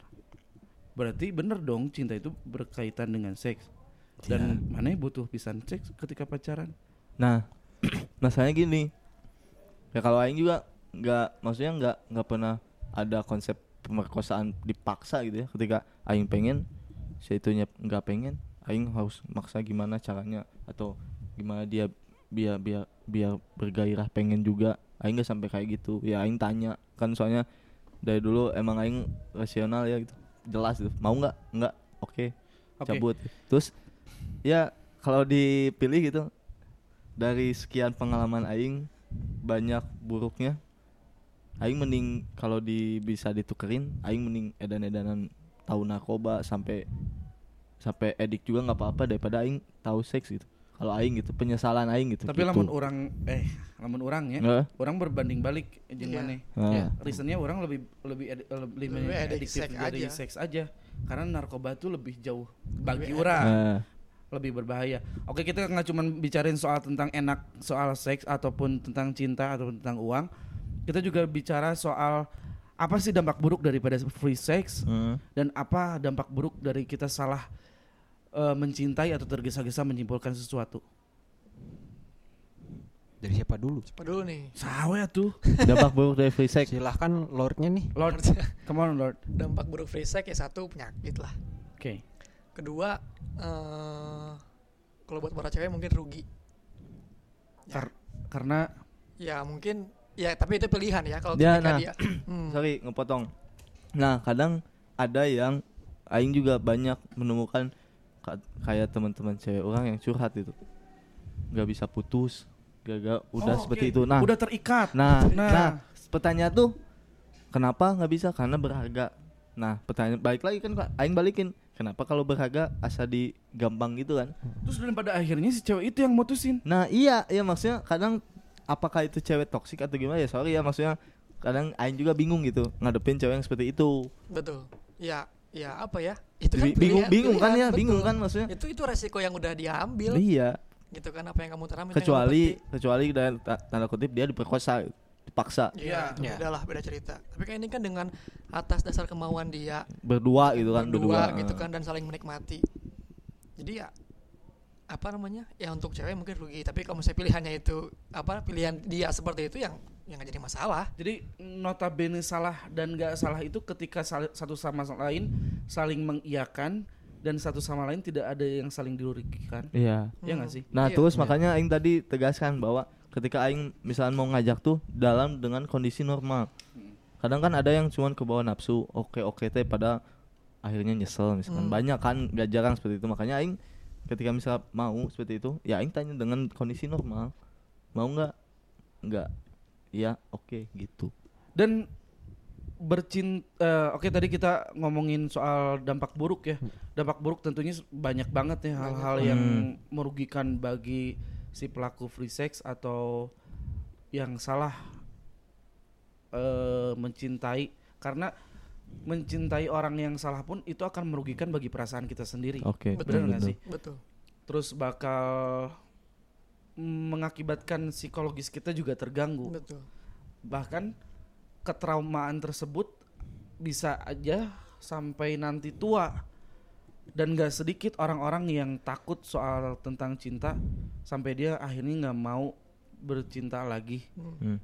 Speaker 1: Berarti bener dong cinta itu berkaitan dengan seks. Dan
Speaker 2: Ya.
Speaker 1: mana butuh pisan seks ketika pacaran?
Speaker 2: Nah, masalahnya gini. Ya kalau aing juga nggak maksudnya nggak nggak pernah ada konsep pemerkosaan dipaksa gitu ya. Ketika aing pengen, seitunya nggak pengen, aing harus maksa gimana caranya atau gimana dia biar biar biar bergairah pengen juga. Aing nggak sampai kayak gitu. Ya aing tanya kan soalnya dari dulu emang aing rasional ya gitu. Jelas gitu. Mau nggak? Nggak. Oke.
Speaker 1: Oke.
Speaker 2: Cabut. Terus ya kalau dipilih gitu dari sekian pengalaman aing banyak buruknya aing mending kalau di bisa ditukerin aing mending edan-edanan tahu narkoba sampai sampai edik juga nggak apa-apa daripada aing tahu seks gitu kalau aing gitu penyesalan aing gitu
Speaker 1: Tapi
Speaker 2: gitu.
Speaker 1: lamun orang eh lamun orang ya,
Speaker 2: Heeh.
Speaker 1: orang berbanding balik jeung
Speaker 6: Iya.
Speaker 1: maneh.
Speaker 2: Nah,
Speaker 5: Ya.
Speaker 1: Reasonnya orang lebih lebih adi- lebih,
Speaker 6: Lebih
Speaker 1: men-
Speaker 6: addict
Speaker 1: addictive
Speaker 6: seks
Speaker 1: dari
Speaker 6: aja.
Speaker 1: seks aja. Karena narkoba itu lebih jauh bagi
Speaker 6: Lebih
Speaker 1: orang.
Speaker 2: nah,
Speaker 1: lebih berbahaya. Oke kita nggak cuma bicarain soal tentang enak, soal seks ataupun tentang cinta ataupun tentang uang. Kita juga bicara soal apa sih dampak buruk daripada free sex
Speaker 2: heeh.
Speaker 1: dan apa dampak buruk dari kita salah eh, mencintai atau tergesa-gesa menyimpulkan sesuatu.
Speaker 5: Dari siapa dulu?
Speaker 6: Apa dulu nih?
Speaker 1: Sawe tuh,
Speaker 2: dampak buruk dari free sex
Speaker 5: Silahkan lordnya nih.
Speaker 1: Lord, come on Lord. Ya.
Speaker 3: dampak buruk free sex ya satu penyakit lah
Speaker 1: Oke.
Speaker 3: kedua eh kalau buat para cewek mungkin rugi
Speaker 1: Kar- karena
Speaker 3: ya mungkin ya tapi itu pilihan ya kalau
Speaker 2: Ya,
Speaker 3: ketika
Speaker 2: nah.
Speaker 3: dia Hmm.
Speaker 2: sorry ngepotong nah kadang ada yang aing juga banyak menemukan ka- kayak teman-teman cewek orang yang curhat itu nggak bisa putus gagal udah
Speaker 1: Oh, oke.
Speaker 2: seperti itu nah
Speaker 1: udah terikat.
Speaker 2: nah
Speaker 1: Nah.
Speaker 2: nah, pertanyaan tuh kenapa nggak bisa karena berharga nah pertanyaan balik lagi kan Kak. aing balikin kenapa kalau berharga asa digampang gitu kan
Speaker 1: Terus dan pada akhirnya si cewek itu yang mutusin.
Speaker 2: Nah iya, iya maksudnya kadang apakah itu cewek toksik atau gimana ya sorry ya maksudnya kadang Aing juga bingung gitu ngadepin cewek yang seperti itu.
Speaker 3: betul ya ya apa ya itu kan
Speaker 2: Jadi bingung
Speaker 3: pilihan-
Speaker 2: bingung kan ya,
Speaker 3: pilihan,
Speaker 2: bingung
Speaker 3: betul.
Speaker 2: kan maksudnya.
Speaker 3: itu itu resiko yang udah diambil
Speaker 2: Iya,
Speaker 3: gitu kan apa yang kamu tanam itu yang kamu
Speaker 2: kecuali
Speaker 3: petik.
Speaker 2: kecuali dan ta- tanda kutip dia diperkosa, dipaksa
Speaker 1: Iya.
Speaker 3: Iya,
Speaker 5: Iya.
Speaker 3: ya. beda lah, beda cerita. Tapi kan ini kan dengan atas dasar kemauan dia
Speaker 2: berdua gitu kan,
Speaker 3: berdua gitu
Speaker 2: eh.
Speaker 3: kan dan saling menikmati. Jadi ya apa namanya? Ya untuk cewek mungkin rugi, tapi kalau misalnya pilihannya itu apa pilihan dia seperti itu yang yang nggak jadi masalah.
Speaker 1: Jadi notabene salah dan gak salah itu ketika sal- satu sama lain saling mengiyakan dan satu sama lain tidak ada yang saling dirugikan.
Speaker 2: Iya.
Speaker 1: Ya nggak sih?
Speaker 2: Nah,
Speaker 3: Iya.
Speaker 2: terus makanya aing tadi tegaskan bahwa ketika aing misalnya mau ngajak tuh dalam dengan kondisi normal.
Speaker 3: Hmm.
Speaker 2: Kadang kan ada yang cuman ke bawah nafsu, oke-oke teh pada akhirnya nyesel misalkan.
Speaker 3: Hmm.
Speaker 2: Banyak kan gak jarang seperti itu. Makanya aing ketika misal mau seperti itu, ya aing tanya dengan kondisi normal. Mau nggak? Nggak. Ya, oke gitu.
Speaker 1: Dan bercinta oke tadi kita ngomongin soal dampak buruk ya. Dampak buruk tentunya s- banyak banget ya hal-hal yang
Speaker 3: Hmm.
Speaker 1: merugikan bagi si pelaku free sex atau yang salah eh, mencintai karena mencintai orang yang salah pun itu akan merugikan bagi perasaan kita sendiri.
Speaker 2: Oke. iya,
Speaker 3: Betul.
Speaker 1: Bener nggak sih?
Speaker 3: Betul.
Speaker 1: terus bakal mm, mengakibatkan psikologis kita juga terganggu.
Speaker 3: Betul.
Speaker 1: Bahkan ketraumaan tersebut bisa aja sampai nanti tua. Dan gak sedikit orang-orang yang takut soal tentang cinta sampai dia akhirnya nggak mau bercinta lagi.
Speaker 2: Hmm.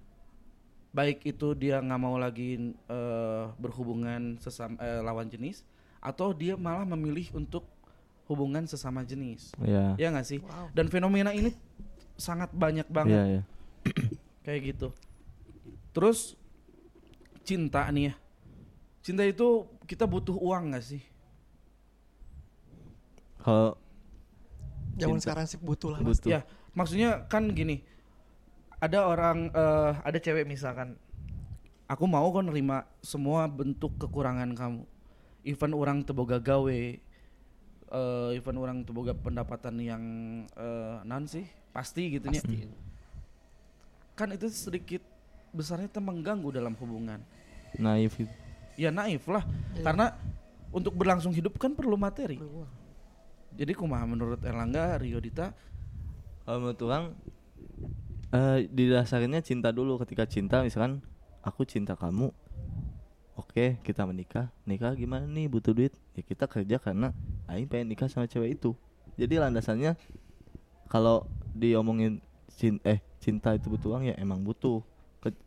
Speaker 1: Baik itu dia nggak mau lagi eh, berhubungan sesama eh, lawan jenis atau dia malah memilih untuk hubungan sesama jenis.
Speaker 2: Ya.
Speaker 1: Ya nggak sih?
Speaker 3: Wow.
Speaker 1: dan fenomena ini sangat banyak
Speaker 2: Iya,
Speaker 1: banget
Speaker 2: ya.
Speaker 1: kayak gitu terus cinta nih ya cinta itu kita butuh uang gak sih
Speaker 2: Kalau
Speaker 3: Zaman
Speaker 2: Cinta.
Speaker 3: sekarang sih butuh lah. Mas.
Speaker 2: butuh.
Speaker 1: ya maksudnya kan gini ada orang eh, ada cewek misalkan aku mau kok nerima semua bentuk kekurangan kamu even orang teboga gawe eh even orang teboga pendapatan yang eh non sih pasti gitu nya. kan itu sedikit besarnya itu mengganggu dalam hubungan
Speaker 2: Naif gitu.
Speaker 1: ya naif lah
Speaker 3: Iya.
Speaker 1: karena untuk berlangsung hidup kan perlu materi
Speaker 3: Perlu uang.
Speaker 1: jadi kumaha menurut Erlangga Rio Dita
Speaker 2: Kalau menurut orang eh didasarinnya cinta dulu ketika cinta misalkan aku cinta kamu oke kita menikah nikah gimana nih butuh duit ya kita kerja karena aing pengen nikah sama cewek itu jadi landasannya kalau diomongin cin- eh cinta itu butuh uang ya emang butuh Ke-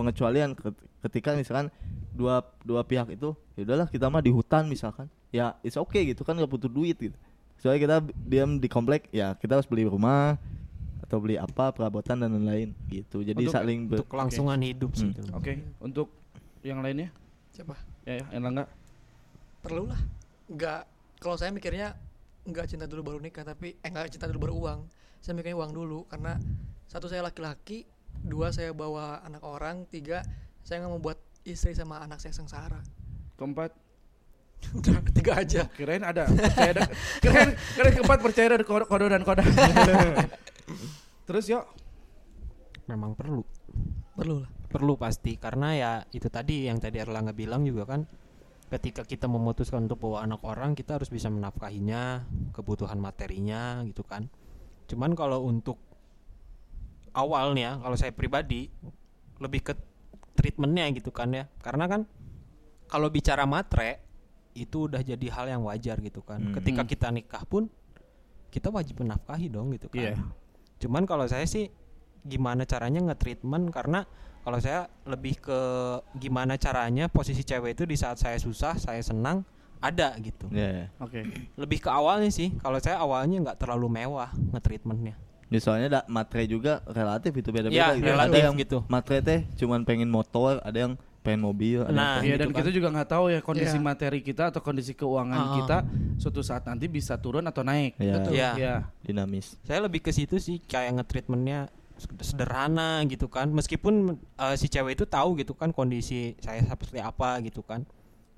Speaker 2: pengecualian ket- ketika misalkan dua dua pihak itu ya udahlah kita mah di hutan misalkan ya it's okay gitu kan nggak butuh duit gitu soalnya kita b- diam di komplek ya kita harus beli rumah atau beli apa perabotan dan lain-lain gitu jadi
Speaker 1: Untuk-
Speaker 2: saling ber-
Speaker 5: untuk kelangsungan hidup sih
Speaker 2: Hmm.
Speaker 5: itu.
Speaker 1: Oke, untuk yang lainnya?
Speaker 3: Coba
Speaker 1: Ya, ya, Erlangga.
Speaker 3: perlu lah. Enggak kalau saya mikirnya enggak cinta dulu baru nikah tapi eh, enggak cinta dulu baru uang. Saya mikirnya uang dulu karena satu saya laki-laki, dua saya bawa anak orang, tiga saya nggak mau buat istri sama anak saya sengsara.
Speaker 1: Keempat,
Speaker 3: Udah tiga aja.
Speaker 1: kirain ada percaya ada kirain, kirain keempat percaya ada kodo, kodo dan koda. Terus yuk,
Speaker 5: Memang perlu.
Speaker 3: Perlu lah.
Speaker 5: Perlu pasti karena ya itu tadi yang tadi Erlangga bilang juga kan ketika kita memutuskan untuk bawa anak orang kita harus bisa menafkahinya, kebutuhan materinya gitu kan. Cuman kalau untuk awalnya kalau saya pribadi lebih ke treatmentnya gitu kan ya. Karena kan kalau bicara matre itu udah jadi hal yang wajar gitu kan.
Speaker 2: Hmm.
Speaker 5: Ketika kita nikah pun kita wajib menafkahi dong gitu kan.
Speaker 1: Iya.
Speaker 5: Cuman kalau saya sih gimana caranya nge-treatment karena kalau saya lebih ke gimana caranya posisi cewek itu di saat saya susah, saya senang ada gitu.
Speaker 2: ya
Speaker 1: oke.
Speaker 5: Lebih ke awalnya sih. Kalau saya awalnya nggak terlalu mewah nge-treatmentnya.
Speaker 2: Ya, soalnya da, matre juga relatif itu
Speaker 5: Ya,
Speaker 2: beda-beda gitu.
Speaker 5: relatif
Speaker 2: Ada yang
Speaker 5: gitu.
Speaker 2: matre teh cuman pengen motor, ada yang pengen mobil, ada
Speaker 5: Nah,
Speaker 2: yang
Speaker 1: Iya
Speaker 5: gitu
Speaker 1: dan
Speaker 5: kan.
Speaker 1: kita juga nggak tahu ya kondisi
Speaker 3: Iya.
Speaker 1: materi kita atau kondisi keuangan
Speaker 5: Ah.
Speaker 1: kita suatu saat nanti bisa turun atau naik.
Speaker 2: Iya. Betul.
Speaker 5: Iya.
Speaker 1: Iya.
Speaker 2: dinamis.
Speaker 5: Saya lebih ke situ sih kayak nge-treatmentnya sederhana gitu kan. Meskipun eh, si cewek itu tahu gitu kan kondisi saya seperti apa gitu kan.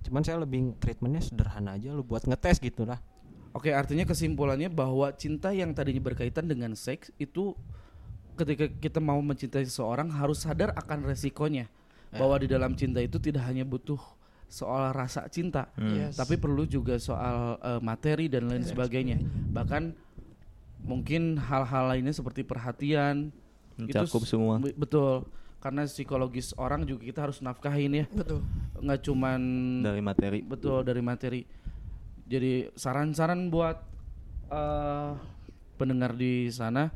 Speaker 5: Cuman saya lebih treatmentnya sederhana aja lu buat ngetes gitu lah.
Speaker 1: Oke, artinya kesimpulannya bahwa cinta yang tadinya berkaitan dengan seks itu ketika kita mau mencintai seseorang harus sadar akan resikonya bahwa di dalam cinta itu tidak hanya butuh soal rasa cinta,
Speaker 3: Yes.
Speaker 1: tapi perlu juga soal eh, materi dan lain sebagainya. Bahkan mungkin hal-hal lainnya seperti perhatian
Speaker 2: Mencakup
Speaker 1: s-
Speaker 2: semua.
Speaker 1: be- Betul. Karena psikologis orang juga kita harus nafkahin ya.
Speaker 3: Betul.
Speaker 1: Nggak cuman
Speaker 2: dari materi.
Speaker 1: betul dari materi. Jadi saran-saran buat eh, pendengar di sana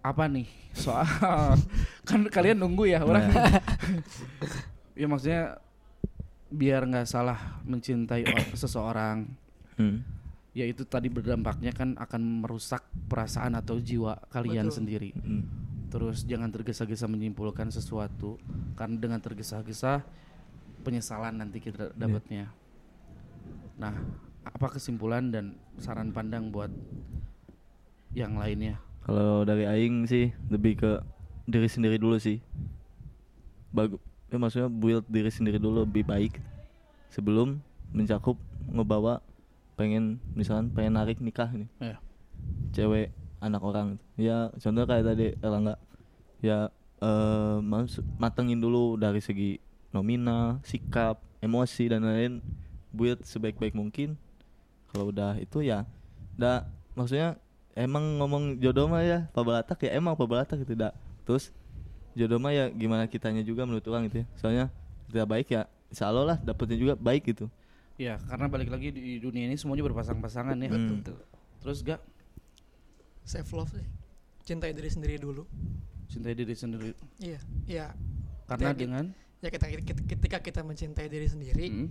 Speaker 1: apa nih soal kan kalian nunggu ya orang ya maksudnya biar nggak salah mencintai o- seseorang
Speaker 2: Hmm.
Speaker 1: ya itu tadi berdampaknya kan akan merusak perasaan atau jiwa kalian
Speaker 3: Betul.
Speaker 1: sendiri
Speaker 2: Hmm.
Speaker 1: terus jangan tergesa-gesa menyimpulkan sesuatu karena dengan tergesa-gesa penyesalan nanti kita dapatnya nah apa kesimpulan dan saran pandang buat yang lainnya
Speaker 2: Kalau dari aing sih lebih ke diri sendiri dulu sih. Bagus. Ya, maksudnya build diri sendiri dulu lebih baik sebelum mencakup ngebawa pengen misalkan pengen narik nikah nih.
Speaker 1: ya
Speaker 2: cewek anak orang ya contoh kayak tadi Erlangga ya eh mas- matengin dulu dari segi nominal sikap emosi dan lain-lain buat sebaik-baik mungkin kalau udah itu ya da maksudnya emang ngomong jodoh mah ya pabalatak ya emang pabalatak gitu da terus jodoh mah ya gimana kitanya juga menurut orang gitu ya soalnya kita baik ya insya Allah lah dapetnya juga baik gitu
Speaker 1: ya karena balik lagi di dunia ini semuanya berpasang-pasangan ya
Speaker 2: Hmm.
Speaker 1: terus gak
Speaker 3: Self love sih. Cintai diri sendiri dulu.
Speaker 1: cintai diri sendiri
Speaker 3: Iya. Iya.
Speaker 1: karena
Speaker 3: Kayak gitu.
Speaker 1: dengan
Speaker 3: Ya kita ketika kita mencintai diri sendiri,
Speaker 1: Hmm.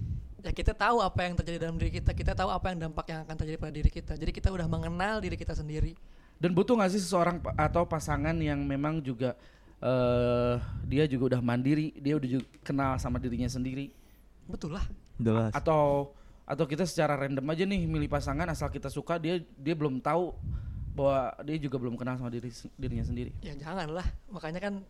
Speaker 3: ya kita tahu apa yang terjadi dalam diri kita kita tahu apa yang dampak yang akan terjadi pada diri kita jadi kita udah mengenal diri kita sendiri
Speaker 1: Dan butuh nggak sih seseorang pa- atau pasangan yang memang juga eh dia juga udah mandiri, dia udah juga kenal sama dirinya sendiri
Speaker 3: betul lah
Speaker 2: jelas
Speaker 1: atau atau kita secara random aja nih milih pasangan asal kita suka dia dia belum tahu bahwa dia juga belum kenal sama diri se- dirinya sendiri.
Speaker 3: ya jangan lah makanya kan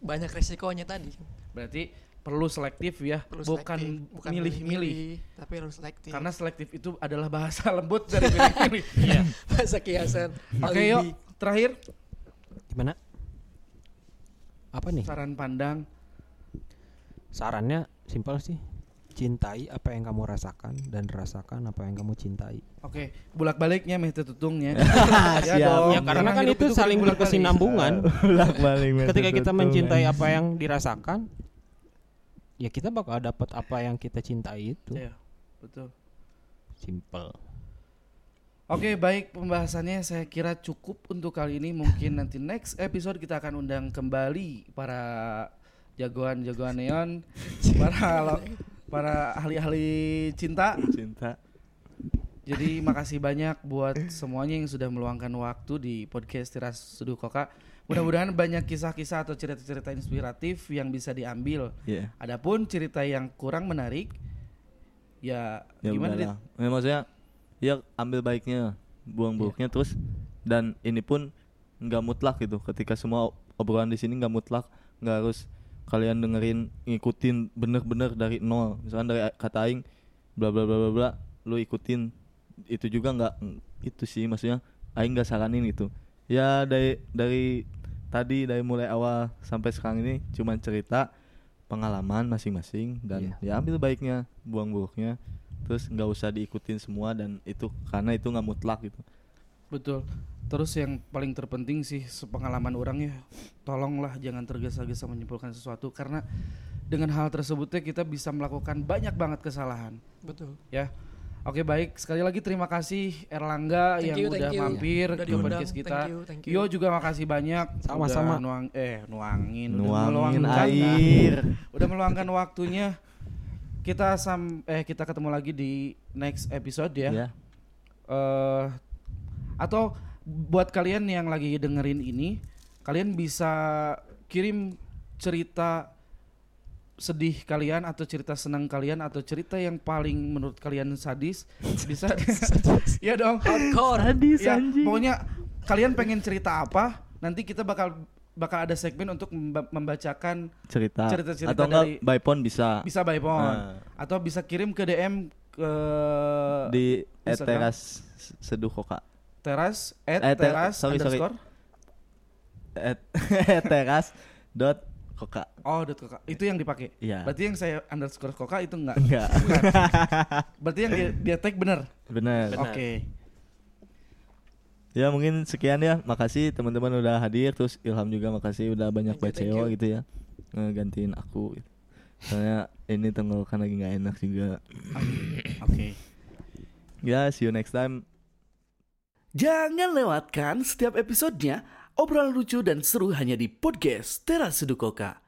Speaker 3: banyak resikonya tadi
Speaker 1: Berarti perlu selektif ya,
Speaker 3: Perlu selektif,
Speaker 1: bukan
Speaker 3: bukan
Speaker 1: milih-milih.
Speaker 3: tapi harus selektif
Speaker 1: Karena selektif itu adalah bahasa lembut dari milih-milih. Iya.
Speaker 3: bahasa kiasan
Speaker 1: Oke
Speaker 3: alibi.
Speaker 1: yuk, terakhir
Speaker 5: Gimana? Apa nih?
Speaker 1: saran pandang
Speaker 5: sarannya simpel sih cintai apa yang kamu rasakan dan rasakan apa yang kamu cintai
Speaker 1: Oke, bulak baliknya meh tutungnya. Oh,
Speaker 2: Siap.
Speaker 5: ya karena
Speaker 1: Memang
Speaker 5: kan
Speaker 1: hidup
Speaker 5: itu saling
Speaker 1: bolak-balik.
Speaker 5: berkesinambungan
Speaker 2: Bolak-balik,
Speaker 5: ketika kita
Speaker 2: betul,
Speaker 5: mencintai
Speaker 2: men.
Speaker 5: apa yang dirasakan ya kita bakal dapat apa yang kita cintai itu
Speaker 1: Iya, betul.
Speaker 5: simple
Speaker 1: Oke, baik pembahasannya saya kira cukup untuk kali ini. Mungkin nanti next episode kita akan undang kembali para jagoan-jagoan neon, para lo- para ahli-ahli cinta.
Speaker 2: cinta
Speaker 1: Jadi makasih banyak buat semuanya yang sudah meluangkan waktu di podcast Tiras Seduh Koka. Mudah-mudahan banyak kisah-kisah atau cerita-cerita inspiratif yang bisa diambil.
Speaker 2: Iya.
Speaker 1: Adapun cerita yang kurang menarik, ya,
Speaker 2: ya
Speaker 1: gimana? Dit?
Speaker 2: udahlah. Ya, maksudnya ya ambil baiknya
Speaker 1: Iya.
Speaker 2: buang buruknya terus dan ini pun nggak mutlak gitu ketika semua ob- obrolan di sini nggak mutlak nggak harus kalian dengerin ngikutin bener-bener dari nol misalkan dari a- kata aing bla bla bla bla bla lu ikutin itu juga nggak mm, itu sih maksudnya aing nggak saranin itu ya dari dari tadi dari mulai awal sampai sekarang ini cuman cerita pengalaman masing-masing dan ya ambil baiknya buang buruknya terus nggak usah diikutin semua dan itu karena itu nggak mutlak gitu
Speaker 1: Betul. Terus yang paling terpenting sih sepengalaman orang ya, tolonglah jangan tergesa-gesa menyimpulkan sesuatu karena dengan hal tersebutnya kita bisa melakukan banyak banget kesalahan,
Speaker 3: Betul.
Speaker 1: ya. Oke baik, sekali lagi terima kasih Erlangga
Speaker 3: Thank
Speaker 1: yang
Speaker 3: you,
Speaker 1: udah
Speaker 3: thank you.
Speaker 1: mampir
Speaker 3: Udah
Speaker 1: ke
Speaker 3: diundang.
Speaker 1: podcast
Speaker 3: Thank
Speaker 1: kita.
Speaker 3: you, thank you.
Speaker 1: Yo juga makasih banyak udah
Speaker 5: Sama-sama.
Speaker 1: nuang eh nuangin, udah
Speaker 2: nuangin
Speaker 1: meluangkan-
Speaker 2: air
Speaker 1: udah meluangkan waktunya. Kita sam eh kita ketemu lagi di next episode ya.
Speaker 2: ya
Speaker 1: eh atau buat kalian yang lagi dengerin ini, kalian bisa kirim cerita sedih kalian atau cerita senang kalian atau cerita yang paling menurut kalian sadis bisa ya dong
Speaker 3: Hardcore.
Speaker 1: ya, pokoknya kalian pengen cerita apa nanti kita bakal bakal ada segmen untuk memba- membacakan
Speaker 2: cerita,
Speaker 1: Cerita-cerita
Speaker 2: atau
Speaker 1: dari-
Speaker 2: nggak by phone bisa,
Speaker 1: bisa by phone
Speaker 2: Nah.
Speaker 1: atau bisa kirim ke DM ke
Speaker 2: di
Speaker 1: bisa kan?
Speaker 2: eteras seduh koka
Speaker 1: teras at
Speaker 2: Eh, ter-
Speaker 1: teras
Speaker 2: sorry, sorry.
Speaker 1: underscore
Speaker 2: Et- eteras dot koka
Speaker 1: Oh, dot koka. Itu yang dipakai.
Speaker 2: Iya.
Speaker 1: Berarti yang saya underscore koka itu enggak.
Speaker 2: enggak
Speaker 1: Berarti yang dia, dia tag bener.
Speaker 2: benar
Speaker 1: Oke.
Speaker 5: Benar.
Speaker 2: ya mungkin sekian ya makasih teman-teman udah hadir terus ilham juga makasih udah banyak
Speaker 3: Thank you, thank
Speaker 2: baceo
Speaker 3: you.
Speaker 2: gitu ya ngegantiin aku gitu. soalnya ini tenggorokan lagi nggak enak juga
Speaker 1: Oke.
Speaker 2: ya see you next time
Speaker 6: Jangan lewatkan setiap episodenya, obrolan lucu dan seru hanya di podcast Teras Seduh Koka.